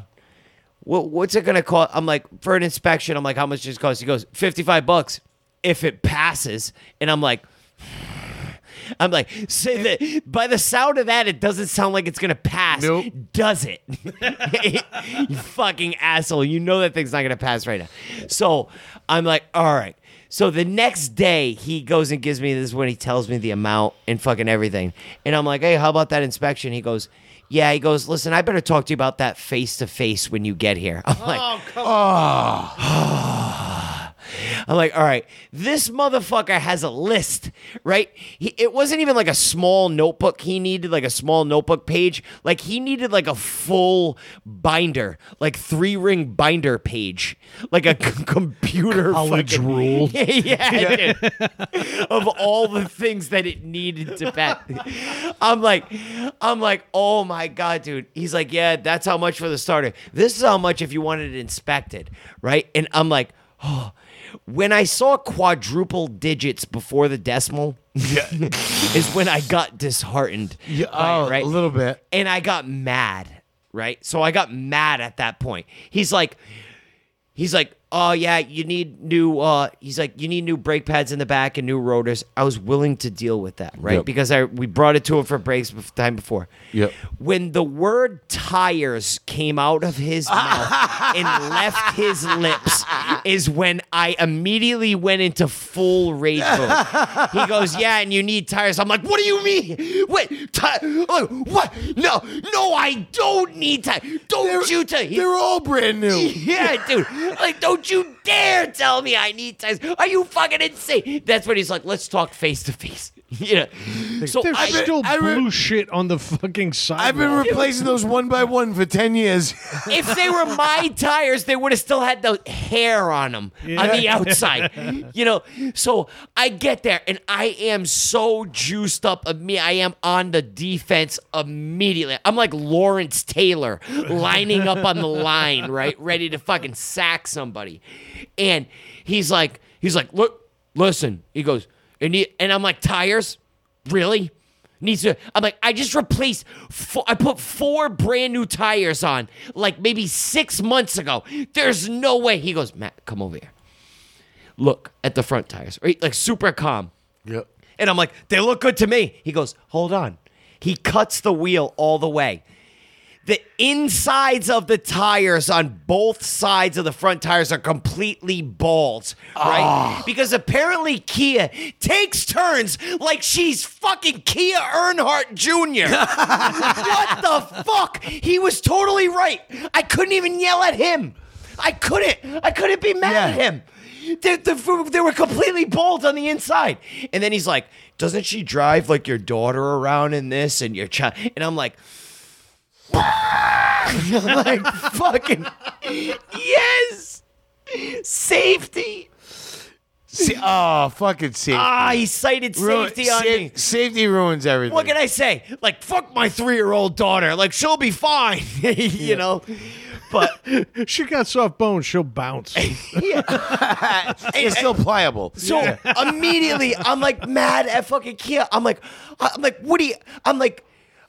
Speaker 4: what, what's it gonna cost? I'm like, for an inspection, I'm like, how much does it cost? He goes, 55 bucks if it passes. And I'm like, I'm like, say that by the sound of that, it doesn't sound like it's gonna pass,
Speaker 3: Nope.
Speaker 4: does it? *laughs* you fucking asshole! You know that thing's not gonna pass right now. So I'm like, all right. So the next day, he goes and gives me this is when he tells me the amount and fucking everything, and I'm like, hey, how about that inspection? He goes. Yeah, he goes, listen, I better talk to you about that face to face when you get here. *laughs* I'm like, I'm like, all right, this motherfucker has a list, right? He, it wasn't even like a small notebook. He needed like a small notebook page. Like he needed like a full binder, like three ring binder page, like a *laughs* c- computer
Speaker 1: College
Speaker 4: fucking-
Speaker 1: rule.
Speaker 4: *laughs*
Speaker 1: *laughs*
Speaker 4: yeah, dude. of all the things that it needed to bet. I'm like, I'm like, oh my god, dude. He's like, yeah, that's how much for the starter. This is how much if you wanted it inspected, right? And I'm like, oh. When I saw quadruple digits before the decimal, *laughs* is when I got disheartened.
Speaker 3: Yeah,
Speaker 4: by it,
Speaker 3: oh, a little bit.
Speaker 4: and I got mad, right? So I got mad at that point. He's like, he's like, oh yeah, you need new. uh He's like, you need new brake pads in the back and new rotors. I was willing to deal with that, right?
Speaker 3: Yep.
Speaker 4: Because I we brought it to him for brakes bef- time before.
Speaker 3: Yep.
Speaker 4: When the word tires came out
Speaker 3: *laughs*
Speaker 4: of his mouth and left his lips, is when I immediately went into full rage mode. He goes, yeah, and you need tires. I'm like, what do you mean? Wait, ti- oh, what? No, no, I don't need tires. Don't you tell?
Speaker 3: They're all brand new.
Speaker 4: *laughs* yeah, dude. Like, don't you dare tell me I need tires. Are you fucking insane? That's when he's like, let's talk face to face. *laughs* You know. So
Speaker 1: There's
Speaker 4: I,
Speaker 1: still
Speaker 3: I re-
Speaker 1: blue shit on the fucking sidewalk.
Speaker 3: I've
Speaker 4: *laughs*
Speaker 3: been replacing those one by one for 10 years.
Speaker 4: if they were my tires, they would have still had the hair on them on the outside. You know, so I get there and I am so juiced up. of Me, I am on the defense immediately. I'm like Lawrence Taylor lining up on the line, right, ready to fucking sack somebody. And he's like, he's like, look, listen. He goes, and he, and I'm like, tires, really? needs to. I'm like, I just replaced. Four, I put four brand new tires on, like maybe six months ago. There's no way. He goes, Matt, come over here. Look at the front tires, right? Like super calm.
Speaker 3: Yep.
Speaker 4: And I'm like, they look good to me. He goes, hold on. He cuts the wheel all the way. The insides of the tires on both sides of the front tires are completely bald, right? Because apparently Kia takes turns like she's fucking Kia Earnhardt Jr. what the fuck? He was totally right. I couldn't even yell at him. I couldn't. I couldn't be mad at
Speaker 3: Yeah.
Speaker 4: him. They, the- they were completely bald on the inside. And then he's like, doesn't she drive like your daughter around in this and your child? And I'm like, *laughs* like fucking yes, safety.
Speaker 3: oh, fucking safety.
Speaker 4: Ah, he cited
Speaker 3: Ruin-
Speaker 4: safety on
Speaker 3: sa-
Speaker 4: me.
Speaker 3: Safety ruins everything.
Speaker 4: What can I say? Like, fuck my three year old daughter. Like, she'll be fine, *laughs* you know? But
Speaker 1: She got soft bones. She'll bounce.
Speaker 3: *laughs* it's still
Speaker 4: *laughs*
Speaker 3: pliable.
Speaker 4: so immediately I'm like mad at fucking Kia. I'm like, I'm like, Woody, I'm like,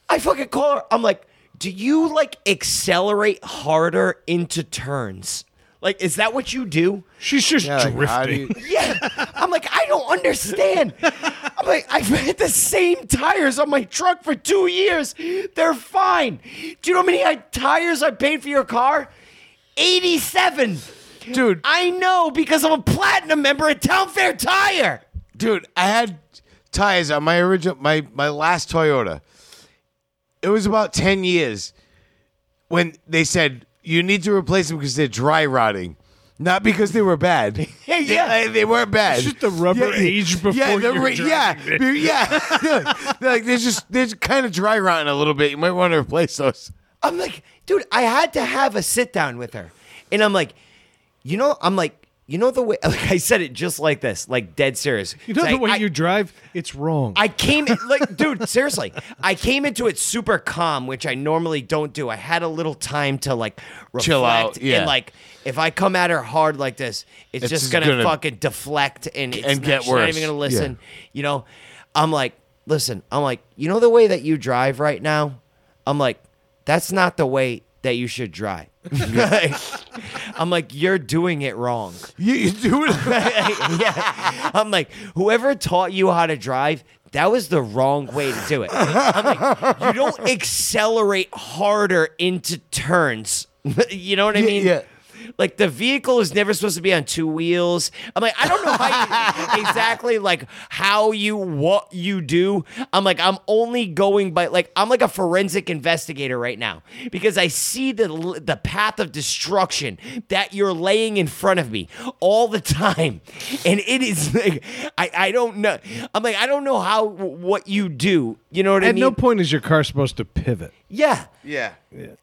Speaker 4: I fucking call her. I'm like, do you like accelerate harder into turns? Like, is that what you do?
Speaker 1: She's just
Speaker 3: Yeah, like, how do
Speaker 1: drifting.
Speaker 3: you-
Speaker 4: Yeah. I'm like, I don't understand. I'm like, I've had the same tires on my truck for two years. They're fine. Do you know how many I- tires I paid for your car? 87.
Speaker 3: dude,
Speaker 4: I know because I'm a platinum member at Town Fair Tire.
Speaker 3: dude, I had tires on my original my my last Toyota. It was about ten years when they said you need to replace them because they're dry rotting, not because they were bad.
Speaker 4: Yeah, yeah.
Speaker 3: they, uh, they weren't bad.
Speaker 1: It's just the rubber aged before
Speaker 3: yeah, the
Speaker 1: you're
Speaker 3: ra- yeah,
Speaker 1: driving it.
Speaker 3: be- yeah. *laughs* They're like they're just they're kind of dry rotting a little bit. You might want to replace those.
Speaker 4: I'm like, dude, I had to have a sit down with her. And I'm like, you know, I'm like, you know the way *laughs* like I said it just like this, like dead serious.
Speaker 1: You know
Speaker 4: It's
Speaker 1: the
Speaker 4: like,
Speaker 1: way
Speaker 4: I-
Speaker 1: you drive? It's wrong.
Speaker 4: I came like, dude, seriously, I came into it super calm, which I normally don't do. I had a little time to like reflect
Speaker 3: Chill out, yeah.
Speaker 4: and like, if I come at her hard like this, it's,
Speaker 3: It's
Speaker 4: just
Speaker 3: just
Speaker 4: gonna,
Speaker 3: gonna-
Speaker 4: fucking deflect and it's
Speaker 3: And
Speaker 4: not,
Speaker 3: get
Speaker 4: she's not
Speaker 3: worse.
Speaker 4: even gonna listen. You know, I'm like, listen, I'm like, you know the way that you drive right now, I'm like, that's not the way that you should drive. *laughs* I'm like, you're doing it wrong.
Speaker 3: You, you do it.
Speaker 4: *laughs* yeah. I'm like, whoever taught you how to drive, that was the wrong way to do it. I'm like, you don't accelerate harder into turns. *laughs* you know what I mean?
Speaker 3: yeah.
Speaker 4: Like the vehicle is never supposed to be on two wheels. I'm like, I don't know how you,
Speaker 1: *laughs*
Speaker 4: exactly like how you what you do. I'm like, I'm only going by like I'm like a forensic investigator right now because I see the l- the path of destruction that you're laying in front of me all the time, and it is *laughs* like I I don't know. I'm like I don't know how what you do. You know what I
Speaker 1: At
Speaker 4: mean?
Speaker 1: no
Speaker 3: e-
Speaker 1: point is your car supposed to pivot.
Speaker 4: yeah.
Speaker 3: *laughs* yeah.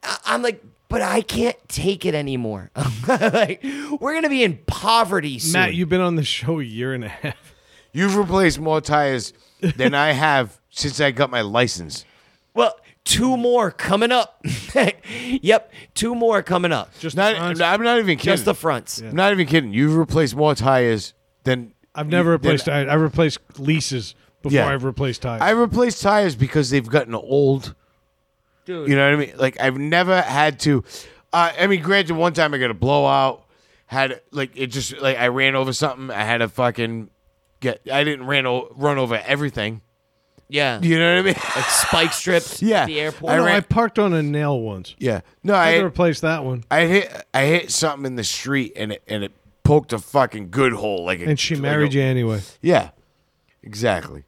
Speaker 4: I- I'm like, but I can't take it anymore. *laughs* like, we're gonna be in poverty soon.
Speaker 1: Matt, you've been on the show a year and a
Speaker 3: *laughs*
Speaker 1: half.
Speaker 3: You've replaced more tires than I have since I got my license.
Speaker 4: well, two more coming up. *laughs* yep, two more coming up.
Speaker 1: Just
Speaker 3: Not,
Speaker 1: honest-
Speaker 3: I'm not even kidding.
Speaker 4: Just the fronts.
Speaker 3: I'm not even kidding. You've replaced more tires than
Speaker 1: I've never
Speaker 3: than-
Speaker 1: replaced. I, I replaced leases before
Speaker 3: Yeah.
Speaker 1: I've replaced tires.
Speaker 3: I replaced tires because they've gotten old. Dude. You know what I mean? Like I've never had to. Uh, I mean, granted, one time I got a blowout. Had like it just like I ran over something. I had to fucking get. I didn't ran o- run over everything.
Speaker 4: Yeah,
Speaker 3: You know what I mean?
Speaker 1: *laughs*
Speaker 4: like spike strips.
Speaker 3: Yeah.
Speaker 4: at the airport.
Speaker 1: I, know,
Speaker 3: ran-
Speaker 1: I parked on a nail once.
Speaker 3: yeah. No,
Speaker 1: I had to
Speaker 3: I
Speaker 1: replace that one.
Speaker 3: I hit I hit something in the street and it and it poked a fucking good hole like. A,
Speaker 1: And she
Speaker 3: like
Speaker 1: married
Speaker 3: a-
Speaker 1: you anyway.
Speaker 3: Yeah,
Speaker 1: *laughs*
Speaker 3: exactly.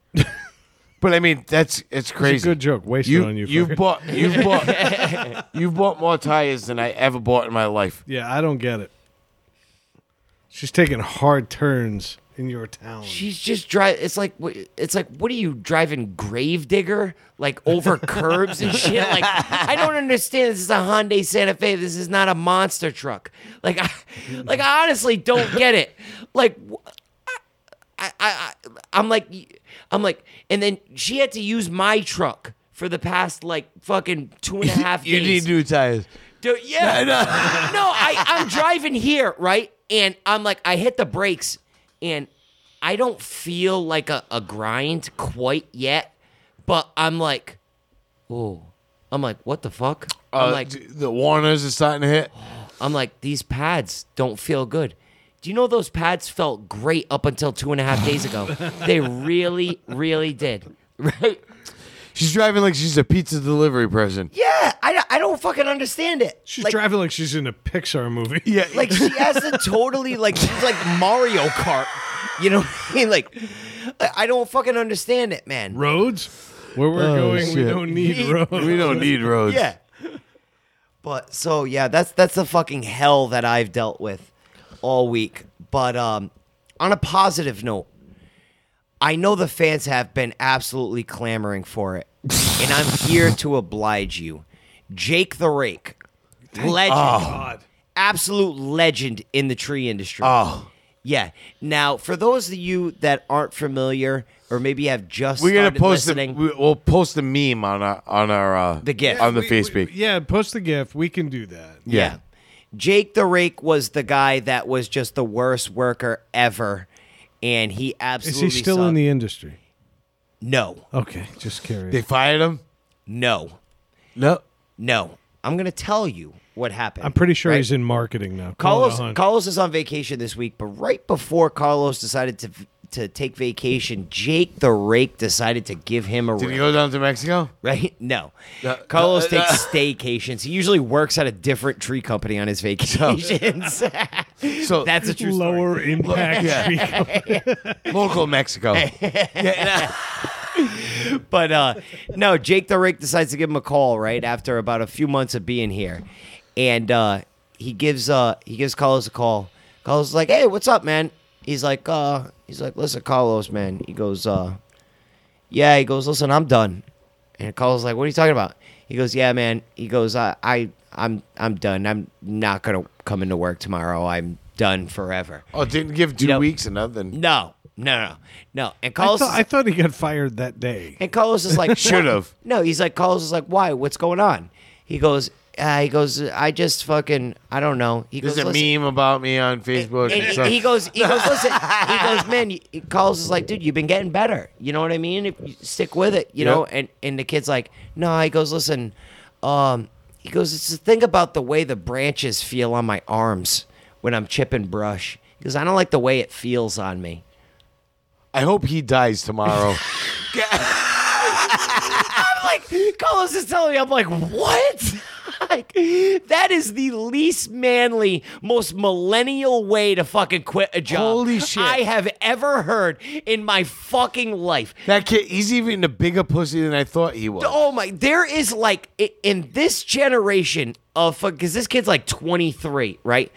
Speaker 3: but I mean, that's it's crazy.
Speaker 1: good joke. Wasted
Speaker 3: you,
Speaker 1: on you,
Speaker 3: You've
Speaker 1: fucker. *laughs*
Speaker 3: bought you've bought you've bought more tires than I ever bought in my life.
Speaker 1: Yeah, I don't get it. She's taking hard turns in your town.
Speaker 4: She's just drive. It's like wh- it's like what are you driving, Gravedigger? Like
Speaker 3: *laughs*
Speaker 4: over curbs and shit. Like I don't understand. This is a Hyundai Santa Fe. This is not a monster truck. Like I, like I honestly don't get it. Like wh- I, I, I, I'm like, I'm like, and then she had to use my truck for the past like fucking two and a half
Speaker 3: *laughs* You
Speaker 4: days.
Speaker 3: need new tires.
Speaker 4: Dude, yeah.
Speaker 3: I
Speaker 4: *laughs* No,
Speaker 3: know.
Speaker 4: I, I'm driving here, right? And I'm like, I hit the brakes and I don't feel like a, a grind quite yet, but I'm like, oh, I'm like, what the fuck? I'm
Speaker 3: Uh,
Speaker 4: like,
Speaker 3: d- the Warners are starting to hit.
Speaker 4: I'm like, these pads don't feel good. Do you know those pads felt great up until two and a half days *laughs* ago? they really, really did. *laughs* Right?
Speaker 3: She's driving like she's a pizza delivery person.
Speaker 4: Yeah, I, I don't fucking understand it.
Speaker 1: she's driving like she's in a Pixar movie.
Speaker 3: Yeah,
Speaker 4: Like she has to totally like she's like Mario Kart. You know what I mean? Like I I don't fucking understand it, man.
Speaker 1: *laughs* Roads? Where we're
Speaker 3: Oh,
Speaker 1: going, we
Speaker 3: shit.
Speaker 1: don't need roads.
Speaker 3: we don't need roads.
Speaker 4: Yeah. But so yeah, that's that's the fucking hell that I've dealt with all week. But um on a positive note, I know the fans have been absolutely clamoring for it. and I'm here to oblige you. Jake the Rake legend, Oh.
Speaker 1: God.
Speaker 4: absolute legend in the tree industry.
Speaker 3: Oh,
Speaker 4: Yeah. Now, for those of you that aren't familiar, or maybe have just
Speaker 3: we're gonna
Speaker 4: started
Speaker 3: post the,
Speaker 4: listening,
Speaker 3: we- we'll post the meme on our on our uh,
Speaker 4: The GIF.
Speaker 3: on the
Speaker 1: We- we-
Speaker 3: Facebook.
Speaker 1: yeah, post the GIF. We can do that.
Speaker 3: yeah.
Speaker 4: Jake the Rake was the guy that was just the worst worker ever, and he
Speaker 1: Is
Speaker 4: absolutely
Speaker 1: he still in
Speaker 4: sucked.
Speaker 1: the industry?
Speaker 4: no,
Speaker 1: Okay, just curious.
Speaker 3: They fired him.
Speaker 4: no,
Speaker 3: No.
Speaker 4: no. I'm gonna tell you what happened.
Speaker 1: I'm pretty sure
Speaker 4: right?
Speaker 1: he's in marketing now. Call it
Speaker 4: Carlos
Speaker 1: a hunt.
Speaker 4: Carlos is on vacation this week, but right before Carlos decided to to take vacation, Jake the Rake decided to give him a
Speaker 3: Did he
Speaker 4: ring.
Speaker 3: go Uh, down to Mexico?
Speaker 4: right? No.
Speaker 3: No,
Speaker 4: Carlos
Speaker 3: no, no.
Speaker 4: takes staycations. He usually works at a different tree company on his vacations. *laughs*
Speaker 3: *laughs* So
Speaker 4: That's a true story.
Speaker 1: lower
Speaker 4: *laughs*
Speaker 1: impact. yeah.
Speaker 3: local Mexico.
Speaker 4: But uh, no, Jake the Rake decides to give him a call right after about a few months of being here, and uh, he gives uh, he gives Carlos a call. Carlos is like, "Hey, what's up, man?" He's like, "Uh, he's like, listen, Carlos, man." He goes, "Uh, yeah." He goes, "Listen, I'm done." And Carlos is like, "What are you talking about?" He goes, "Yeah, man." He goes, "I, I I'm, I'm done. I'm not gonna come into work tomorrow. I'm done forever."
Speaker 3: Oh, didn't give two
Speaker 4: You know-
Speaker 3: weeks and nothing.
Speaker 4: No, no, no, no. And
Speaker 1: I,
Speaker 4: Carlos,
Speaker 1: thought,
Speaker 4: is-
Speaker 1: I thought he got fired that day.
Speaker 4: and Carlos is like,
Speaker 3: Should've.
Speaker 4: No, he's like, Carlos is like, why? What's going on? He goes, uh, he goes, I just fucking, I don't know. He
Speaker 3: There's
Speaker 4: goes,
Speaker 3: a
Speaker 4: "Listen-"
Speaker 3: meme about me on Facebook.
Speaker 4: And
Speaker 3: and
Speaker 4: he,
Speaker 3: stuff.
Speaker 4: he goes, he goes, listen,
Speaker 3: *laughs*
Speaker 4: he goes, man. you- he- Carlos is like, dude, you've been getting better. You know what I mean? If you stick with it, you know.
Speaker 3: Yep.
Speaker 4: And and the kid's like, no. He goes, listen, um, he goes, it's the thing about the way the branches feel on my arms when I'm chipping brush. He goes, I don't like the way it feels on me.
Speaker 3: I hope he dies tomorrow.
Speaker 4: I'm like, Carlos is telling me, I'm like, what? *laughs* like, that is the least manly, most millennial way to fucking quit a job
Speaker 3: Holy shit.
Speaker 4: I have ever heard in my fucking life.
Speaker 3: that kid, he's even a bigger pussy than I thought he was.
Speaker 4: Oh my, there is like i- in this generation of because this kid's like 23, right?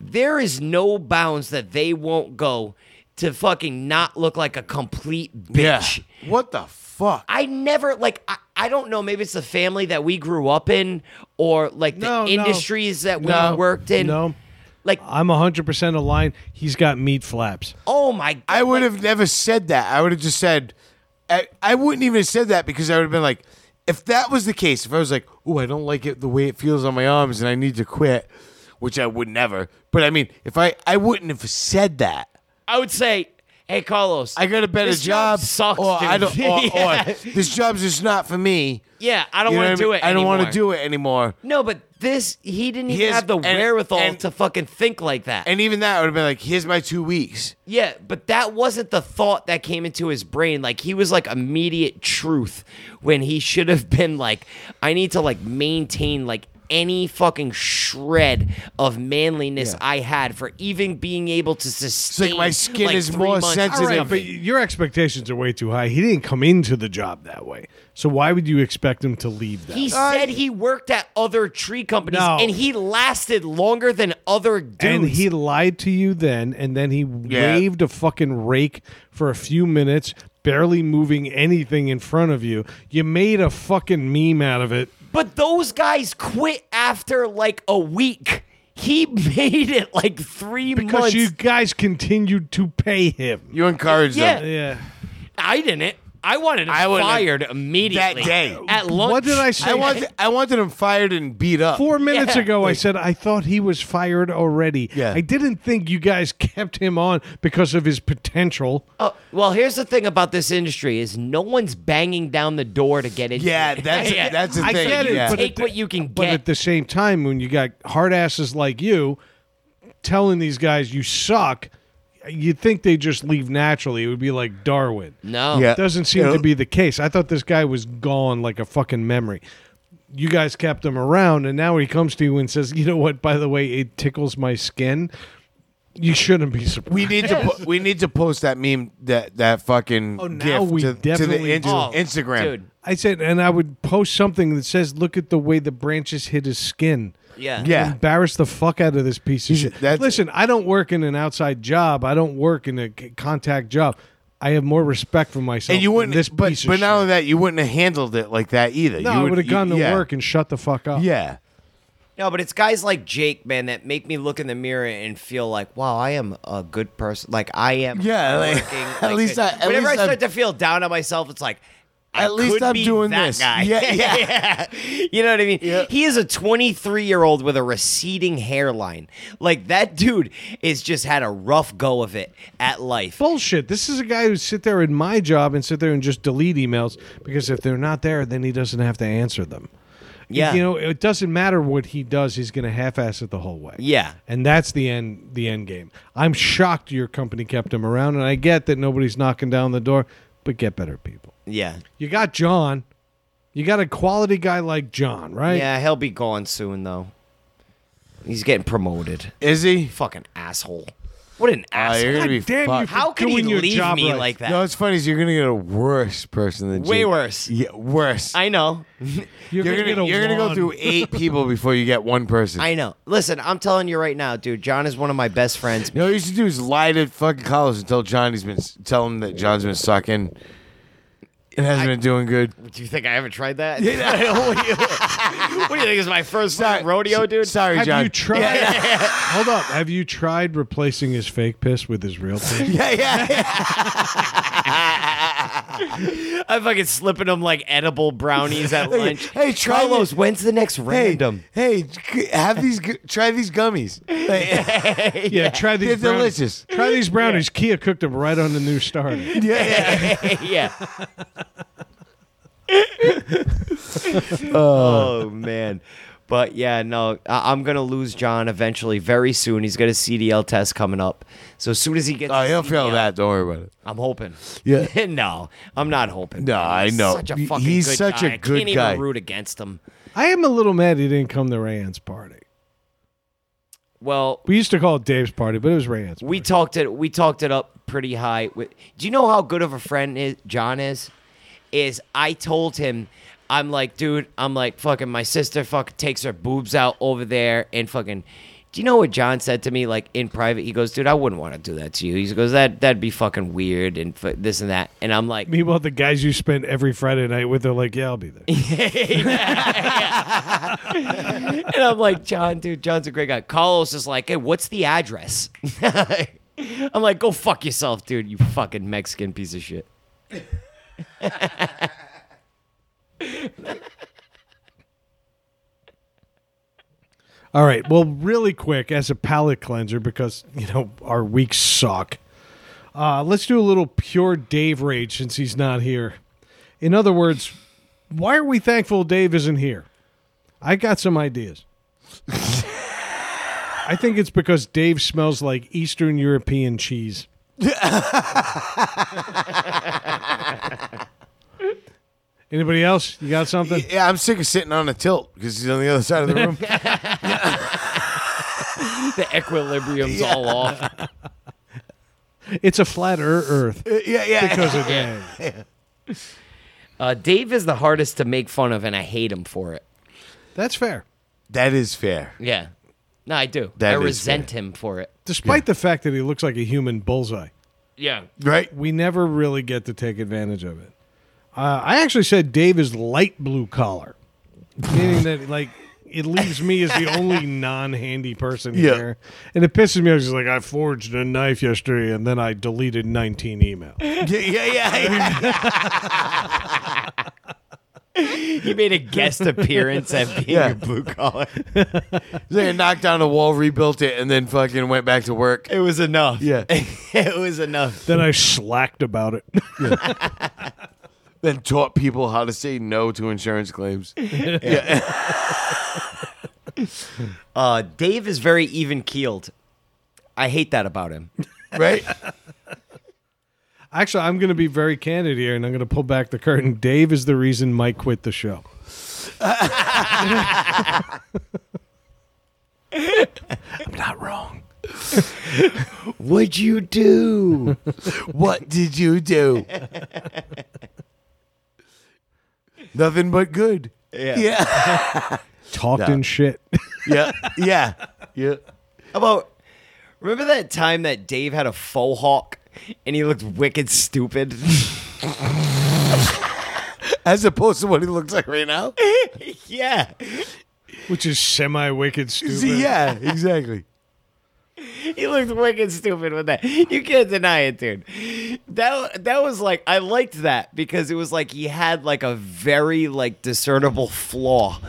Speaker 4: There is no bounds that they won't go to fucking not look like a complete bitch.
Speaker 3: What the fuck?
Speaker 4: I never like I, I don't know maybe it's the family that we grew up in or like the
Speaker 1: No, no.
Speaker 4: industries that we
Speaker 3: No,
Speaker 4: worked in.
Speaker 1: No,
Speaker 4: Like
Speaker 1: I'm 100% aligned. He's got meat flaps.
Speaker 4: oh my god.
Speaker 3: I would
Speaker 4: like,
Speaker 3: have never said that. I would have just said, I, I wouldn't even have said that because I would have been like, if that was the case, if I was like, oh, I don't like it the way it feels on my arms and I need to quit, which I would never. But I mean, if I, I wouldn't have said that.
Speaker 4: I would say, "Hey Carlos,
Speaker 3: I got a better
Speaker 4: this
Speaker 3: job.
Speaker 4: sucks,
Speaker 3: or
Speaker 4: dude.
Speaker 3: I don't,
Speaker 4: *laughs*
Speaker 3: or,
Speaker 4: yeah.
Speaker 3: or this job's just not for me.
Speaker 4: Yeah, I don't
Speaker 3: You know
Speaker 4: want
Speaker 3: what
Speaker 4: to do
Speaker 3: mean?
Speaker 4: it.
Speaker 3: I don't
Speaker 4: want
Speaker 3: want to do it anymore.
Speaker 4: No, but this he didn't
Speaker 3: He
Speaker 4: even
Speaker 3: is-
Speaker 4: have the
Speaker 3: and-
Speaker 4: wherewithal
Speaker 3: and-
Speaker 4: to fucking think like that.
Speaker 3: And even that would have been like, here's my two weeks.
Speaker 4: Yeah, but that wasn't the thought that came into his brain. Like he was like immediate truth when he should have been like, I need to like maintain like any fucking shred of manliness I had for even being able to sustain.
Speaker 3: my skin is
Speaker 4: three
Speaker 3: more
Speaker 4: months
Speaker 3: sensitive.
Speaker 1: All right,
Speaker 3: Alright,
Speaker 1: but your expectations are way too high. He didn't come into the job that way. So why would you expect him to leave that?
Speaker 4: He
Speaker 1: way?
Speaker 4: said he worked at other tree companies
Speaker 1: No.
Speaker 4: and he lasted longer than other dudes.
Speaker 1: and he lied to you then, and then he
Speaker 3: Yeah.
Speaker 1: waved a fucking rake for a few minutes, barely moving anything in front of you. You made a fucking meme out of it.
Speaker 4: But those guys quit after like a week. He *laughs* made it like three
Speaker 1: Because
Speaker 4: months.
Speaker 1: you guys continued to pay him.
Speaker 3: You encourage
Speaker 4: Yeah.
Speaker 3: them.
Speaker 1: Yeah.
Speaker 4: I didn't. I wanted him
Speaker 3: I wouldn't have-
Speaker 4: fired immediately.
Speaker 3: That day.
Speaker 4: At lunch.
Speaker 1: What did I say?
Speaker 3: I wanted, I wanted him fired and beat up.
Speaker 1: Four minutes
Speaker 4: Yeah.
Speaker 1: ago, I said I thought he was fired already.
Speaker 3: Yeah.
Speaker 1: I didn't think you guys kept him on because of his potential.
Speaker 4: Oh, well, here's the thing about this industry is no one's banging down the door to get into
Speaker 3: Yeah,
Speaker 4: it.
Speaker 3: that's
Speaker 4: *laughs* Yeah.
Speaker 3: that's the
Speaker 1: I
Speaker 3: thing.
Speaker 1: get it,
Speaker 3: yeah.
Speaker 1: but
Speaker 4: Take
Speaker 1: at the-
Speaker 4: what you can
Speaker 1: But
Speaker 4: get.
Speaker 1: at the same time, when you got hard asses like you telling these guys you suck, you'd think they just leave naturally. It would be like Darwin.
Speaker 4: no.
Speaker 3: Yeah.
Speaker 1: Doesn't seem
Speaker 3: Yeah.
Speaker 1: to be the case. I thought this guy was gone like a fucking memory. You guys kept him around, and now he comes to you and says, "You know what? By the way, it tickles my skin." You shouldn't be surprised.
Speaker 3: We need to po- we need to post that meme that that fucking
Speaker 1: Oh, now
Speaker 3: gif
Speaker 1: we
Speaker 3: to, to
Speaker 1: definitely
Speaker 3: the in-
Speaker 1: do.
Speaker 4: Oh,
Speaker 3: Instagram.
Speaker 4: Dude.
Speaker 1: I said, and I would post something that says, "Look at the way the branches hit his skin."
Speaker 4: Yeah.
Speaker 3: Yeah.
Speaker 1: embarrass the fuck out of this piece of
Speaker 3: He's-
Speaker 1: shit.
Speaker 3: that's-
Speaker 1: Listen, I don't work in an outside job. I don't work in a c- contact job. I have more respect for myself.
Speaker 3: And you
Speaker 1: than
Speaker 3: wouldn't
Speaker 1: Oh, this
Speaker 3: but
Speaker 1: piece of
Speaker 3: but not only
Speaker 1: shit.
Speaker 3: that you wouldn't have handled it like that either.
Speaker 1: no,
Speaker 3: you
Speaker 1: I would have
Speaker 3: you-
Speaker 1: gone to
Speaker 3: yeah.
Speaker 1: work and shut the fuck up.
Speaker 3: Yeah.
Speaker 4: No, but it's guys like Jake, man, that make me look in the mirror and feel like, wow, I am a good person. Like I am.
Speaker 3: Yeah, like, *laughs*
Speaker 4: working,
Speaker 3: at
Speaker 4: like,
Speaker 3: least I- at
Speaker 4: whenever
Speaker 3: least
Speaker 4: I start
Speaker 3: I'm-
Speaker 4: to feel down on myself, it's like. I
Speaker 3: At least
Speaker 4: could
Speaker 3: I'm
Speaker 4: be
Speaker 3: doing
Speaker 4: that
Speaker 3: this.
Speaker 4: Guy.
Speaker 3: Yeah,
Speaker 4: *laughs*
Speaker 3: yeah.
Speaker 4: You know what I mean?
Speaker 3: Yeah.
Speaker 4: He is a 23 year old with a receding hairline. Like that dude is just had a rough go of it at life.
Speaker 1: Bullshit. This is a guy who sit there in my job and sit there and just delete emails because if they're not there, then he doesn't have to answer them.
Speaker 4: Yeah.
Speaker 1: You know, it doesn't matter what he does, he's going to half-ass it the whole way.
Speaker 4: Yeah.
Speaker 1: And that's the end the end game. I'm shocked your company kept him around and I get that nobody's knocking down the door, but get better people.
Speaker 4: Yeah.
Speaker 1: You got John. You got a quality guy like John, right?
Speaker 4: Yeah, he'll be gone soon though. He's getting promoted.
Speaker 3: Is he?
Speaker 4: Fucking asshole. What an
Speaker 3: Oh, you're
Speaker 4: asshole.
Speaker 3: gonna be
Speaker 1: damn you
Speaker 3: fucked.
Speaker 1: for
Speaker 4: How can he
Speaker 1: doing your
Speaker 4: leave
Speaker 1: job
Speaker 4: me
Speaker 1: right.
Speaker 4: like that?
Speaker 3: No, it's funny. Is you're gonna get a worse person than
Speaker 4: Way
Speaker 3: Jake.
Speaker 4: worse.
Speaker 3: Yeah, worse.
Speaker 4: I know.
Speaker 1: You're,
Speaker 3: you're
Speaker 1: gonna,
Speaker 3: gonna,
Speaker 1: get a
Speaker 3: you're gonna go
Speaker 4: *laughs*
Speaker 1: lawn.
Speaker 3: through
Speaker 1: *laughs*
Speaker 3: eight people before you get one person.
Speaker 4: I know. Listen, I'm telling you right now, dude, John is one of my best *laughs* friends.
Speaker 3: You know, what you should do is lie to fucking Carlos and tell John he's been tell him that John's been sucking. It hasn't been doing good.
Speaker 4: Do you think I ever tried that? *laughs* what, do you, what do you think is my first
Speaker 3: Sorry,
Speaker 4: rodeo, dude?
Speaker 3: Sorry,
Speaker 1: Have
Speaker 3: John.
Speaker 1: you tried? *laughs* Hold up. Have you tried replacing his fake piss with his real piss?
Speaker 3: *laughs* yeah, yeah, yeah.
Speaker 4: I'm fucking slipping him like edible brownies at
Speaker 3: Hey,
Speaker 4: lunch.
Speaker 3: hey, try
Speaker 4: Carlos,
Speaker 3: it.
Speaker 4: when's the next
Speaker 3: Hey,
Speaker 4: *laughs* random?
Speaker 3: hey, g- have these. g- Try these gummies. Like,
Speaker 1: yeah, try these.
Speaker 3: They're
Speaker 1: brownies.
Speaker 3: delicious.
Speaker 1: Try
Speaker 3: *laughs*
Speaker 1: these brownies. Kia cooked them right on the new starter.
Speaker 4: *laughs* yeah. oh man. But yeah, no, I- I'm gonna lose John eventually, very soon. He's got a CDL test coming up, so as soon as he gets,
Speaker 3: oh,
Speaker 4: his
Speaker 3: he'll feel
Speaker 4: CDL,
Speaker 3: that. Don't worry about it.
Speaker 4: I'm hoping.
Speaker 3: Yeah.
Speaker 4: *laughs* no, I'm not hoping.
Speaker 3: No,
Speaker 4: man.
Speaker 3: I
Speaker 4: He's
Speaker 3: know.
Speaker 4: Such a
Speaker 3: He-
Speaker 4: fucking
Speaker 3: he's
Speaker 4: good
Speaker 3: such
Speaker 4: guy.
Speaker 3: a
Speaker 4: I
Speaker 3: good
Speaker 4: can't
Speaker 3: guy.
Speaker 4: Even root against him.
Speaker 1: I am a little mad he didn't come to Rayanne's party.
Speaker 4: Well,
Speaker 1: We used to call it Dave's party, but it was Rayanne's.
Speaker 4: We talked it. We talked it up pretty high. With, do you know how good of a friend is John is? Is I told him, I'm like, dude, I'm like, fucking, my sister fucking takes her boobs out over there and fucking. Do you know what John said to me like in private? He goes, dude, I wouldn't want to do that to you. He goes, that that'd be fucking weird and f- this and that. And I'm like,
Speaker 1: Meanwhile, the guys you spent every Friday night with are like, "Yeah, I'll be there."
Speaker 4: and I'm like, John, dude, John's a great guy. Carlos is like, hey, what's the address? *laughs* I'm like, go fuck yourself, dude, you fucking Mexican piece of shit.
Speaker 1: All right. Well, really quick as a palate cleanser because you know our weeks suck. Uh, let's do a little pure Dave rage since he's not here. In other words, why are we thankful Dave isn't here? I got some ideas. *laughs* I think it's because Dave smells like Eastern European cheese. *laughs* Anybody else? You got something?
Speaker 3: Yeah, I'm sick of sitting on a tilt because he's on the other side of the room.
Speaker 4: the equilibrium's all off.
Speaker 1: It's a flatter Earth
Speaker 3: yeah, yeah.
Speaker 1: because of Dave.
Speaker 4: Uh, Dave is the hardest to make fun of, and I hate him for it.
Speaker 1: That's fair.
Speaker 3: that is fair.
Speaker 4: Yeah, no, I do.
Speaker 3: That
Speaker 4: I
Speaker 3: is
Speaker 4: resent him for it.
Speaker 1: despite the fact that he looks like a human bullseye.
Speaker 4: Yeah,
Speaker 3: Right?
Speaker 1: We never really get to take advantage of it. Uh, I actually said Dave is light blue collar, meaning that like it leaves me as the
Speaker 3: *laughs*
Speaker 1: only non-handy person
Speaker 3: Yeah.
Speaker 1: here, and it pisses me off. He's like, I forged a knife yesterday, and then I deleted 19 emails.
Speaker 3: Yeah, yeah, yeah.
Speaker 4: *laughs* he made a guest appearance at being
Speaker 3: Yeah.
Speaker 4: a blue
Speaker 3: *laughs*
Speaker 4: collar.
Speaker 3: they knocked down a wall, rebuilt it, and then fucking went back to work.
Speaker 4: It was enough.
Speaker 3: Yeah.
Speaker 4: *laughs* it was enough.
Speaker 1: then I slacked about it. *laughs*
Speaker 3: then taught people how to say no to insurance
Speaker 4: *laughs*
Speaker 3: claims.
Speaker 4: Uh, Dave is very even keeled. I hate that
Speaker 3: *laughs*
Speaker 4: about him.
Speaker 3: *laughs* Right?
Speaker 1: actually, I'm going to be very candid here, and I'm going to pull back the curtain. Dave is the reason Mike quit the show. I'm not wrong.
Speaker 4: *laughs* What'd you do?
Speaker 3: what did you do? Nothing but good.
Speaker 4: yeah.
Speaker 3: Yeah.
Speaker 1: talked
Speaker 3: No.
Speaker 1: in shit.
Speaker 3: *laughs* Yeah. Yeah. Yeah.
Speaker 4: How about remember that time that Dave had a faux hawk and he looked
Speaker 3: *laughs*
Speaker 4: wicked stupid?
Speaker 3: As opposed to what he looks like right now.
Speaker 4: yeah.
Speaker 1: which is semi wicked stupid.
Speaker 3: See, yeah, exactly.
Speaker 4: He looked wicked stupid with that. You can't deny it, dude. That that was like I liked that because it was like he had like a very like discernible flaw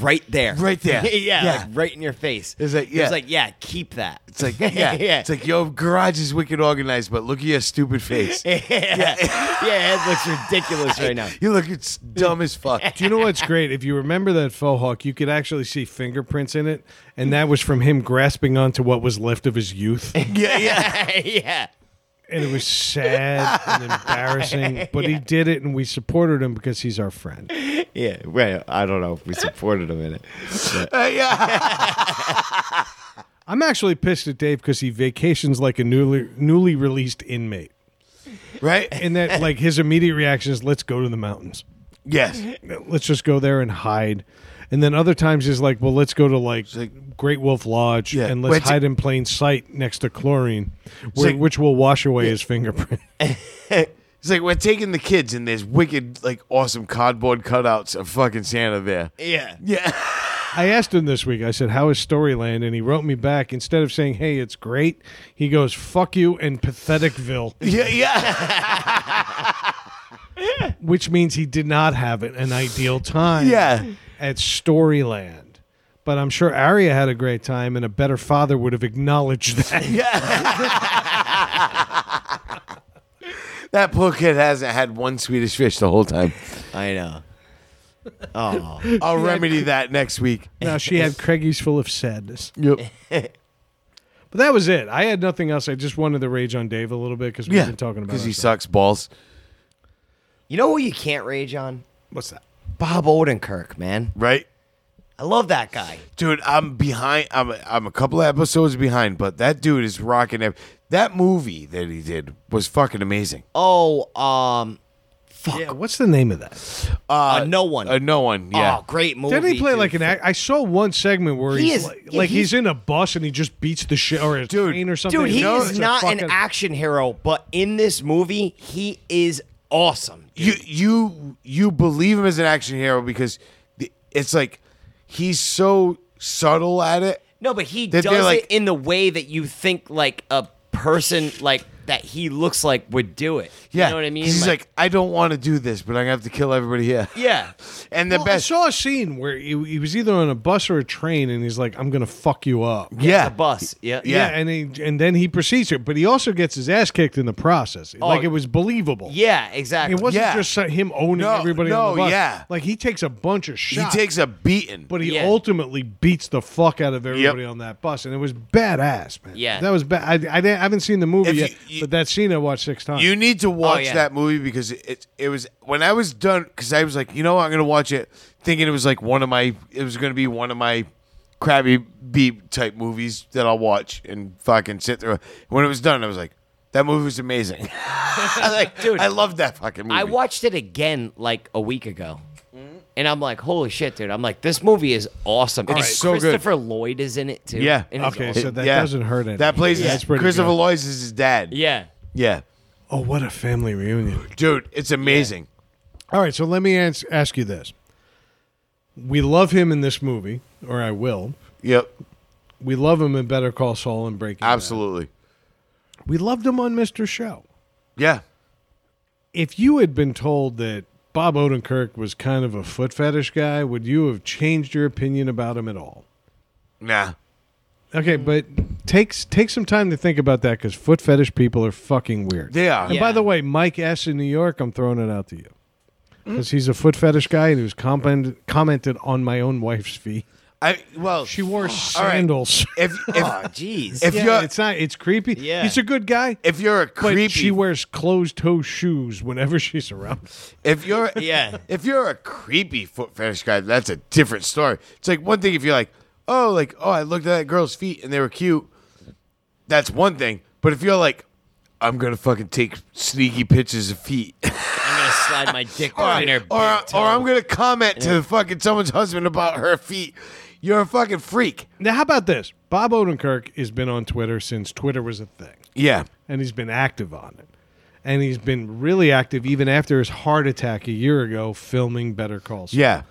Speaker 4: right there.
Speaker 3: Right there.
Speaker 4: *laughs* yeah,
Speaker 3: Yeah.
Speaker 4: like right in your face.
Speaker 3: It's like,
Speaker 4: It
Speaker 3: yeah.
Speaker 4: was like, yeah, keep that.
Speaker 3: It's
Speaker 4: *laughs*
Speaker 3: like, yeah,
Speaker 4: Yeah.
Speaker 3: It's like, yo, garage is wicked organized, but look at your stupid
Speaker 4: *laughs*
Speaker 3: face.
Speaker 4: yeah. *laughs* yeah, it
Speaker 3: *laughs*
Speaker 4: looks ridiculous right now.
Speaker 3: You look it's dumb as
Speaker 4: *laughs*
Speaker 3: fuck.
Speaker 1: Do you know what's great? If you remember that faux hawk, you could actually see fingerprints in it, and that was from him grasping onto what was left of his youth, and
Speaker 3: yeah, yeah.
Speaker 4: *laughs* yeah.
Speaker 1: it was sad and embarrassing. But he did it, and we supported him because he's our friend.
Speaker 4: Yeah. Well, I don't know if we supported him in it.
Speaker 3: Uh, yeah.
Speaker 1: I'm actually pissed at Dave because he vacations like a newly newly released inmate,
Speaker 3: Right?
Speaker 1: and that like his immediate reaction is, "Let's go to the mountains.
Speaker 3: Yes.
Speaker 1: Let's just go there and hide." And then other times he's like, "Well, let's go to like,
Speaker 3: like-
Speaker 1: Great Wolf Lodge
Speaker 3: Yeah.
Speaker 1: and
Speaker 3: Well,
Speaker 1: let's
Speaker 3: it's-
Speaker 1: hide in plain sight next to chlorine, where,
Speaker 3: like-
Speaker 1: which will wash away his fingerprint." *laughs*
Speaker 3: It's like we're taking the kids and there's wicked like awesome cardboard cutouts of fucking Santa there.
Speaker 4: Yeah.
Speaker 3: Yeah. *laughs*
Speaker 1: I asked him this week. I said, "How is Storyland?" And he wrote me back. Instead of saying, "Hey, it's great," he goes, "Fuck you" and "Patheticville,"
Speaker 3: *laughs* Yeah, yeah.
Speaker 1: which means he did not have an an ideal time.
Speaker 3: Yeah.
Speaker 1: at Storyland. But I'm sure Aria had a great time, and a better father would have acknowledged
Speaker 3: *laughs*
Speaker 1: that.
Speaker 3: That poor kid hasn't had one Swedish fish the whole time.
Speaker 4: I know. Oh.
Speaker 3: I'll remedy that next week.
Speaker 1: now she had Craigie's full of sadness.
Speaker 3: Yep.
Speaker 1: But that was it. I had nothing else. I just wanted to rage on Dave a little bit because we've
Speaker 3: Yeah.
Speaker 1: been talking about.
Speaker 3: Because he
Speaker 1: ourselves.
Speaker 3: sucks balls.
Speaker 4: You know who you can't rage on?
Speaker 1: What's that?
Speaker 4: Bob Odenkirk, man.
Speaker 3: Right?
Speaker 4: I love that guy.
Speaker 3: Dude, I'm behind. I'm I'm a couple of episodes behind, but that dude is rocking. Ev- that movie that he did was fucking amazing.
Speaker 4: Oh, um,
Speaker 1: Yeah, what's the name of that?
Speaker 3: Uh,
Speaker 4: A No One.
Speaker 3: A no one. Yeah.
Speaker 4: oh, great movie.
Speaker 1: Didn't he play
Speaker 4: dude.
Speaker 1: like an? Act? I saw one segment where
Speaker 4: He
Speaker 1: he's
Speaker 4: is-
Speaker 1: like,
Speaker 4: yeah,
Speaker 1: like he's,
Speaker 4: he's-
Speaker 1: in a bus and he just beats the shit or a
Speaker 3: Dude,
Speaker 1: train or something.
Speaker 4: Dude, he
Speaker 1: No, it's
Speaker 4: is
Speaker 1: a
Speaker 4: not an
Speaker 1: fucking-
Speaker 4: action hero, but in this movie, he is awesome.
Speaker 3: you you you believe him as an action hero because the- it's like he's so subtle at it.
Speaker 4: No, but he
Speaker 3: That they're
Speaker 4: does
Speaker 3: like-
Speaker 4: it in the way that you think like a person like that he looks like would do it.
Speaker 3: Yeah,
Speaker 4: You know what I mean?
Speaker 3: He's like, I don't want to do this, but I'm gonna have to kill everybody here.
Speaker 4: yeah.
Speaker 3: And the
Speaker 1: Well, I
Speaker 3: best,
Speaker 1: saw a scene where he, he was either on a bus or a train, and he's like, "I'm gonna fuck you up."
Speaker 3: yeah,
Speaker 4: The bus. Yeah.
Speaker 1: Yeah,
Speaker 3: Yeah.
Speaker 1: and he, and then he proceeds it, but he also gets his ass kicked in the process. like it was believable.
Speaker 4: Yeah, exactly.
Speaker 1: it
Speaker 4: *laughs*
Speaker 1: wasn't
Speaker 3: Yeah.
Speaker 1: just him owning
Speaker 3: No,
Speaker 1: everybody on the
Speaker 3: no,
Speaker 1: bus.
Speaker 3: yeah.
Speaker 1: like he takes a bunch of
Speaker 3: he
Speaker 1: shots.
Speaker 3: takes a beating.
Speaker 1: but he
Speaker 4: Yeah.
Speaker 1: ultimately beats the fuck out of everybody
Speaker 3: Yep.
Speaker 1: on that bus, and it was badass, man.
Speaker 4: Yeah.
Speaker 1: that was bad. I, I, didn't- I haven't seen the movie
Speaker 3: If you-
Speaker 1: yet,
Speaker 3: you-
Speaker 1: but that scene I watched six times.
Speaker 3: You need to watch
Speaker 4: Oh, yeah.
Speaker 3: that movie because it, it it was when I was done because I was like, you know, what, I'm gonna watch it thinking it was like one of my it was gonna be one of my Krabby Beep type movies that I'll watch and fucking sit through. When it was done, I was like, that movie was amazing. *laughs* I like, dude,
Speaker 4: Dude.
Speaker 3: I love that fucking movie.
Speaker 4: I watched it again like a week ago. And I'm like, holy shit, dude. I'm like, this movie is awesome. and
Speaker 3: right. so good.
Speaker 4: Christopher Lloyd is in it too.
Speaker 3: Yeah.
Speaker 4: And he's
Speaker 1: Okay,
Speaker 4: awesome.
Speaker 1: so that
Speaker 3: Yeah.
Speaker 1: doesn't hurt it.
Speaker 3: That plays
Speaker 1: That's pretty
Speaker 3: Christopher
Speaker 1: good.
Speaker 3: Lloyd is his dad.
Speaker 4: yeah.
Speaker 3: yeah,
Speaker 1: Oh, what a family reunion!
Speaker 3: dude, it's amazing.
Speaker 1: All right, so let me ans- ask you this: We love him in this movie, or I will.
Speaker 3: Yep,
Speaker 1: We love him in Better Call Saul and Breaking Bad.
Speaker 3: absolutely.
Speaker 1: We loved him on Mr. Show.
Speaker 3: Yeah,
Speaker 1: If you had been told that Bob Odenkirk was kind of a foot fetish guy, would you have changed your opinion about him at all?
Speaker 3: nah.
Speaker 1: Okay, but takes take some time to think about that because foot fetish people are fucking weird.
Speaker 3: They are.
Speaker 1: And by the way, Mike S. in New York, I'm throwing it out to you
Speaker 3: Mm.
Speaker 1: because he's a foot fetish guy and he was comment- commented on my own wife's feet.
Speaker 3: I well,
Speaker 1: She wore
Speaker 3: all right.
Speaker 1: sandals.
Speaker 3: if
Speaker 1: *laughs*
Speaker 4: Oh,
Speaker 3: if
Speaker 4: jeez.
Speaker 3: if
Speaker 1: Yeah,
Speaker 3: you're
Speaker 1: it's not. It's creepy.
Speaker 4: Yeah.
Speaker 1: he's a good guy.
Speaker 3: if you're a
Speaker 1: But
Speaker 3: creepy
Speaker 1: she wears closed toe shoes whenever *laughs* she's around.
Speaker 3: If you're
Speaker 1: *laughs*
Speaker 4: Yeah.
Speaker 3: if you're a creepy foot fetish guy, that's a different story. It's like one thing if you're like, oh, like oh, I looked at that girl's feet and they were cute. That's one thing. But if you're like, I'm gonna fucking take sneaky pictures of feet, *laughs*
Speaker 4: I'm gonna slide my dick
Speaker 3: or,
Speaker 4: right in her
Speaker 3: or, or I'm gonna comment to the fucking someone's husband about her feet, you're a fucking freak.
Speaker 1: Now, how about this? Bob Odenkirk has been on Twitter since Twitter was a thing,
Speaker 3: Yeah,
Speaker 1: and he's been active on it. And he's been really active even after his heart attack a year ago filming Better Calls.
Speaker 3: yeah,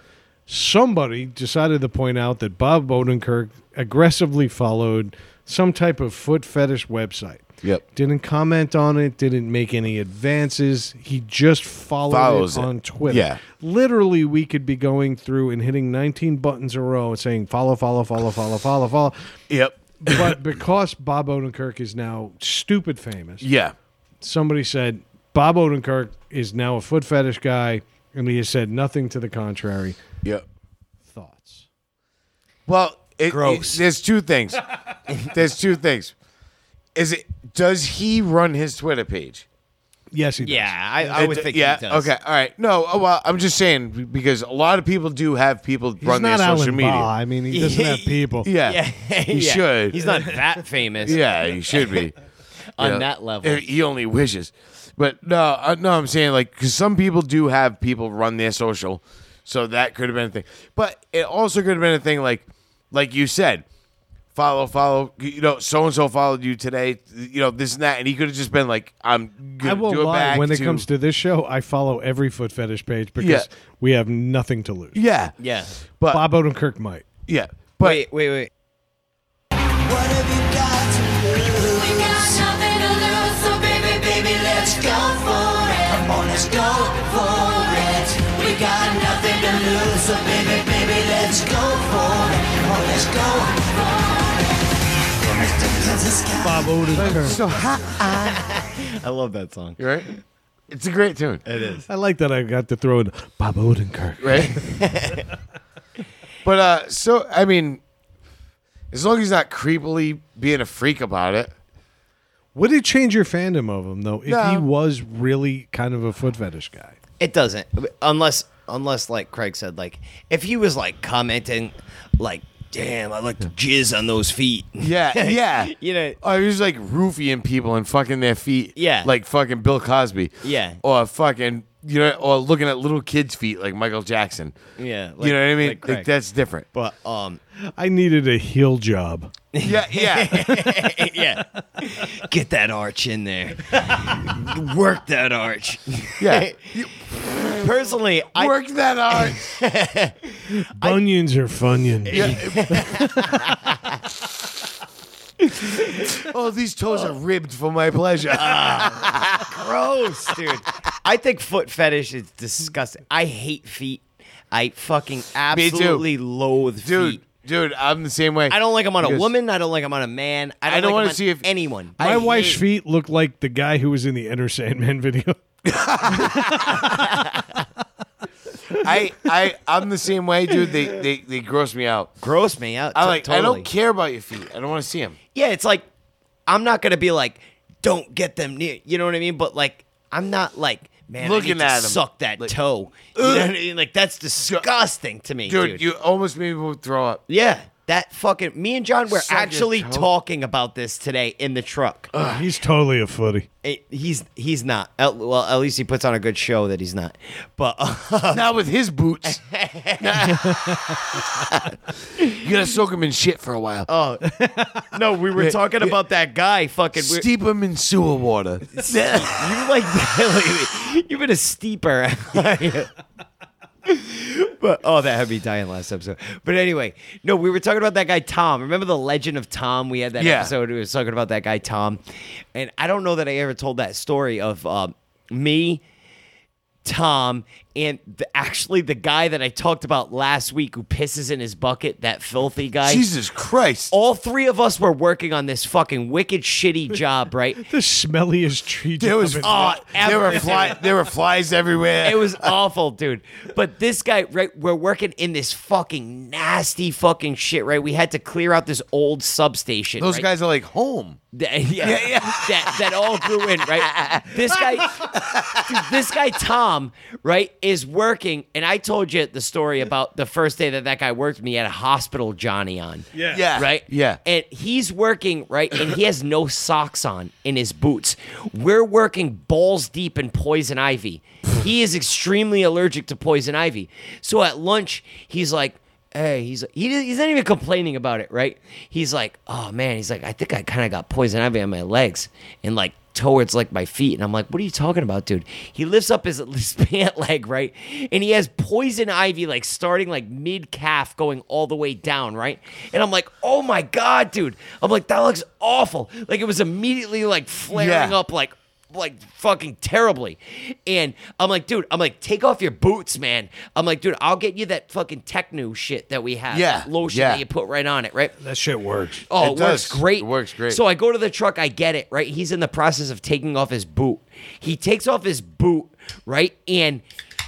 Speaker 1: somebody decided to point out that Bob Odenkirk aggressively followed some type of foot fetish website.
Speaker 3: Yep.
Speaker 1: Didn't comment on it, didn't make any advances. He just followed
Speaker 3: Follows
Speaker 1: it
Speaker 3: it.
Speaker 1: on Twitter.
Speaker 3: Yeah.
Speaker 1: Literally, we could be going through and hitting 19 buttons a row and saying follow, follow, follow, follow, follow, follow.
Speaker 3: Yep. *coughs*
Speaker 1: But because Bob Odenkirk is now stupid famous,
Speaker 3: Yeah.
Speaker 1: somebody said Bob Odenkirk is now a foot fetish guy, and he has said nothing to the contrary.
Speaker 3: Yep.
Speaker 1: Thoughts?
Speaker 3: Well, it, it-
Speaker 4: Gross.
Speaker 3: there's two things. there's two things. Is it does he run his Twitter page?
Speaker 1: Yes, he does.
Speaker 4: Yeah, I, I
Speaker 3: It-
Speaker 4: would think
Speaker 3: yeah.
Speaker 4: he does.
Speaker 3: Okay. All right. No. oh, Well, I'm just saying because a lot of people do have people
Speaker 1: He's
Speaker 3: run their
Speaker 1: not
Speaker 3: social
Speaker 1: Alan
Speaker 3: media.
Speaker 1: Barr. I mean, he doesn't have people.
Speaker 3: *laughs* Yeah.
Speaker 4: *laughs* Yeah,
Speaker 3: He
Speaker 4: yeah.
Speaker 3: should.
Speaker 4: He's not that famous
Speaker 3: Yeah, he should
Speaker 4: *laughs*
Speaker 3: be. *laughs*
Speaker 4: on
Speaker 3: Yeah.
Speaker 4: that level.
Speaker 3: He only wishes. But no, uh, no, I'm saying like because some people do have people run their social, so that could have been a thing. But it also could have been a thing like, like you said, follow, follow. You know, so and so followed you today. You know, this and that, and he could have just been like, I'm
Speaker 1: I
Speaker 3: gonna
Speaker 1: won't
Speaker 3: do it
Speaker 1: lie.
Speaker 3: back.
Speaker 1: When it
Speaker 3: to-
Speaker 1: comes to this show, I follow every foot fetish page because
Speaker 3: Yeah.
Speaker 1: we have nothing to lose.
Speaker 3: yeah,
Speaker 4: Yeah.
Speaker 3: but
Speaker 1: Bob Odenkirk might.
Speaker 3: yeah, but
Speaker 4: wait, wait, wait.
Speaker 7: We got nothing to lose, so baby, baby, let's go for it. Come on, let's go for it. We got nothing to lose, so baby, baby, let's go for it. Come on, let's go for it.
Speaker 1: Bob Odenkirk.
Speaker 3: so ha-
Speaker 4: I love that song.
Speaker 3: You're right. It's a great tune,
Speaker 1: *laughs* I like that I got to throw in Bob Odenkirk.
Speaker 3: right?
Speaker 1: *laughs*
Speaker 3: but uh, so I mean, as long as he's not creepily being a freak about it.
Speaker 1: Would it change your fandom of him though if he
Speaker 3: No.
Speaker 1: was really kind of a foot fetish guy?
Speaker 4: It doesn't, unless unless like Craig said, like if he was like commenting, like damn, I like to jizz on those feet. *laughs*
Speaker 3: Yeah, yeah.
Speaker 4: You know-
Speaker 3: oh, he was like roofing people and fucking their feet.
Speaker 4: Yeah.
Speaker 3: like fucking Bill Cosby.
Speaker 4: Yeah.
Speaker 3: or fucking you know, or looking at little kids' feet like Michael Jackson.
Speaker 4: Yeah,
Speaker 3: you know what I
Speaker 4: like-
Speaker 3: mean?
Speaker 4: like
Speaker 3: Like,
Speaker 4: Craig.
Speaker 3: that's
Speaker 4: *laughs*
Speaker 3: different.
Speaker 4: But um,
Speaker 1: I needed a heel job.
Speaker 3: Yeah, yeah,
Speaker 4: yeah, get that arch in there, work that arch.
Speaker 3: yeah. You
Speaker 4: Personally, *laughs* I
Speaker 3: work that
Speaker 4: *laughs*
Speaker 3: hard.
Speaker 1: Bunions are funions.
Speaker 3: oh, these toes are ribbed for my
Speaker 4: *laughs*
Speaker 3: pleasure.
Speaker 4: gross, dude. *laughs* I think foot fetish is disgusting. I hate feet. I fucking
Speaker 3: too.
Speaker 4: absolutely loathe
Speaker 3: dude,
Speaker 4: feet.
Speaker 3: dude, I'm the same way.
Speaker 4: I don't like them on a
Speaker 3: Because-
Speaker 4: woman. I don't like them on a man. I don't,
Speaker 3: I don't
Speaker 4: want
Speaker 3: wanna
Speaker 4: to
Speaker 3: see if-
Speaker 4: anyone.
Speaker 1: My
Speaker 3: I
Speaker 1: wife's
Speaker 3: hate-
Speaker 1: feet look like the guy who was in the Enter Sandman *laughs* video.
Speaker 4: *laughs*
Speaker 3: I, I, I'm the same way, dude. They, they, they gross me out.
Speaker 4: gross me out.
Speaker 3: I like. I
Speaker 4: totally.
Speaker 3: don't care about your feet. I don't want to see them.
Speaker 4: Yeah, it's like I'm not gonna be like, don't get them near. You know what I mean? But like, I'm not like, man, I
Speaker 3: Looking
Speaker 4: need to
Speaker 3: at 'em.
Speaker 4: suck that
Speaker 3: Like,
Speaker 4: toe. You know what I mean? Like that's disgusting to me,
Speaker 3: Dude,
Speaker 4: dude.
Speaker 3: you almost made me throw up.
Speaker 4: yeah, that fucking. Me and John were
Speaker 3: Suck your
Speaker 4: actually
Speaker 3: toe.
Speaker 4: talking about this today in the truck.
Speaker 1: He's totally a footy.
Speaker 4: It- he's he's not. At- Well, at least he puts on a good show that he's not. But *laughs*
Speaker 3: Not with his boots. you gotta soak him in shit for a while.
Speaker 4: Oh, no, we were talking about that guy. Fucking we're-
Speaker 3: Steep him in sewer water.
Speaker 4: you like *laughs* you've been a steeper. but oh, that had me dying last episode. But anyway, no, we were talking about that guy Tom. Remember the Legend of Tom? We had that
Speaker 3: Yeah.
Speaker 4: episode. We was talking about that guy Tom, and I don't know that I ever told that story of um, me. Tom and the, actually the guy that I talked about last week who pisses in his bucket, that filthy guy.
Speaker 3: Jesus Christ.
Speaker 4: All three of us were working on this fucking wicked shitty job, right?
Speaker 1: The smelliest tree
Speaker 3: there was
Speaker 1: job.
Speaker 4: Oh,
Speaker 3: there were
Speaker 4: everything.
Speaker 3: fly, there were flies everywhere.
Speaker 4: it was awful, dude. But this guy, right? We're working in this fucking nasty fucking shit, right? We had to clear out this old substation.
Speaker 3: Those
Speaker 4: right?
Speaker 3: guys are like home.
Speaker 4: that, *laughs* yeah, that that all grew in, right? This guy, dude, this guy Tom, right, is working, and I told you the story about the first day that that guy worked with me at a hospital, Johnny on.
Speaker 1: Yeah.
Speaker 4: Right?
Speaker 3: Yeah.
Speaker 4: And he's working, right? And he has no socks on in his boots. We're working balls deep in poison ivy. he is extremely allergic to poison ivy. So at lunch, he's like, Hey, he's he, di- he's not even complaining about it, right? He's like, oh man, he's like, I think I kind of got poison ivy on my legs, and like towards like my feet. And I'm like, what are you talking about, dude? He lifts up his, *laughs* his pant leg, right? And he has poison ivy like starting like mid calf going all the way down, right? And I'm like, oh my God, dude. I'm like, that looks awful. Like it was immediately like flaring
Speaker 3: Yeah.
Speaker 4: up like like fucking terribly. And I'm like, dude, I'm like, take off your boots, man. I'm like, dude, I'll get you that fucking techno shit that we have.
Speaker 3: Yeah,
Speaker 4: that Lotion
Speaker 3: yeah.
Speaker 4: that you put right on it, right?
Speaker 1: That shit works.
Speaker 4: Oh, it,
Speaker 3: It
Speaker 4: works
Speaker 3: does.
Speaker 4: great.
Speaker 3: It works great.
Speaker 4: So I go to the truck, I get it, right? He's in the process of taking off his boot. He takes off his boot, right? And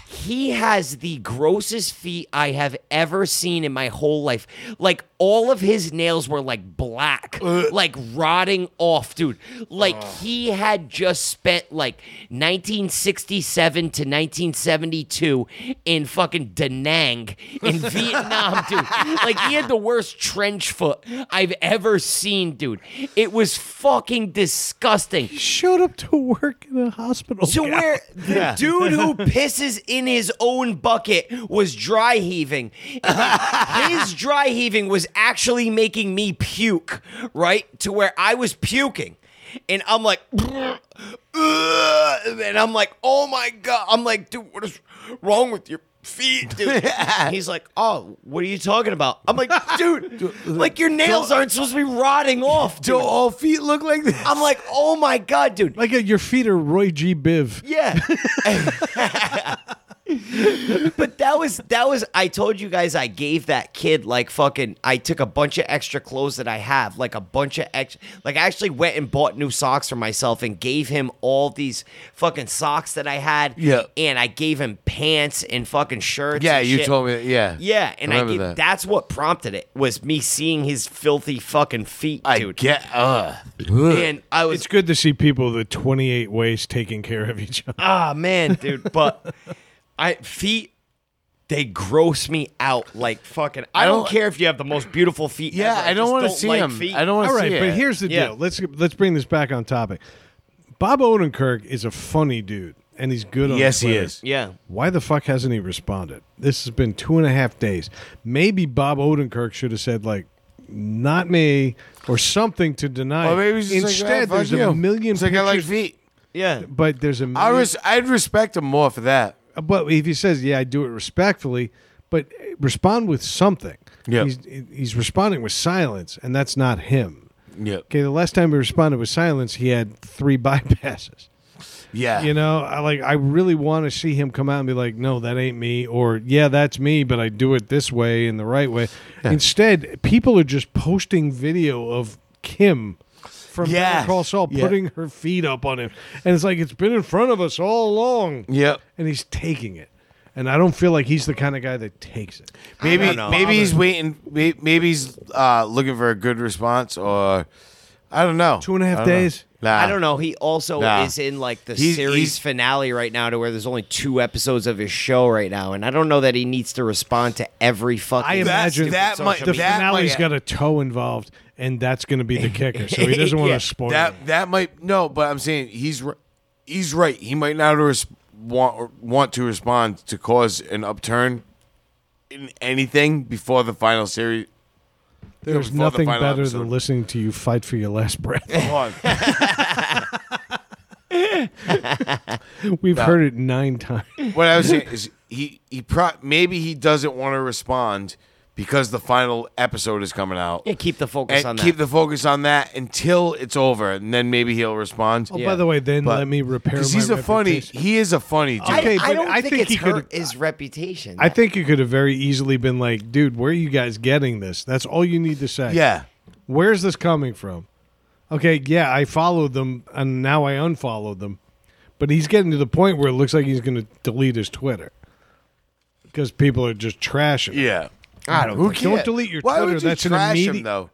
Speaker 4: he has the grossest feet I have ever seen in my whole life. Like all of his nails were like black,
Speaker 3: Uh.
Speaker 4: like rotting off, dude. Like he had just spent like 1967 to 1972 in fucking Da Nang in *laughs* Vietnam, dude. Like he had the worst trench foot I've ever seen, dude. It was fucking disgusting.
Speaker 1: Showed up to work in a hospital.
Speaker 4: To
Speaker 1: gown.
Speaker 3: *laughs*
Speaker 4: where the dude who pisses in his own bucket was dry heaving. his dry heaving was actually making me puke, right? To where I was puking. And I'm like, *sniffs* "Ugh," and I'm like, oh my God. I'm like, dude, what is wrong with your
Speaker 3: *laughs*
Speaker 4: feet, dude? He's like, oh, what are you talking about? I'm like,
Speaker 3: *laughs*
Speaker 4: dude, like your nails aren't supposed to be rotting off,
Speaker 3: Do
Speaker 4: dude.
Speaker 3: all feet look like this?
Speaker 4: I'm like, oh my God, dude.
Speaker 1: Like uh, your feet are Roy G. Biv.
Speaker 3: *laughs*
Speaker 4: Yeah. but that was that was I told you guys I gave that kid like fucking I took a bunch of extra clothes that I have, like a bunch of extra like I actually went and bought new socks for myself and gave him all these fucking socks that I had.
Speaker 3: Yeah.
Speaker 4: And I gave him pants and fucking shirts.
Speaker 3: yeah,
Speaker 4: and
Speaker 3: you
Speaker 4: shit.
Speaker 3: told me. That, yeah,
Speaker 4: Yeah, and I
Speaker 3: Remember
Speaker 4: gave,
Speaker 3: that.
Speaker 4: that's what prompted it was me seeing his filthy fucking feet,
Speaker 3: I
Speaker 4: dude.
Speaker 3: get. Uh,
Speaker 4: and I was
Speaker 1: It's good to see people the 28 ways taking care of each other.
Speaker 4: Ah man, dude, but I feet they gross me out like fucking. I,
Speaker 3: I
Speaker 4: don't,
Speaker 3: don't-
Speaker 4: care if you have the most beautiful feet.
Speaker 3: yeah,
Speaker 4: ever,
Speaker 3: I don't
Speaker 4: just
Speaker 3: want to see
Speaker 4: like
Speaker 3: him.
Speaker 4: Feet.
Speaker 3: I don't want to
Speaker 1: All
Speaker 3: see
Speaker 1: right, but
Speaker 3: it.
Speaker 1: here's the
Speaker 4: Yeah.
Speaker 1: deal. Let's let's bring this back on topic. Bob Odenkirk is a funny dude, and he's good on
Speaker 3: Yes, he
Speaker 1: Twitter.
Speaker 3: is.
Speaker 4: Yeah,
Speaker 1: Why the fuck hasn't he responded? This has been two and a half days. Maybe Bob Odenkirk should have said like, "Not me" or something to deny.
Speaker 3: Or
Speaker 1: it.
Speaker 3: maybe he's just like,
Speaker 1: Instead,
Speaker 3: "Ah, fuck
Speaker 1: there's
Speaker 3: you."
Speaker 1: a million
Speaker 3: It's like I like
Speaker 1: pictures.
Speaker 3: feet.
Speaker 4: yeah.
Speaker 1: but there's a
Speaker 3: I
Speaker 1: million.
Speaker 3: res- I'd respect him more for that.
Speaker 1: but if he says, "Yeah, I do it respectfully," but respond with something.
Speaker 3: Yeah.
Speaker 1: he's, he's responding with silence, and that's not him.
Speaker 3: Yeah,
Speaker 1: Okay, the last time he responded with silence, he had three *laughs* bypasses.
Speaker 3: yeah.
Speaker 1: You know, I like I really want to see him come out and be like, "No, that ain't me," or "Yeah, that's me, but I do it this way and the right way." Instead, people are just posting video of Kim from
Speaker 3: Yeah.
Speaker 1: Better Call Saul
Speaker 3: Yeah.
Speaker 1: putting her feet up on him, and it's like it's been in front of us all along.
Speaker 3: Yep.
Speaker 1: and he's taking it, and I don't feel like he's the kind of guy that takes it.
Speaker 3: Maybe maybe he's waiting. may- Maybe he's uh, looking for a good response, or I don't know.
Speaker 1: Two and a half
Speaker 3: I don't know.
Speaker 1: days?
Speaker 3: Nah.
Speaker 4: I don't know. He also
Speaker 3: Nah.
Speaker 4: is in like the
Speaker 3: He's-
Speaker 4: series
Speaker 3: he's-
Speaker 4: finale right now, to where there's only two episodes of his show right now, and I don't know that he needs to respond to every fucking.
Speaker 1: I imagine
Speaker 3: that might-
Speaker 1: the
Speaker 3: that
Speaker 1: finale's
Speaker 3: might-
Speaker 1: got a toe involved, and that's going to be the kicker. So
Speaker 3: *laughs*
Speaker 1: he doesn't want to spoil it.
Speaker 3: That that might no, but I'm saying he's r- he's right. He might not res- want want to respond to cause an upturn in anything before the final series.
Speaker 1: There's
Speaker 3: before the
Speaker 1: nothing
Speaker 3: final
Speaker 1: better
Speaker 3: episode.
Speaker 1: than listening to you fight for your last
Speaker 3: *laughs*
Speaker 1: breath. *laughs* We've heard it nine times.
Speaker 3: what I was saying is he he pro- maybe he doesn't want to respond because the final episode is coming out.
Speaker 4: Yeah, keep the focus
Speaker 3: and
Speaker 4: on
Speaker 3: keep
Speaker 4: that.
Speaker 3: the focus on that until it's over, and then maybe he'll respond.
Speaker 1: Oh, by the way, then
Speaker 3: But-
Speaker 1: let me repair.
Speaker 3: Because
Speaker 1: my
Speaker 3: he's a funny,
Speaker 1: reputation.
Speaker 3: he is a funny dude.
Speaker 4: I-
Speaker 1: okay,
Speaker 4: I,
Speaker 1: but
Speaker 4: don't
Speaker 1: I
Speaker 4: think,
Speaker 1: think
Speaker 4: it's
Speaker 1: he could-
Speaker 4: hurt his reputation.
Speaker 1: I think you could have very easily been like, "Dude, where are you guys getting this?" That's all you need to say.
Speaker 3: yeah,
Speaker 1: Where's this coming from? Okay, yeah, I followed them, and now I unfollowed them. But he's getting to the point where it looks like he's going to delete his Twitter because people are just trashing. him.
Speaker 3: yeah.
Speaker 4: I don't.
Speaker 3: Who
Speaker 4: think-
Speaker 1: Don't
Speaker 3: cares?
Speaker 1: delete your
Speaker 3: Why
Speaker 1: Twitter.
Speaker 3: Would you
Speaker 1: That's an
Speaker 3: trash him
Speaker 1: immediate-
Speaker 3: though.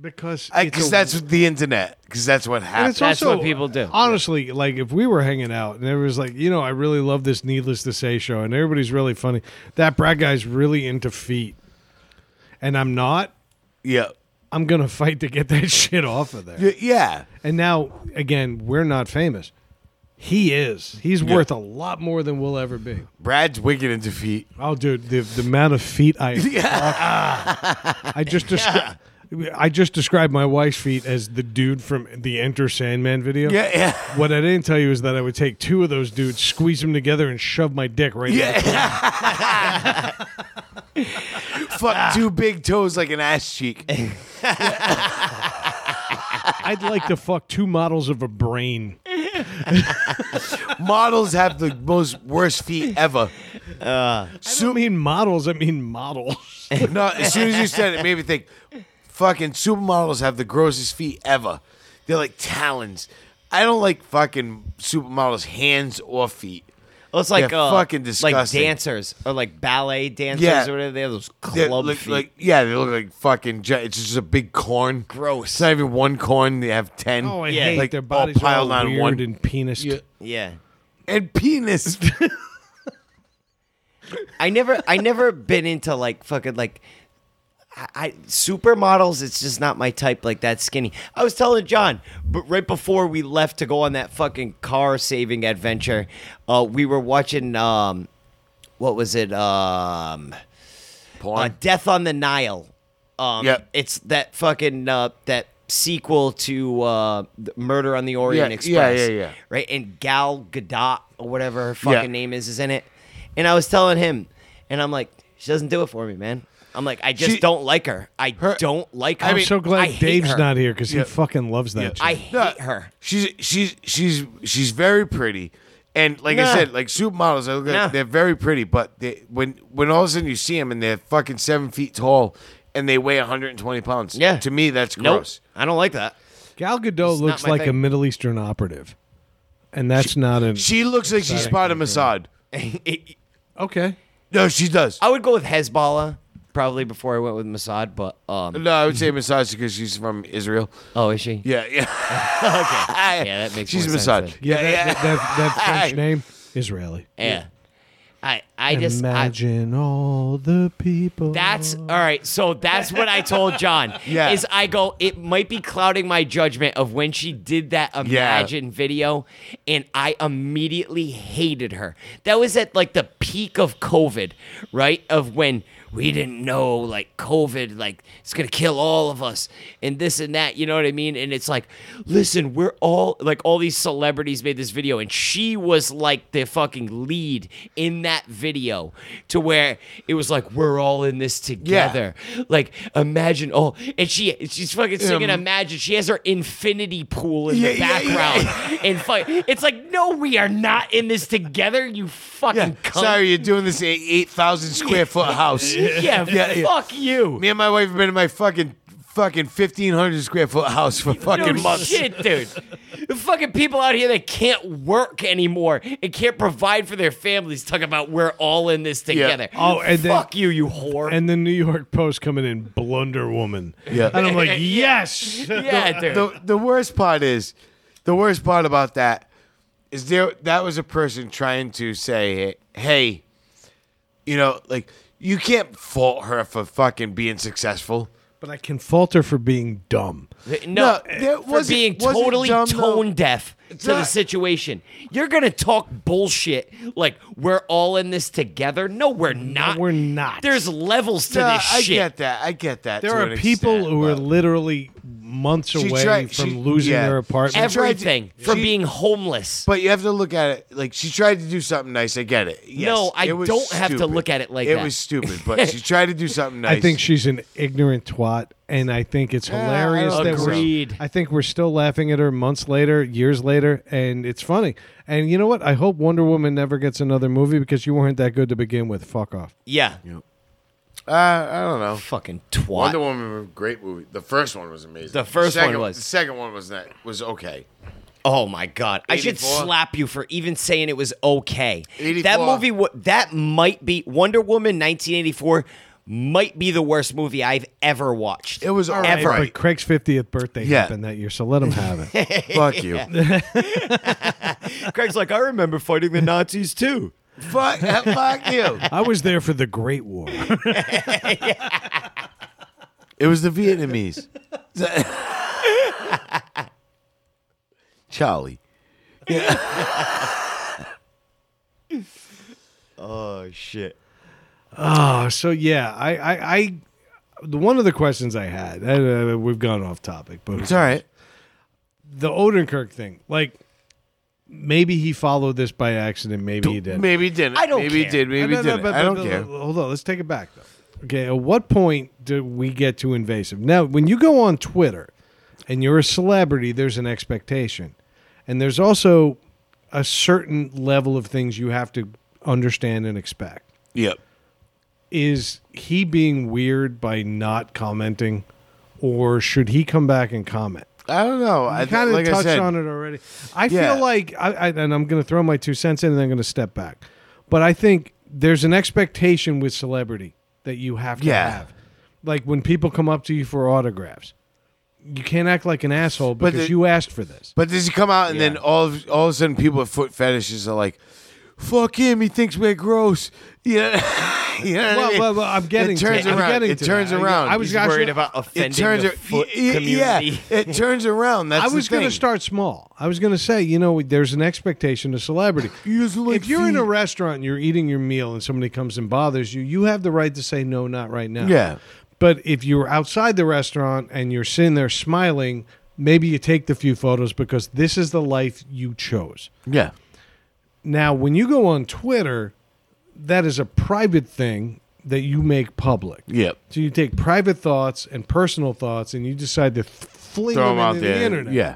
Speaker 1: because it's
Speaker 3: Because
Speaker 1: a-
Speaker 3: that's the internet. Because that's what
Speaker 1: And it's
Speaker 3: happens.
Speaker 4: That's
Speaker 1: also-
Speaker 4: what people do.
Speaker 1: Honestly, like if we were hanging out and everybody's like, you know, I really love this Needless to Say show, and everybody's really funny. That Brad guy's really into feet, and I'm not.
Speaker 3: Yeah.
Speaker 1: I'm gonna *laughs* fight to get that shit off of there.
Speaker 3: Y- Yeah.
Speaker 1: And now, again, we're not famous. He is. He's worth a lot more than we'll ever be.
Speaker 3: Brad's wicked
Speaker 1: *laughs*
Speaker 3: in defeat.
Speaker 4: *laughs*
Speaker 1: Oh, dude, the, the amount of feet I I just descri- I just described my wife's feet as the dude from the Enter Sandman video.
Speaker 3: Yeah, yeah.
Speaker 1: What I didn't tell you is that I would take two of those dudes, squeeze them together, and shove my dick right. in the-
Speaker 3: Yeah.
Speaker 1: *laughs*
Speaker 3: Fuck two big toes like an ass cheek.
Speaker 1: I'd like to fuck two models of a brain.
Speaker 3: Models have the most worst feet ever.
Speaker 1: I don't mean models. I mean models.
Speaker 3: No, as soon as you said it, it made me think. Fucking supermodels have the grossest feet ever. They're like talons. I don't like fucking supermodels' hands or feet.
Speaker 4: Well, it's like
Speaker 3: They're
Speaker 4: uh,
Speaker 3: fucking
Speaker 4: like
Speaker 3: disgusting.
Speaker 4: dancers or like ballet dancers
Speaker 3: Yeah.
Speaker 4: or whatever. They have those
Speaker 3: They
Speaker 4: club
Speaker 3: look
Speaker 4: feet.
Speaker 3: like yeah, they look like fucking. gi- It's just a big corn.
Speaker 4: Gross.
Speaker 3: It's not even one corn. They have ten.
Speaker 1: Oh, I
Speaker 4: Yeah.
Speaker 1: hate
Speaker 3: Like,
Speaker 1: their
Speaker 3: all
Speaker 1: bodies are all
Speaker 3: piled on
Speaker 1: weird
Speaker 3: one-
Speaker 1: and penis.
Speaker 3: Yeah.
Speaker 4: yeah.
Speaker 3: and
Speaker 4: *laughs*
Speaker 3: penis.
Speaker 4: I never I never been into like fucking like I, I supermodels. It's just not my type. Like that skinny. I was telling John, but right before we left to go on that fucking car saving adventure, uh, we were watching um, what was it um, uh,
Speaker 3: Porn.
Speaker 4: Death on the Nile. Um,
Speaker 3: Yep.
Speaker 4: it's that fucking uh, that sequel to uh, th- Murder on the Orient
Speaker 3: Yeah,
Speaker 4: Express.
Speaker 3: yeah, yeah, yeah.
Speaker 4: Right, and Gal Gadot or whatever her fucking
Speaker 3: Yeah.
Speaker 4: name is is in it. And I was telling him, and I'm like, she doesn't do it for me, man. I'm like, I just
Speaker 3: She-
Speaker 4: don't like her. I
Speaker 3: Her-
Speaker 4: don't like her.
Speaker 1: I'm
Speaker 3: mean,
Speaker 1: so glad
Speaker 4: I hate
Speaker 1: Dave's
Speaker 4: her.
Speaker 1: not here because
Speaker 3: Yeah.
Speaker 1: he fucking loves that. chick.
Speaker 4: I hate
Speaker 3: No,
Speaker 4: her.
Speaker 3: She's she's she's she's very pretty, and like
Speaker 4: Nah.
Speaker 3: I said, like supermodels, they look like-
Speaker 4: Nah.
Speaker 3: they're very pretty. But they, when when all of a sudden you see them and they're fucking seven feet tall and they weigh 120 pounds,
Speaker 4: Yeah.
Speaker 3: to me that's
Speaker 4: Nope,
Speaker 3: gross.
Speaker 4: I don't like that.
Speaker 1: Gal Gadot looks
Speaker 4: my
Speaker 1: like a
Speaker 4: thing.
Speaker 1: Middle Eastern operative, and that's not an
Speaker 3: She looks like she's part of Mossad.
Speaker 4: *laughs*
Speaker 1: okay.
Speaker 3: No, she does.
Speaker 4: I would go with Hezbollah probably before I went with Mossad, but um,
Speaker 3: No, I would say Mossad because she's from Israel.
Speaker 4: oh, is she?
Speaker 3: Uh, Yeah, yeah. okay.
Speaker 4: Yeah, that
Speaker 3: *laughs*
Speaker 4: makes
Speaker 3: She's
Speaker 4: more sense
Speaker 3: Mossad.
Speaker 4: then.
Speaker 3: Yeah, yeah.
Speaker 4: *laughs*
Speaker 1: That, that,
Speaker 3: *laughs*
Speaker 1: that French name Israeli.
Speaker 4: Yeah. I I just I,
Speaker 1: Imagine all the people.
Speaker 4: that's all right. So that's what I told John.
Speaker 3: Yeah.
Speaker 4: Is I go, it might be clouding my judgment of when she did that imagine video, and I immediately hated her. That was at like the peak of COVID, right? Of when we didn't know like COVID, like it's gonna kill all of us and this and that. You know what I mean? And it's like, listen, we're all like all these celebrities made this video, and she was like the fucking lead in that video to where it was like we're all in this together. Like imagine oh and she she's fucking singing
Speaker 3: Um,
Speaker 4: Imagine. She has her infinity pool in the
Speaker 3: Yeah, yeah, yeah.
Speaker 4: background. And fu- it's like, no, we are not in this together, you fucking
Speaker 3: yeah.
Speaker 4: cunt.
Speaker 3: Sorry, you're doing this in an 8,000 square foot house. *laughs*
Speaker 4: Yeah, fuck you.
Speaker 3: Me and my wife have been in my fucking fucking fifteen hundred square foot house for fucking
Speaker 4: *laughs* no
Speaker 3: months.
Speaker 4: shit, dude. The fucking people out here that can't work anymore and can't provide for their families talk about we're all in this together.
Speaker 1: Oh, and then-
Speaker 4: fuck you, you whore.
Speaker 1: and the New York Post coming in Blunder Woman.
Speaker 3: Yeah.
Speaker 1: and I'm like, yes.
Speaker 4: yeah, dude.
Speaker 3: The the worst part is, the worst part about that is there that was a person trying to say, hey, you know, like you can't fault her for fucking being successful.
Speaker 1: But I can falter for being dumb.
Speaker 4: No, eh,
Speaker 3: No, that
Speaker 4: for
Speaker 3: wasn't-
Speaker 4: being
Speaker 3: wasn't
Speaker 4: totally
Speaker 3: dumb, though.
Speaker 4: tone deaf to the
Speaker 3: not-
Speaker 4: situation. You're gonna talk bullshit like we're all in this together. No, we're not.
Speaker 1: we're not.
Speaker 4: There's levels to
Speaker 3: No,
Speaker 4: this
Speaker 3: I
Speaker 4: shit.
Speaker 3: get that. I get that.
Speaker 1: There
Speaker 3: to
Speaker 1: are
Speaker 3: an
Speaker 1: people
Speaker 3: extent,
Speaker 1: who are
Speaker 3: but-
Speaker 1: literally months
Speaker 3: She
Speaker 1: away
Speaker 3: tried-
Speaker 1: from
Speaker 3: she-
Speaker 1: losing
Speaker 3: yeah.
Speaker 1: their apartment.
Speaker 3: She tried to-
Speaker 4: Everything from
Speaker 3: she-
Speaker 4: being homeless.
Speaker 3: But you have to look at it like she tried to do something nice. I get it. Yes,
Speaker 4: No, I
Speaker 3: it was
Speaker 4: don't have to
Speaker 3: stupid.
Speaker 4: look at it like
Speaker 3: it
Speaker 4: that.
Speaker 3: was stupid,
Speaker 4: *laughs*
Speaker 3: but she tried to do something nice.
Speaker 1: I think she's an ignorant twat, and I think it's
Speaker 3: I
Speaker 1: hilarious
Speaker 3: don't
Speaker 1: that
Speaker 3: think
Speaker 4: Agreed.
Speaker 1: we're. I think we're still laughing at her months later, years later, and it's funny. And you know what? I hope Wonder Woman never gets another movie because you weren't that good to begin with. Fuck off.
Speaker 4: yeah,
Speaker 3: uh, I don't know.
Speaker 4: fucking twat.
Speaker 3: Wonder Woman was a great movie. The first one was amazing.
Speaker 4: The first
Speaker 3: second,
Speaker 4: one was.
Speaker 3: The second one was that was okay.
Speaker 4: Oh my god! I should
Speaker 3: 84.
Speaker 4: slap you for even saying it was okay.
Speaker 3: 84.
Speaker 4: That movie, wa- that might be Wonder Woman 1984, might be the worst movie I've ever watched.
Speaker 3: It was
Speaker 4: ever.
Speaker 3: alright.
Speaker 1: But Craig's fiftieth birthday
Speaker 3: Yeah.
Speaker 1: happened that year, so let him have it.
Speaker 3: *laughs* Fuck you.
Speaker 4: Craig's like, I remember fighting the Nazis too.
Speaker 3: *laughs* fuck, uh, fuck you.
Speaker 1: I was there for the Great War.
Speaker 3: It was the Vietnamese. *laughs*
Speaker 1: *laughs*
Speaker 3: Charlie.
Speaker 4: Oh shit!
Speaker 1: Uh, Oh, so yeah, I, I, I, the one of the questions I had, and, uh, we've gone off topic, but
Speaker 3: It's all right.
Speaker 1: the Odenkirk thing, like maybe he followed this by accident, maybe he did.
Speaker 3: Maybe he didn't.
Speaker 4: I don't
Speaker 3: Maybe he
Speaker 4: care.
Speaker 3: did. Maybe
Speaker 1: No, no,
Speaker 3: he didn't.
Speaker 1: but-
Speaker 3: I
Speaker 1: but-
Speaker 3: don't
Speaker 1: but-
Speaker 3: care.
Speaker 1: Hold on, let's take it back though. Okay, at what point do we get too invasive? Now, when you go on Twitter and you're a celebrity, there's an expectation, and there's also a certain level of things you have to understand and expect.
Speaker 3: Yep.
Speaker 1: Is he being weird by not commenting, or should he come back and comment?
Speaker 3: I don't know.
Speaker 1: I
Speaker 3: I
Speaker 1: kind of
Speaker 3: like
Speaker 1: touched
Speaker 3: I said,
Speaker 1: on it already. I
Speaker 3: Yeah.
Speaker 1: feel like, I, I, and I'm going to throw my two cents in, and then I'm going to step back. But I think there's an expectation with celebrity that you have to
Speaker 3: Yeah.
Speaker 1: have. Like when people come up to you for autographs, you can't act like an asshole
Speaker 3: But
Speaker 1: because
Speaker 3: the-
Speaker 1: you asked for this.
Speaker 3: But does he come out and then all of, all of a sudden people with foot fetishes are like, "Fuck him! He thinks we're gross." *laughs* Yeah. you know what *laughs* I
Speaker 1: Well,
Speaker 3: mean?
Speaker 1: well, well, I'm getting
Speaker 3: It
Speaker 1: to
Speaker 3: turns
Speaker 1: it. I'm
Speaker 3: around.
Speaker 1: getting
Speaker 3: it
Speaker 1: to
Speaker 3: turns
Speaker 1: that. I-
Speaker 3: around.
Speaker 1: I was
Speaker 4: He's
Speaker 1: actually-
Speaker 4: worried about
Speaker 3: It
Speaker 4: offending
Speaker 3: turns.
Speaker 4: the
Speaker 3: ar-
Speaker 4: foot
Speaker 3: y- y-
Speaker 4: community.
Speaker 3: Yeah. It turns around. That's
Speaker 1: I was
Speaker 3: going
Speaker 1: going
Speaker 3: to
Speaker 1: to start small. I was going to say, you know, there's an expectation of
Speaker 3: *sighs*
Speaker 1: celebrity.
Speaker 3: Usually
Speaker 1: if you're in a
Speaker 3: feed-
Speaker 1: restaurant and you're eating your meal and somebody comes and bothers you, you have the right to say no, not right now.
Speaker 3: Yeah.
Speaker 1: But if you're outside the restaurant and you're sitting there smiling, maybe you take the few photos because this is the life you chose.
Speaker 3: Yeah.
Speaker 1: Now, when you go on Twitter, that is a private thing that you make public.
Speaker 3: Yep.
Speaker 1: So you take private thoughts and personal thoughts and you decide to th- fling
Speaker 3: Throw
Speaker 1: them,
Speaker 3: them out
Speaker 1: into the
Speaker 3: there.
Speaker 1: internet
Speaker 3: Yeah.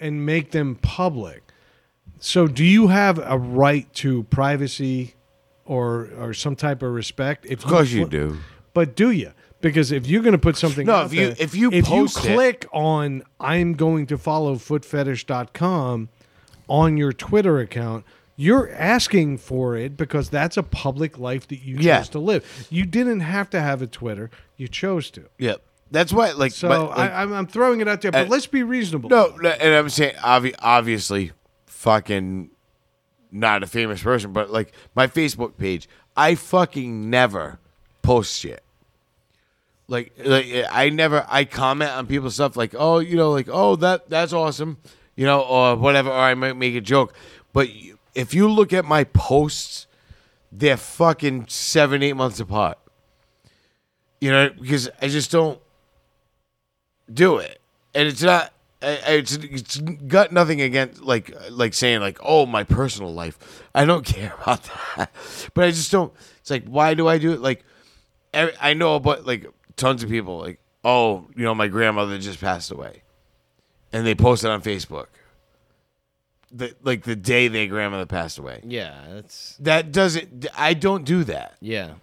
Speaker 1: and make them public. So, do you have a right to privacy or or some type of respect? If
Speaker 3: Of course you do.
Speaker 1: but do you? Because if you're going to put something,
Speaker 3: No,
Speaker 1: out
Speaker 3: if you-
Speaker 1: there-
Speaker 3: if you
Speaker 1: if
Speaker 3: post
Speaker 1: you
Speaker 3: it-
Speaker 1: click on I'm going to follow footfetish.com on your Twitter account. You're asking for it because that's a public life that you chose
Speaker 3: Yeah.
Speaker 1: to live. You didn't have to have a Twitter. You chose to.
Speaker 3: Yep. That's why. Like.
Speaker 1: So
Speaker 3: but, like,
Speaker 1: I, I'm, I'm throwing it out there, but
Speaker 3: Uh,
Speaker 1: let's be reasonable.
Speaker 3: No, no, and I'm saying obvi- obviously, fucking not a famous person, but like my Facebook page, I fucking never post shit. Like, like I never, I comment on people's stuff, like, oh, you know, like, oh, that that's awesome, you know, or whatever, or I might make a joke. But you- if you look at my posts, they're fucking seven, eight months apart. You know, because I just don't do it, and it's not. I- I- It's it's got nothing against like like saying like oh my personal life. I don't *laughs* care about that, but I just don't. It's like why do I do it? Like every, I know about like tons of people like oh you know my grandmother just passed away, and they post it on Facebook. The, like the day their grandmother passed away.
Speaker 4: yeah, that's
Speaker 3: That doesn't. I don't do that.
Speaker 4: yeah,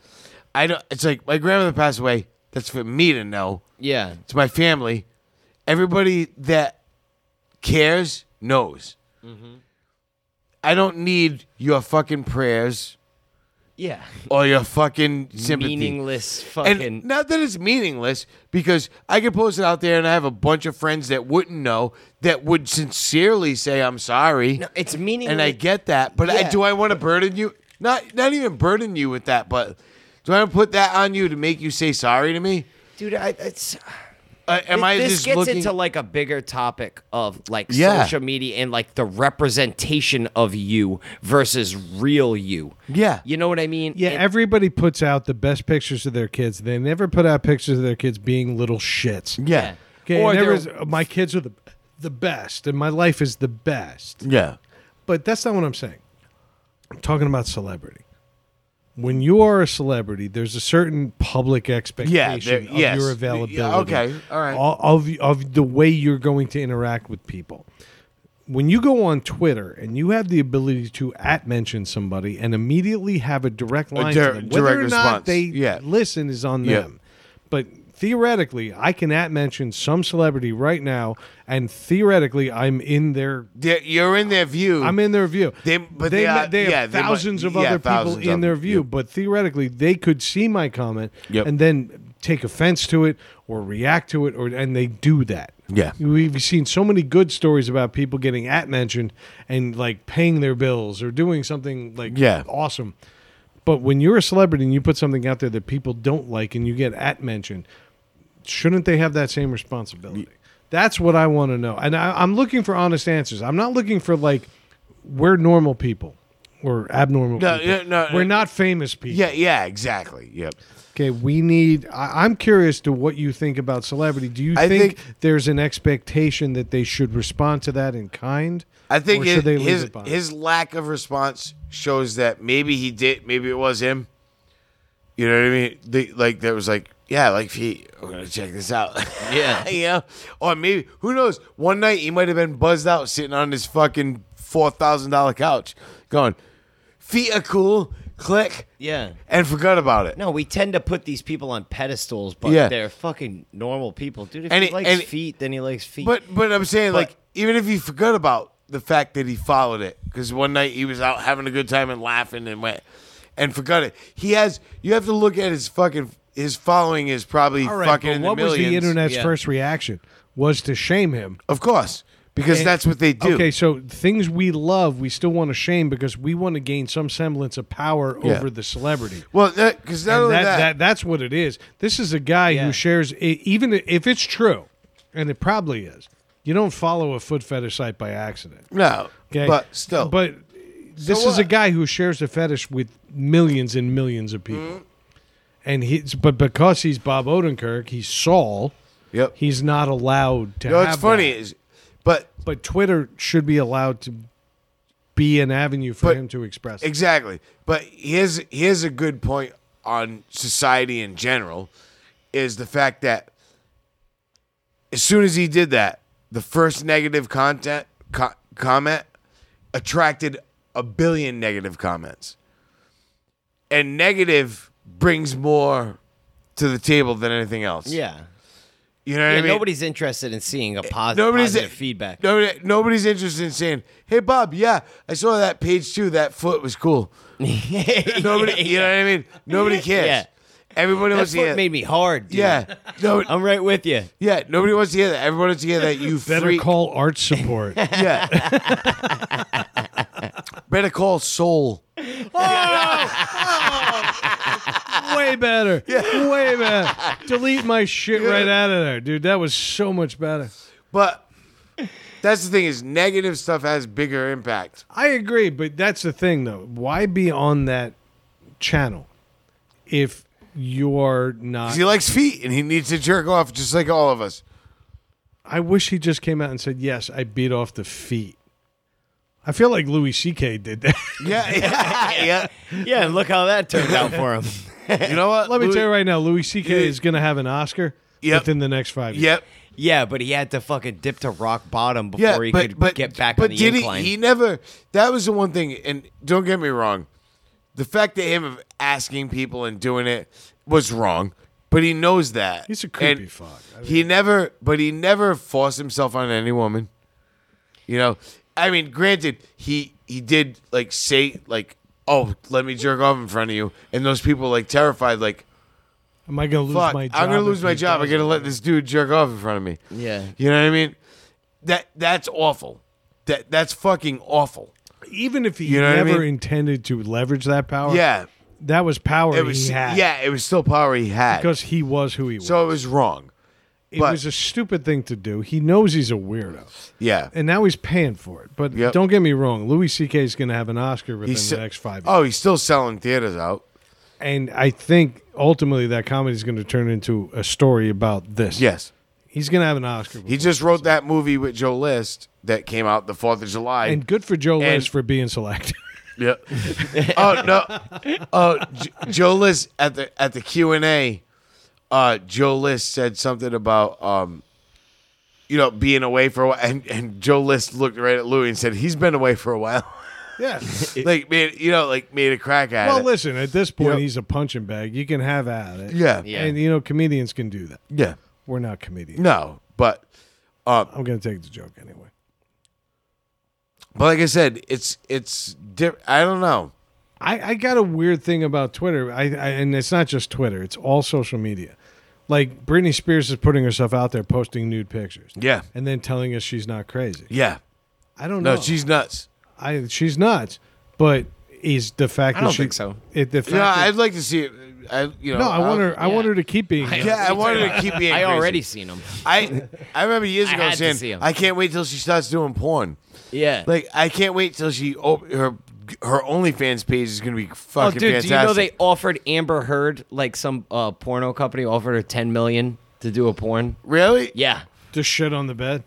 Speaker 3: I don't. It's like my grandmother passed away. That's for me to know
Speaker 4: yeah.
Speaker 3: to my family, everybody that cares knows.
Speaker 4: Mm-hmm.
Speaker 3: I don't need your fucking prayers
Speaker 4: Yeah.
Speaker 3: or your fucking sympathy.
Speaker 4: Meaningless
Speaker 3: And
Speaker 4: fucking.
Speaker 3: not that it's meaningless, because I could post it out there and I have a bunch of friends that wouldn't know that would sincerely say I'm sorry.
Speaker 4: No, it's meaningless.
Speaker 3: and I get that, but I,
Speaker 4: Yeah.
Speaker 3: do I want to burden you? Not not even burden you with that, but do I want to put that on you to make you say sorry to me?
Speaker 4: dude, I, it's.
Speaker 3: Uh, am I
Speaker 4: this
Speaker 3: just
Speaker 4: gets
Speaker 3: looking?
Speaker 4: into like a bigger topic of like
Speaker 3: Yeah.
Speaker 4: social media and like the representation of you versus real you.
Speaker 3: Yeah.
Speaker 4: You know what I mean?
Speaker 1: Yeah,
Speaker 4: And-
Speaker 1: everybody puts out the best pictures of their kids. They never put out pictures of their kids being little shits.
Speaker 3: yeah.
Speaker 1: Okay,
Speaker 4: Or
Speaker 1: and there uh,
Speaker 4: they're-
Speaker 1: is, my kids are the the best, and my life is the best.
Speaker 3: Yeah.
Speaker 1: But that's not what I'm saying. I'm talking about celebrity. When you are a celebrity, there's a certain public expectation
Speaker 3: there-
Speaker 1: of
Speaker 3: yes.
Speaker 1: your
Speaker 3: Yeah,
Speaker 1: availability.
Speaker 3: okay, all right.
Speaker 1: o- Of, of the way you're going to interact with people. When you go on Twitter and you have the ability to at mention somebody and immediately have a direct line
Speaker 3: dir-
Speaker 1: to them, whether
Speaker 3: direct
Speaker 1: or not
Speaker 3: response.
Speaker 1: they
Speaker 3: Yeah.
Speaker 1: listen is on
Speaker 3: Yeah.
Speaker 1: them. But theoretically, I can at mention some celebrity right now, and theoretically, I'm in their
Speaker 3: They're- you're in their view.
Speaker 1: I'm in their view.
Speaker 3: They- but
Speaker 1: they,
Speaker 3: they
Speaker 1: ma-
Speaker 3: are-
Speaker 1: they have
Speaker 3: yeah, they mu-
Speaker 1: thousands of
Speaker 3: yeah,
Speaker 1: other people
Speaker 3: thousands
Speaker 1: in
Speaker 3: of
Speaker 1: their
Speaker 3: them,
Speaker 1: view,
Speaker 3: yep.
Speaker 1: but theoretically they could see my comment
Speaker 3: Yep.
Speaker 1: and then take offense to it or react to it, or and they do that.
Speaker 3: Yeah.
Speaker 1: we've seen so many good stories about people getting at mentioned and like paying their bills or doing something like
Speaker 3: Yeah.
Speaker 1: awesome. But when you're a celebrity and you put something out there that people don't like and you get at mentioned, shouldn't they have that same responsibility? That's what I want to know. And I, I'm looking for honest answers. I'm not looking for like we're normal people. We're abnormal
Speaker 3: No,
Speaker 1: people.
Speaker 3: yeah, no,
Speaker 1: we're
Speaker 3: uh,
Speaker 1: not famous people.
Speaker 3: yeah, yeah, exactly. Yep.
Speaker 1: Okay, we need. I, I'm curious to what you think about celebrity. Do you
Speaker 3: I
Speaker 1: think,
Speaker 3: think-
Speaker 1: there's an expectation that they should respond to that in kind?
Speaker 3: I think
Speaker 1: or should
Speaker 3: his,
Speaker 1: they leave
Speaker 3: his,
Speaker 1: it behind?
Speaker 3: his lack of response shows that maybe he did, maybe it was him. You know what I mean? The, like there was like, yeah, like he, we're gonna check this out. *laughs* Yeah, you know, or maybe who knows? One night he might have been buzzed out, sitting on his fucking four thousand dollar couch, going, feet are cool, click,
Speaker 4: Yeah.
Speaker 3: and forgot about it.
Speaker 4: No, we tend to put these people on pedestals, but
Speaker 3: Yeah.
Speaker 4: they're fucking normal people, dude. If
Speaker 3: And
Speaker 4: he
Speaker 3: it-
Speaker 4: likes
Speaker 3: and-
Speaker 4: feet, then he likes feet.
Speaker 3: But but I'm saying
Speaker 4: But-
Speaker 3: like even if he forgot about the fact that he followed it because one night he was out having a good time and laughing and went and forgot it. He has you have to look at his fucking his following is probably
Speaker 1: All right,
Speaker 3: fucking
Speaker 1: but
Speaker 3: in
Speaker 1: what
Speaker 3: the
Speaker 1: was
Speaker 3: millions.
Speaker 1: the internet's
Speaker 4: Yeah.
Speaker 1: first reaction? Was to shame him.
Speaker 3: Of course, because
Speaker 1: And-
Speaker 3: that's what they do.
Speaker 1: Okay, so things we love, we still want to shame because we want to gain some semblance of power
Speaker 3: Yeah.
Speaker 1: over the celebrity.
Speaker 3: Well, because not
Speaker 1: And
Speaker 3: only
Speaker 1: that,
Speaker 3: that,
Speaker 1: that that's what it is. This is a guy
Speaker 4: Yeah.
Speaker 1: who shares, i- even if it's true, and it probably is. You don't follow a foot fetish site by accident.
Speaker 3: no,
Speaker 1: Okay,
Speaker 3: but still,
Speaker 1: but this is
Speaker 3: what?
Speaker 1: a guy who shares a fetish with millions and millions of people,
Speaker 3: Mm-hmm.
Speaker 1: and he's but because he's Bob Odenkirk, he's Saul.
Speaker 3: Yep.
Speaker 1: he's not allowed to.
Speaker 3: you know
Speaker 1: have
Speaker 3: what's funny
Speaker 1: that.
Speaker 3: is, but
Speaker 1: but Twitter should be allowed to be an avenue for
Speaker 3: But-
Speaker 1: him to express. it.
Speaker 3: Exactly. But here's here's a good point on society in general is the fact that as soon as he did that, the first negative content co- comment attracted a billion negative comments. And negative brings more to the table than anything else.
Speaker 4: yeah.
Speaker 3: You know what
Speaker 4: Yeah,
Speaker 3: I mean? eh,
Speaker 4: nobody's interested in seeing a posi- positive feedback.
Speaker 3: Nobody, nobody's interested in saying, "Hey, Bob, yeah, I saw that page too. That foot was cool." Nobody,
Speaker 4: *laughs*
Speaker 1: *laughs*
Speaker 3: you know what I mean? Nobody cares.
Speaker 4: Yeah.
Speaker 3: Everybody wants
Speaker 4: That's
Speaker 3: to hear.
Speaker 4: what made me hard, dude.
Speaker 3: yeah, no,
Speaker 1: *laughs*
Speaker 4: I'm right with you.
Speaker 3: yeah. Nobody wants to hear that. Everybody wants to hear that you
Speaker 1: Better
Speaker 3: freak.
Speaker 1: call art
Speaker 3: *laughs*
Speaker 1: support. *laughs*
Speaker 3: Yeah. Better call soul.
Speaker 1: way better. Way better. Delete my shit right out of there, dude. That was so much better.
Speaker 3: But that's the thing is, negative stuff has bigger impact.
Speaker 1: I agree, but that's the thing though. Why be on that channel if you're not
Speaker 3: He likes feet and he needs to jerk off just like all of us.
Speaker 1: I wish he just came out and said, "Yes, I beat off the feet." I feel like Louis CK did that. *laughs*
Speaker 3: Yeah, *laughs* yeah,
Speaker 4: Yeah, and look how that turned out for him. *laughs*
Speaker 3: yeah. You know what?
Speaker 1: Let me
Speaker 3: Louis-
Speaker 1: tell you right now, Louis CK
Speaker 3: Yeah.
Speaker 1: is going to have an Oscar
Speaker 3: Yep.
Speaker 1: within the next 5 years.
Speaker 3: Yep.
Speaker 4: Yeah, but he had to fucking dip to rock bottom before
Speaker 3: yeah,
Speaker 4: he
Speaker 3: but,
Speaker 4: could
Speaker 3: but,
Speaker 4: get back
Speaker 3: but
Speaker 4: on the
Speaker 3: did
Speaker 4: incline.
Speaker 3: He, he never. That was the one thing, and don't get me wrong, the fact that him of asking people and doing it was wrong, but he knows that
Speaker 1: He's a creepy
Speaker 3: And
Speaker 1: fuck.
Speaker 3: he never, but he never forced himself on any woman. You know, I mean, granted, he he did like say like, "Oh, let me jerk off in front of you," and those people like terrified, like,
Speaker 1: Am I going to lose
Speaker 3: fuck,
Speaker 1: my job?
Speaker 3: I'm gonna
Speaker 1: if
Speaker 3: lose my
Speaker 1: he
Speaker 3: job. I'm
Speaker 1: does
Speaker 3: gonna
Speaker 1: it?
Speaker 3: let this dude jerk off in front of me.
Speaker 4: Yeah.
Speaker 3: you know what I mean. That that's awful. That that's fucking awful.
Speaker 1: even if he
Speaker 3: You know what I
Speaker 1: never
Speaker 3: mean?
Speaker 1: intended to leverage that power.
Speaker 3: Yeah,
Speaker 1: that was power
Speaker 3: it was.
Speaker 1: he had.
Speaker 3: Yeah, it was still power he had.
Speaker 1: because he was who he was.
Speaker 3: so it was wrong.
Speaker 1: it
Speaker 3: but-
Speaker 1: was a stupid thing to do. He knows he's a weirdo,
Speaker 3: Yeah,
Speaker 1: and now he's paying for it. But
Speaker 3: Yep.
Speaker 1: don't get me wrong, Louis C.K. is going to have an Oscar within
Speaker 3: He's
Speaker 1: the
Speaker 3: se-
Speaker 1: next five. years.
Speaker 3: Oh, he's still selling theaters out.
Speaker 1: and I think ultimately that comedy is going to turn into a story about this.
Speaker 3: Yes,
Speaker 1: he's going to have an Oscar.
Speaker 3: he just wrote that movie with Joe List that came out the Fourth of July.
Speaker 1: and good for Joe
Speaker 3: and-
Speaker 1: Liz for being selected. *laughs*
Speaker 3: Yeah. *laughs* oh no. Oh, J- Joe List at the at the Q and A. Uh, Joe List said something about um, you know, being away for a while, and and Joe List looked right at Louis and said, "He's been away for a while." *laughs*
Speaker 1: yeah.
Speaker 3: like made you know, like made a crack at
Speaker 1: Well,
Speaker 3: it.
Speaker 1: listen, at this point
Speaker 3: Yep.
Speaker 1: he's a punching bag. You can have at it.
Speaker 3: Yeah.
Speaker 4: Yeah.
Speaker 1: And you know comedians can do that.
Speaker 3: Yeah.
Speaker 1: We're not comedians.
Speaker 3: No, but um,
Speaker 1: I'm going to take the joke anyway.
Speaker 3: but like I said, it's it's diff- I don't know.
Speaker 1: I, I got a weird thing about Twitter. I, I and it's not just Twitter; it's all social media. Like Britney Spears is putting herself out there, posting nude pictures,
Speaker 3: Yeah.
Speaker 1: and then telling us she's not crazy.
Speaker 3: Yeah.
Speaker 1: I don't
Speaker 3: No,
Speaker 1: know.
Speaker 3: she's nuts.
Speaker 1: I she's nuts, but is the fact
Speaker 4: I
Speaker 1: that
Speaker 4: don't
Speaker 1: she,
Speaker 4: think so.
Speaker 1: It, the fact
Speaker 3: Yeah,
Speaker 1: that-
Speaker 3: I'd like to see it. I you know.
Speaker 1: no, I want
Speaker 3: I'll-
Speaker 1: her. I want
Speaker 4: yeah.
Speaker 1: her to keep being. nuts.
Speaker 3: Yeah, I wanted to keep being.
Speaker 4: I
Speaker 3: crazy.
Speaker 4: already seen him.
Speaker 3: I I remember years
Speaker 4: *laughs* I
Speaker 3: ago
Speaker 4: had to see
Speaker 3: saying
Speaker 4: him.
Speaker 3: I can't wait till she starts doing porn.
Speaker 4: Yeah.
Speaker 3: Like I can't wait till she op- her her OnlyFans page is gonna be
Speaker 4: Oh,
Speaker 3: fucking
Speaker 4: dude,
Speaker 3: fantastic.
Speaker 4: do you know they offered Amber Heard like some uh, porno company offered her ten million to do a porn?
Speaker 3: really?
Speaker 4: Yeah,
Speaker 1: Just shit on the bed.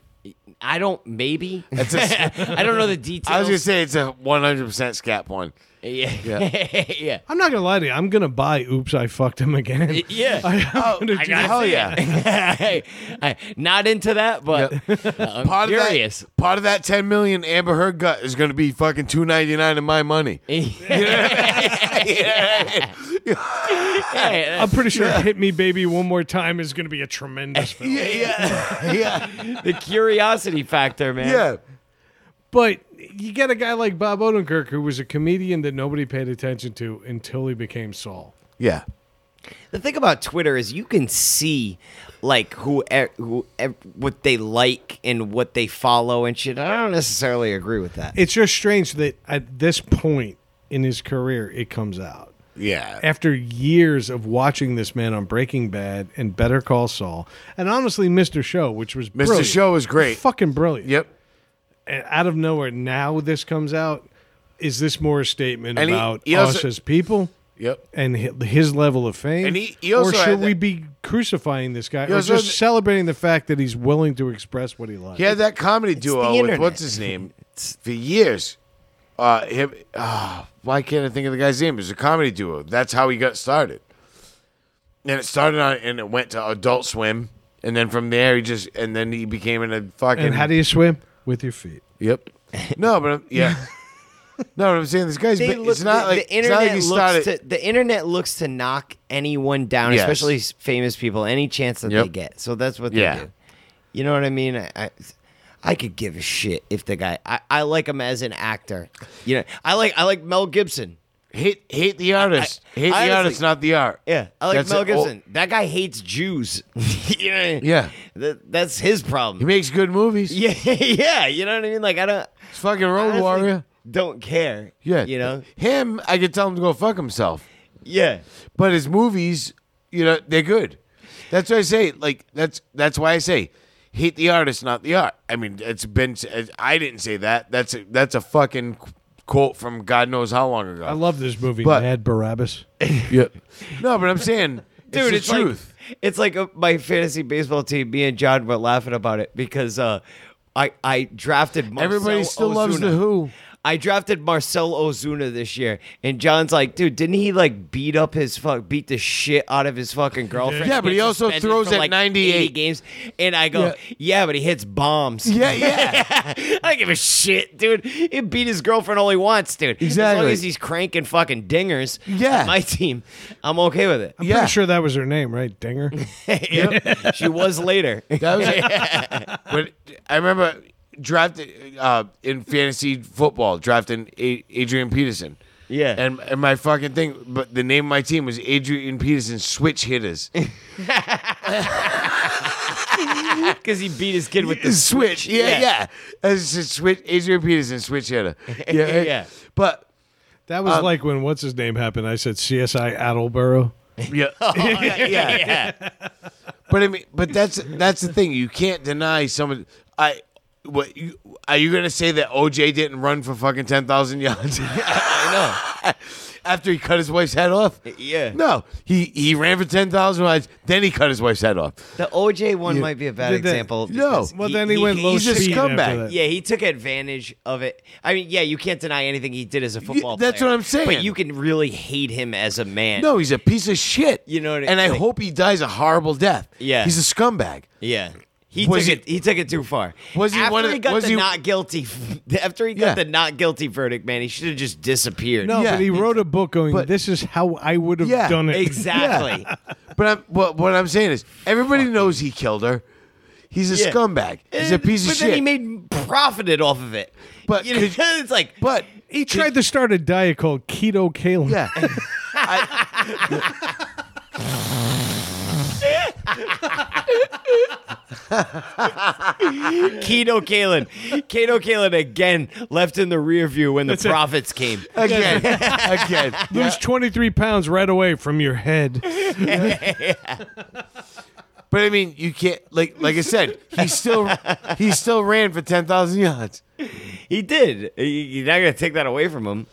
Speaker 4: I don't. Maybe
Speaker 3: *laughs* That's a-
Speaker 4: *laughs* I don't know the details.
Speaker 3: I was gonna say it's a 100 percent scat porn.
Speaker 4: yeah, yeah, *laughs* yeah.
Speaker 1: I'm not gonna lie to you. I'm gonna buy. Oops, I fucked him again.
Speaker 4: yeah.
Speaker 1: *laughs* I, am gonna do
Speaker 4: gotta
Speaker 1: that.
Speaker 3: Hell
Speaker 4: say
Speaker 3: yeah. *laughs*
Speaker 4: it. *laughs* I- not into that, but *laughs* uh, I'm
Speaker 3: Part
Speaker 4: curious.
Speaker 3: of that, part of that 10 million Amber Heard gut is gonna be fucking 2.99 in my money. *laughs*
Speaker 4: *laughs* Yeah,
Speaker 1: I'm pretty sure "Hit Me, Baby, One More Time" is gonna be a *laughs* tremendous film.
Speaker 3: yeah, yeah, *laughs*
Speaker 4: the curiosity factor, man.
Speaker 3: yeah.
Speaker 1: But you get a guy like Bob Odenkirk, who was a comedian that nobody paid attention to until he became Saul.
Speaker 3: yeah.
Speaker 4: The thing about Twitter is you can see like who, e- who e- what they like and what they follow and shit. I don't necessarily agree with that.
Speaker 1: It's just strange that at this point in his career, it comes out.
Speaker 3: Yeah.
Speaker 1: After years of watching this man on Breaking Bad and Better Call Saul, and honestly, Mr. Show, which was
Speaker 3: Mr.
Speaker 1: brilliant.
Speaker 3: Show was great.
Speaker 1: fucking brilliant.
Speaker 3: Yep.
Speaker 1: And out of nowhere, now this comes out. Is this more a statement
Speaker 3: And he-
Speaker 1: about
Speaker 3: he
Speaker 1: us
Speaker 3: also-
Speaker 1: as people?
Speaker 3: Yep.
Speaker 1: and hi- his level of fame,
Speaker 3: And he- he also
Speaker 1: or should
Speaker 3: had that-
Speaker 1: we be crucifying this guy,
Speaker 3: He
Speaker 1: or
Speaker 3: also
Speaker 1: just
Speaker 3: had-
Speaker 1: celebrating the fact that he's willing to express what he likes?
Speaker 3: He had that comedy
Speaker 4: the
Speaker 3: duo with
Speaker 4: internet.
Speaker 3: what's his name for years. Uh, him, ah, why can't I think of the guy's name? It was a comedy duo. That's how he got started. And it started on, and it went to Adult Swim, and then from there he just, and then he became in a fucking.
Speaker 1: and how do you swim with your feet?
Speaker 3: Yep. No, but I'm,
Speaker 1: *laughs*
Speaker 3: yeah. no, but I'm saying this guy's.
Speaker 4: They
Speaker 3: been-
Speaker 4: look-
Speaker 3: it's not
Speaker 4: the,
Speaker 3: like
Speaker 4: the internet
Speaker 3: it's not like he
Speaker 4: looks
Speaker 3: started.
Speaker 4: to the internet looks to knock anyone down,
Speaker 3: Yes.
Speaker 4: especially s- famous people, any chance that
Speaker 3: Yep.
Speaker 4: they get. So that's what
Speaker 3: Yeah.
Speaker 4: they do. You know what I mean? I, I, I could give a shit if the guy. I, I like him as an actor. You know, I like I like Mel Gibson.
Speaker 3: hate hate the artist. hate
Speaker 4: honestly-
Speaker 3: the artist, not the art.
Speaker 4: Yeah, I like
Speaker 3: That's it.
Speaker 4: Mel
Speaker 3: Oh,
Speaker 4: Gibson. that guy hates Jews. *laughs* you know what I mean?
Speaker 3: Yeah.
Speaker 4: Th- that's his
Speaker 3: he
Speaker 4: problem.
Speaker 3: makes good movies.
Speaker 4: *laughs* Yeah, yeah, you know what I mean? Like I don't
Speaker 3: He's fucking Road
Speaker 4: honestly
Speaker 3: Warrior.
Speaker 4: Don't care.
Speaker 3: Yeah.
Speaker 4: you know.
Speaker 3: Him, I could tell him to go fuck himself.
Speaker 4: Yeah,
Speaker 3: But his movies, you know, they're good. That's what I say. Like that's that's why I say hate the artist, not the art. I mean, it's been. I didn't say that. That's a, that's a fucking quote from God knows how long ago.
Speaker 1: I love this movie,
Speaker 3: But-
Speaker 1: Mad Barabbas.
Speaker 3: Yeah. No, but I'm saying,
Speaker 4: dude, it's,
Speaker 3: the
Speaker 4: like
Speaker 3: truth.
Speaker 4: it's like uh my fantasy baseball team. Me and John were laughing about it because uh, I I drafted Marcel
Speaker 3: Everybody still loves the
Speaker 4: Ozuna.
Speaker 3: Who.
Speaker 4: I drafted Marcel Ozuna this year, and John's like, dude, didn't he like beat up his fuck, beat the shit out of his fucking girlfriend?
Speaker 3: Yeah, but he
Speaker 4: Get
Speaker 3: also
Speaker 4: suspended
Speaker 3: throws
Speaker 4: for,
Speaker 3: at
Speaker 4: like
Speaker 3: 98.
Speaker 4: 80 games, and I go, yeah.
Speaker 3: Yeah.
Speaker 4: but he hits bombs. *laughs*
Speaker 3: Yeah, yeah.
Speaker 4: I don't give a shit, dude. He beat his girlfriend all he wants, dude. As long
Speaker 3: Exactly.
Speaker 4: as he's cranking fucking dingers,
Speaker 3: Yeah.
Speaker 4: at my team, I'm okay with it.
Speaker 1: I'm
Speaker 3: Yeah.
Speaker 1: pretty sure that was her name, right?
Speaker 3: *laughs*
Speaker 1: Dinger.
Speaker 4: she was later. *laughs*
Speaker 3: That was but I remember drafted uh, in fantasy football, drafting A- Adrian Peterson.
Speaker 4: Yeah.
Speaker 3: And, and my fucking thing, but the name of my team was Adrian Peterson Switch Hitters.
Speaker 4: Because he beat his kid with the
Speaker 3: switch. Yeah,
Speaker 4: Yeah.
Speaker 3: yeah. As a switch, Adrian Peterson Switch Hitter. Yeah,
Speaker 4: Yeah.
Speaker 3: But
Speaker 1: That
Speaker 3: Um,
Speaker 1: was like when what's his name happened. I said CSI Attleboro.
Speaker 3: yeah, *laughs* yeah,
Speaker 4: yeah.
Speaker 3: But I mean, but that's that's the thing. You can't deny someone. I what you are you gonna say that OJ didn't run for fucking ten thousand yards? *laughs* I know. After he cut his wife's head off.
Speaker 4: Yeah.
Speaker 3: No, he he ran for ten thousand yards. Then he cut his wife's head off.
Speaker 4: The OJ one might be a bad
Speaker 1: Did that-
Speaker 4: example.
Speaker 3: No.
Speaker 4: because
Speaker 1: Well, then he went low
Speaker 3: he's a
Speaker 1: speed after
Speaker 3: scumbag.
Speaker 1: that.
Speaker 4: Yeah, he took advantage of it. I mean, yeah, you can't deny anything he did as a football player.
Speaker 3: that's what I'm saying.
Speaker 4: But you can really hate him as a man.
Speaker 3: No, he's a piece of shit.
Speaker 4: You know what I-
Speaker 3: And I
Speaker 4: like-
Speaker 3: hope he dies a horrible death.
Speaker 4: Yeah.
Speaker 3: He's a scumbag.
Speaker 4: Yeah. He
Speaker 3: Was
Speaker 4: took
Speaker 3: he-
Speaker 4: it. He took it too far.
Speaker 3: Was he
Speaker 4: after
Speaker 3: one of
Speaker 4: he
Speaker 3: the-
Speaker 4: got
Speaker 3: was
Speaker 4: the
Speaker 3: he-
Speaker 4: not guilty? *laughs* After he got
Speaker 3: Yeah.
Speaker 4: the not guilty verdict, man, he should have just disappeared.
Speaker 1: No,
Speaker 3: Yeah.
Speaker 1: but he wrote a book going,
Speaker 3: But-
Speaker 1: "This is how I would have
Speaker 3: Yeah,
Speaker 1: done it."
Speaker 4: *laughs* exactly.
Speaker 3: But I'm, what, what I'm saying is, everybody knows he killed her. He's a
Speaker 4: Yeah.
Speaker 3: scumbag. He's a
Speaker 4: And-
Speaker 3: piece of
Speaker 4: but
Speaker 3: shit.
Speaker 4: then he made profited off of it.
Speaker 3: But
Speaker 4: you know,
Speaker 3: could-
Speaker 4: *laughs* it's like
Speaker 3: but
Speaker 1: He tried to start a diet called keto kale. *laughs*
Speaker 4: *laughs*
Speaker 3: yeah.
Speaker 4: Keto Kalen. Keto Kalen again left in the rear view when the profits came.
Speaker 3: Again. Again.
Speaker 1: Lose 23 pounds right away from your head.
Speaker 3: But I mean, you can't like like I said, he still he still ran for ten thousand yards.
Speaker 4: He did. He- You're not gonna take that away from him.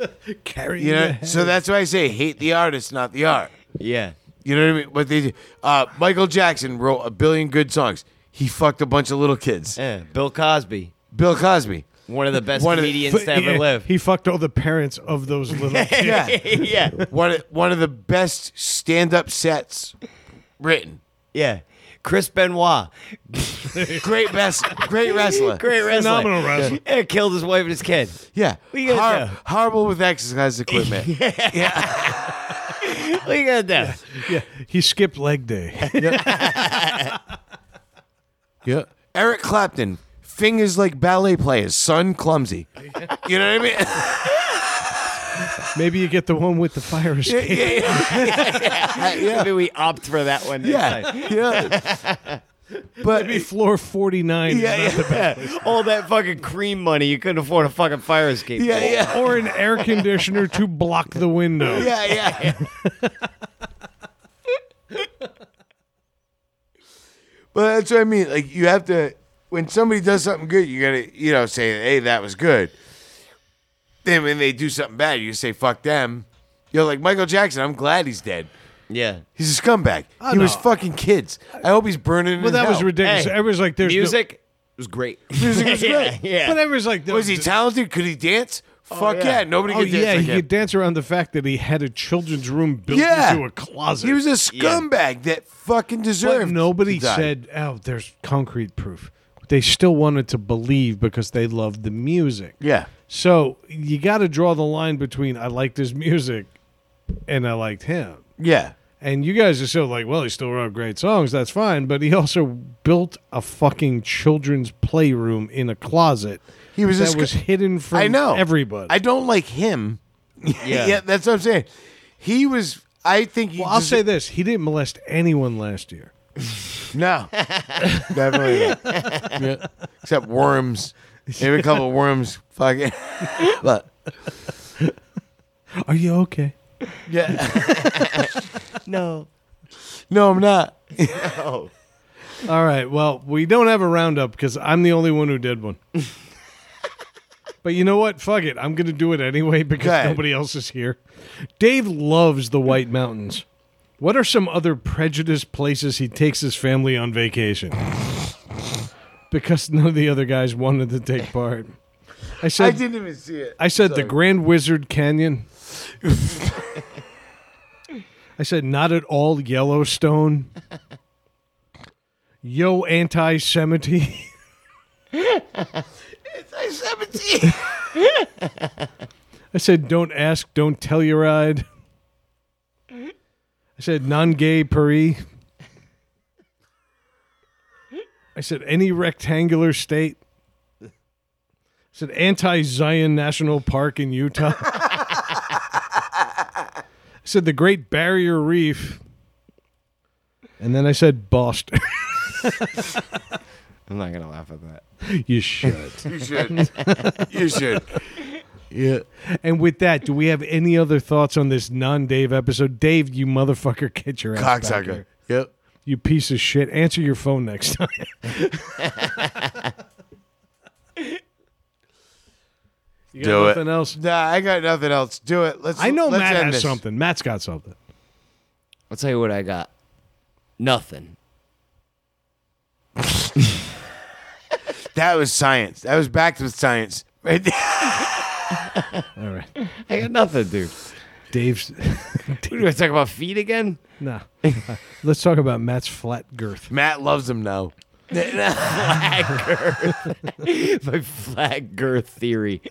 Speaker 1: Carrying
Speaker 3: You
Speaker 1: the
Speaker 3: know,
Speaker 1: head.
Speaker 3: so that's why I say hate the artist, not the art.
Speaker 4: Yeah.
Speaker 3: You know what I mean? What they do. Uh, Michael Jackson wrote a billion good songs. He fucked a bunch of little kids.
Speaker 4: yeah. Bill Cosby,
Speaker 3: Bill Cosby.
Speaker 4: one of the best
Speaker 3: One of the-
Speaker 4: comedians
Speaker 1: But
Speaker 4: to
Speaker 3: *laughs*
Speaker 4: ever
Speaker 1: he-
Speaker 4: live.
Speaker 1: He fucked all the parents of those little kids.
Speaker 3: Yeah.
Speaker 4: *laughs* yeah.
Speaker 3: one, of- one of the best stand up sets written.
Speaker 4: Yeah. Chris Benoit,
Speaker 3: Great best, great wrestler.
Speaker 4: *laughs* great wrestler,
Speaker 1: Phenomenal wrestler.
Speaker 4: Yeah, killed his wife and his kid.
Speaker 3: Yeah.
Speaker 4: What you gonna
Speaker 3: Hor-
Speaker 4: do?
Speaker 3: horrible with exercise
Speaker 4: *laughs*
Speaker 3: equipment.
Speaker 4: What you gonna do?
Speaker 1: Yeah, he skipped leg
Speaker 3: *laughs*
Speaker 1: day.
Speaker 3: Yeah. Eric Clapton, fingers like ballet players, son
Speaker 4: *laughs*
Speaker 3: clumsy. You know what I
Speaker 1: Maybe you get the one with the fire escape.
Speaker 3: mean? *laughs* yeah.
Speaker 4: Maybe we opt for that one. next
Speaker 3: Yeah.
Speaker 4: time.
Speaker 3: Yeah. *laughs* But
Speaker 1: Maybe floor forty nine.
Speaker 3: yeah, yeah,
Speaker 4: Yeah. All that fucking cream money you couldn't afford a fucking fire escape.
Speaker 3: yeah, yeah.
Speaker 1: Or an air conditioner to block the window.
Speaker 3: Yeah, yeah. *laughs* well, that's what I mean. Like you have to when somebody does something good, you gotta you know say, "Hey, that was good." Then when they do something bad, you say, "Fuck them." You're like Michael Jackson. I'm glad he's dead.
Speaker 4: Yeah.
Speaker 3: He's a scumbag. he was fucking kids. I hope he's burning.
Speaker 1: Well,
Speaker 3: in
Speaker 1: that was
Speaker 3: hell.
Speaker 1: ridiculous.
Speaker 4: Hey,
Speaker 1: Everyone's like, "There's no-
Speaker 3: *laughs*
Speaker 4: Music was great.
Speaker 3: Music *laughs* was
Speaker 4: yeah,
Speaker 3: great.
Speaker 4: yeah.
Speaker 1: But everyone's like,
Speaker 3: Was he talented? Could he dance? Fuck yeah.
Speaker 4: yeah.
Speaker 3: Nobody
Speaker 1: Oh
Speaker 3: could dance.
Speaker 1: yeah,
Speaker 3: like
Speaker 1: he
Speaker 3: him.
Speaker 1: could dance around the fact that he had a children's room built
Speaker 3: Yeah.
Speaker 1: into a closet.
Speaker 3: He was a scumbag that fucking
Speaker 1: but
Speaker 3: deserved.
Speaker 1: nobody
Speaker 3: to die.
Speaker 1: said, "Oh, there's concrete proof." They still wanted to believe because they loved the music.
Speaker 3: Yeah.
Speaker 1: So you got to draw the line between I liked his music and I liked him.
Speaker 3: Yeah.
Speaker 1: And you guys are still like, well, he still wrote great songs. That's fine. But he also built a fucking children's playroom in a closet.
Speaker 3: He was a
Speaker 1: that
Speaker 3: sc-
Speaker 1: was hidden from
Speaker 3: I know
Speaker 1: everybody.
Speaker 3: I don't like him. *laughs* Yeah. that's what I'm saying. He was. I think. He
Speaker 1: well, I'll
Speaker 3: deser-
Speaker 1: say this: he didn't molest anyone last year.
Speaker 3: no.
Speaker 1: *laughs*
Speaker 3: Definitely not. Yeah. Except worms. Maybe a couple worms. *laughs* Fucking. but
Speaker 1: Are you okay?
Speaker 3: yeah.
Speaker 4: no.
Speaker 3: No, I'm not.
Speaker 1: All right. Well, we don't have a roundup because I'm the only one who did
Speaker 3: *laughs*
Speaker 1: one. but you know what? Fuck it. I'm going to do it anyway because
Speaker 3: Go ahead.
Speaker 1: nobody else is here. Dave loves the White Mountains. What are some other prejudiced places he takes his family on
Speaker 3: *sighs*
Speaker 1: vacation? Because none of the other guys wanted to take part. I
Speaker 3: I
Speaker 1: said I,
Speaker 3: didn't even see it.
Speaker 1: said the
Speaker 3: Sorry.
Speaker 1: Grand Wizard Canyon. I said not at all Yellowstone. Yo anti Semite.
Speaker 3: I'm 17.
Speaker 1: *laughs* I said, don't ask, don't tell your ride. I said, non gay Paris. I said, any rectangular state. I said, anti Zion National Park in
Speaker 3: *laughs*
Speaker 1: Utah. I said, the Great Barrier Reef. And then I said, Boston.
Speaker 4: I'm not gonna laugh at that.
Speaker 1: you should.
Speaker 3: *laughs* you should. You should.
Speaker 1: *laughs* Yeah. *laughs* And with that, do we have any other thoughts on this non Dave episode? Dave, you motherfucker, get your ass back
Speaker 3: Cocksucker.
Speaker 1: here.
Speaker 3: Yep.
Speaker 1: You piece of shit. Answer your phone next
Speaker 3: *laughs*
Speaker 1: time. you got
Speaker 3: Do it.
Speaker 1: nothing else?
Speaker 3: Nah, I got nothing else. Do it. Let's.
Speaker 1: I know
Speaker 3: let's
Speaker 1: Matt
Speaker 3: end
Speaker 1: has
Speaker 3: this.
Speaker 1: something. Matt's got something.
Speaker 6: I'll tell you what I got. Nothing.
Speaker 3: That was science. That was backed with science. Right there.
Speaker 1: All right.
Speaker 6: I got nothing, dude.
Speaker 1: Dave's.
Speaker 6: What, do I talk about feet again?
Speaker 1: no. Let's talk about Matt's flat girth.
Speaker 3: Matt loves him now.
Speaker 6: *laughs* My flat girth theory.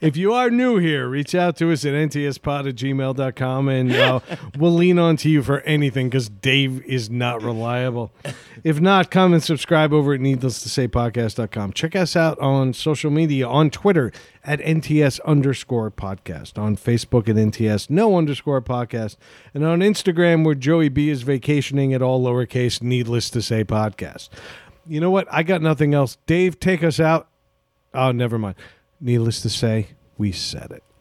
Speaker 1: If you are new here, reach out to us at ntspod at gmail.com and uh, we'll lean on to you for anything because Dave is not reliable. If not, come and subscribe over at needless to say podcast.com. Check us out on social media on Twitter at NTS underscore podcast, on Facebook at NTS no underscore podcast, and on Instagram where Joey B is vacationing at all lowercase needless to say podcast. You know what? I got nothing else. Dave, take us out. Oh, never mind. Needless to say, we said it.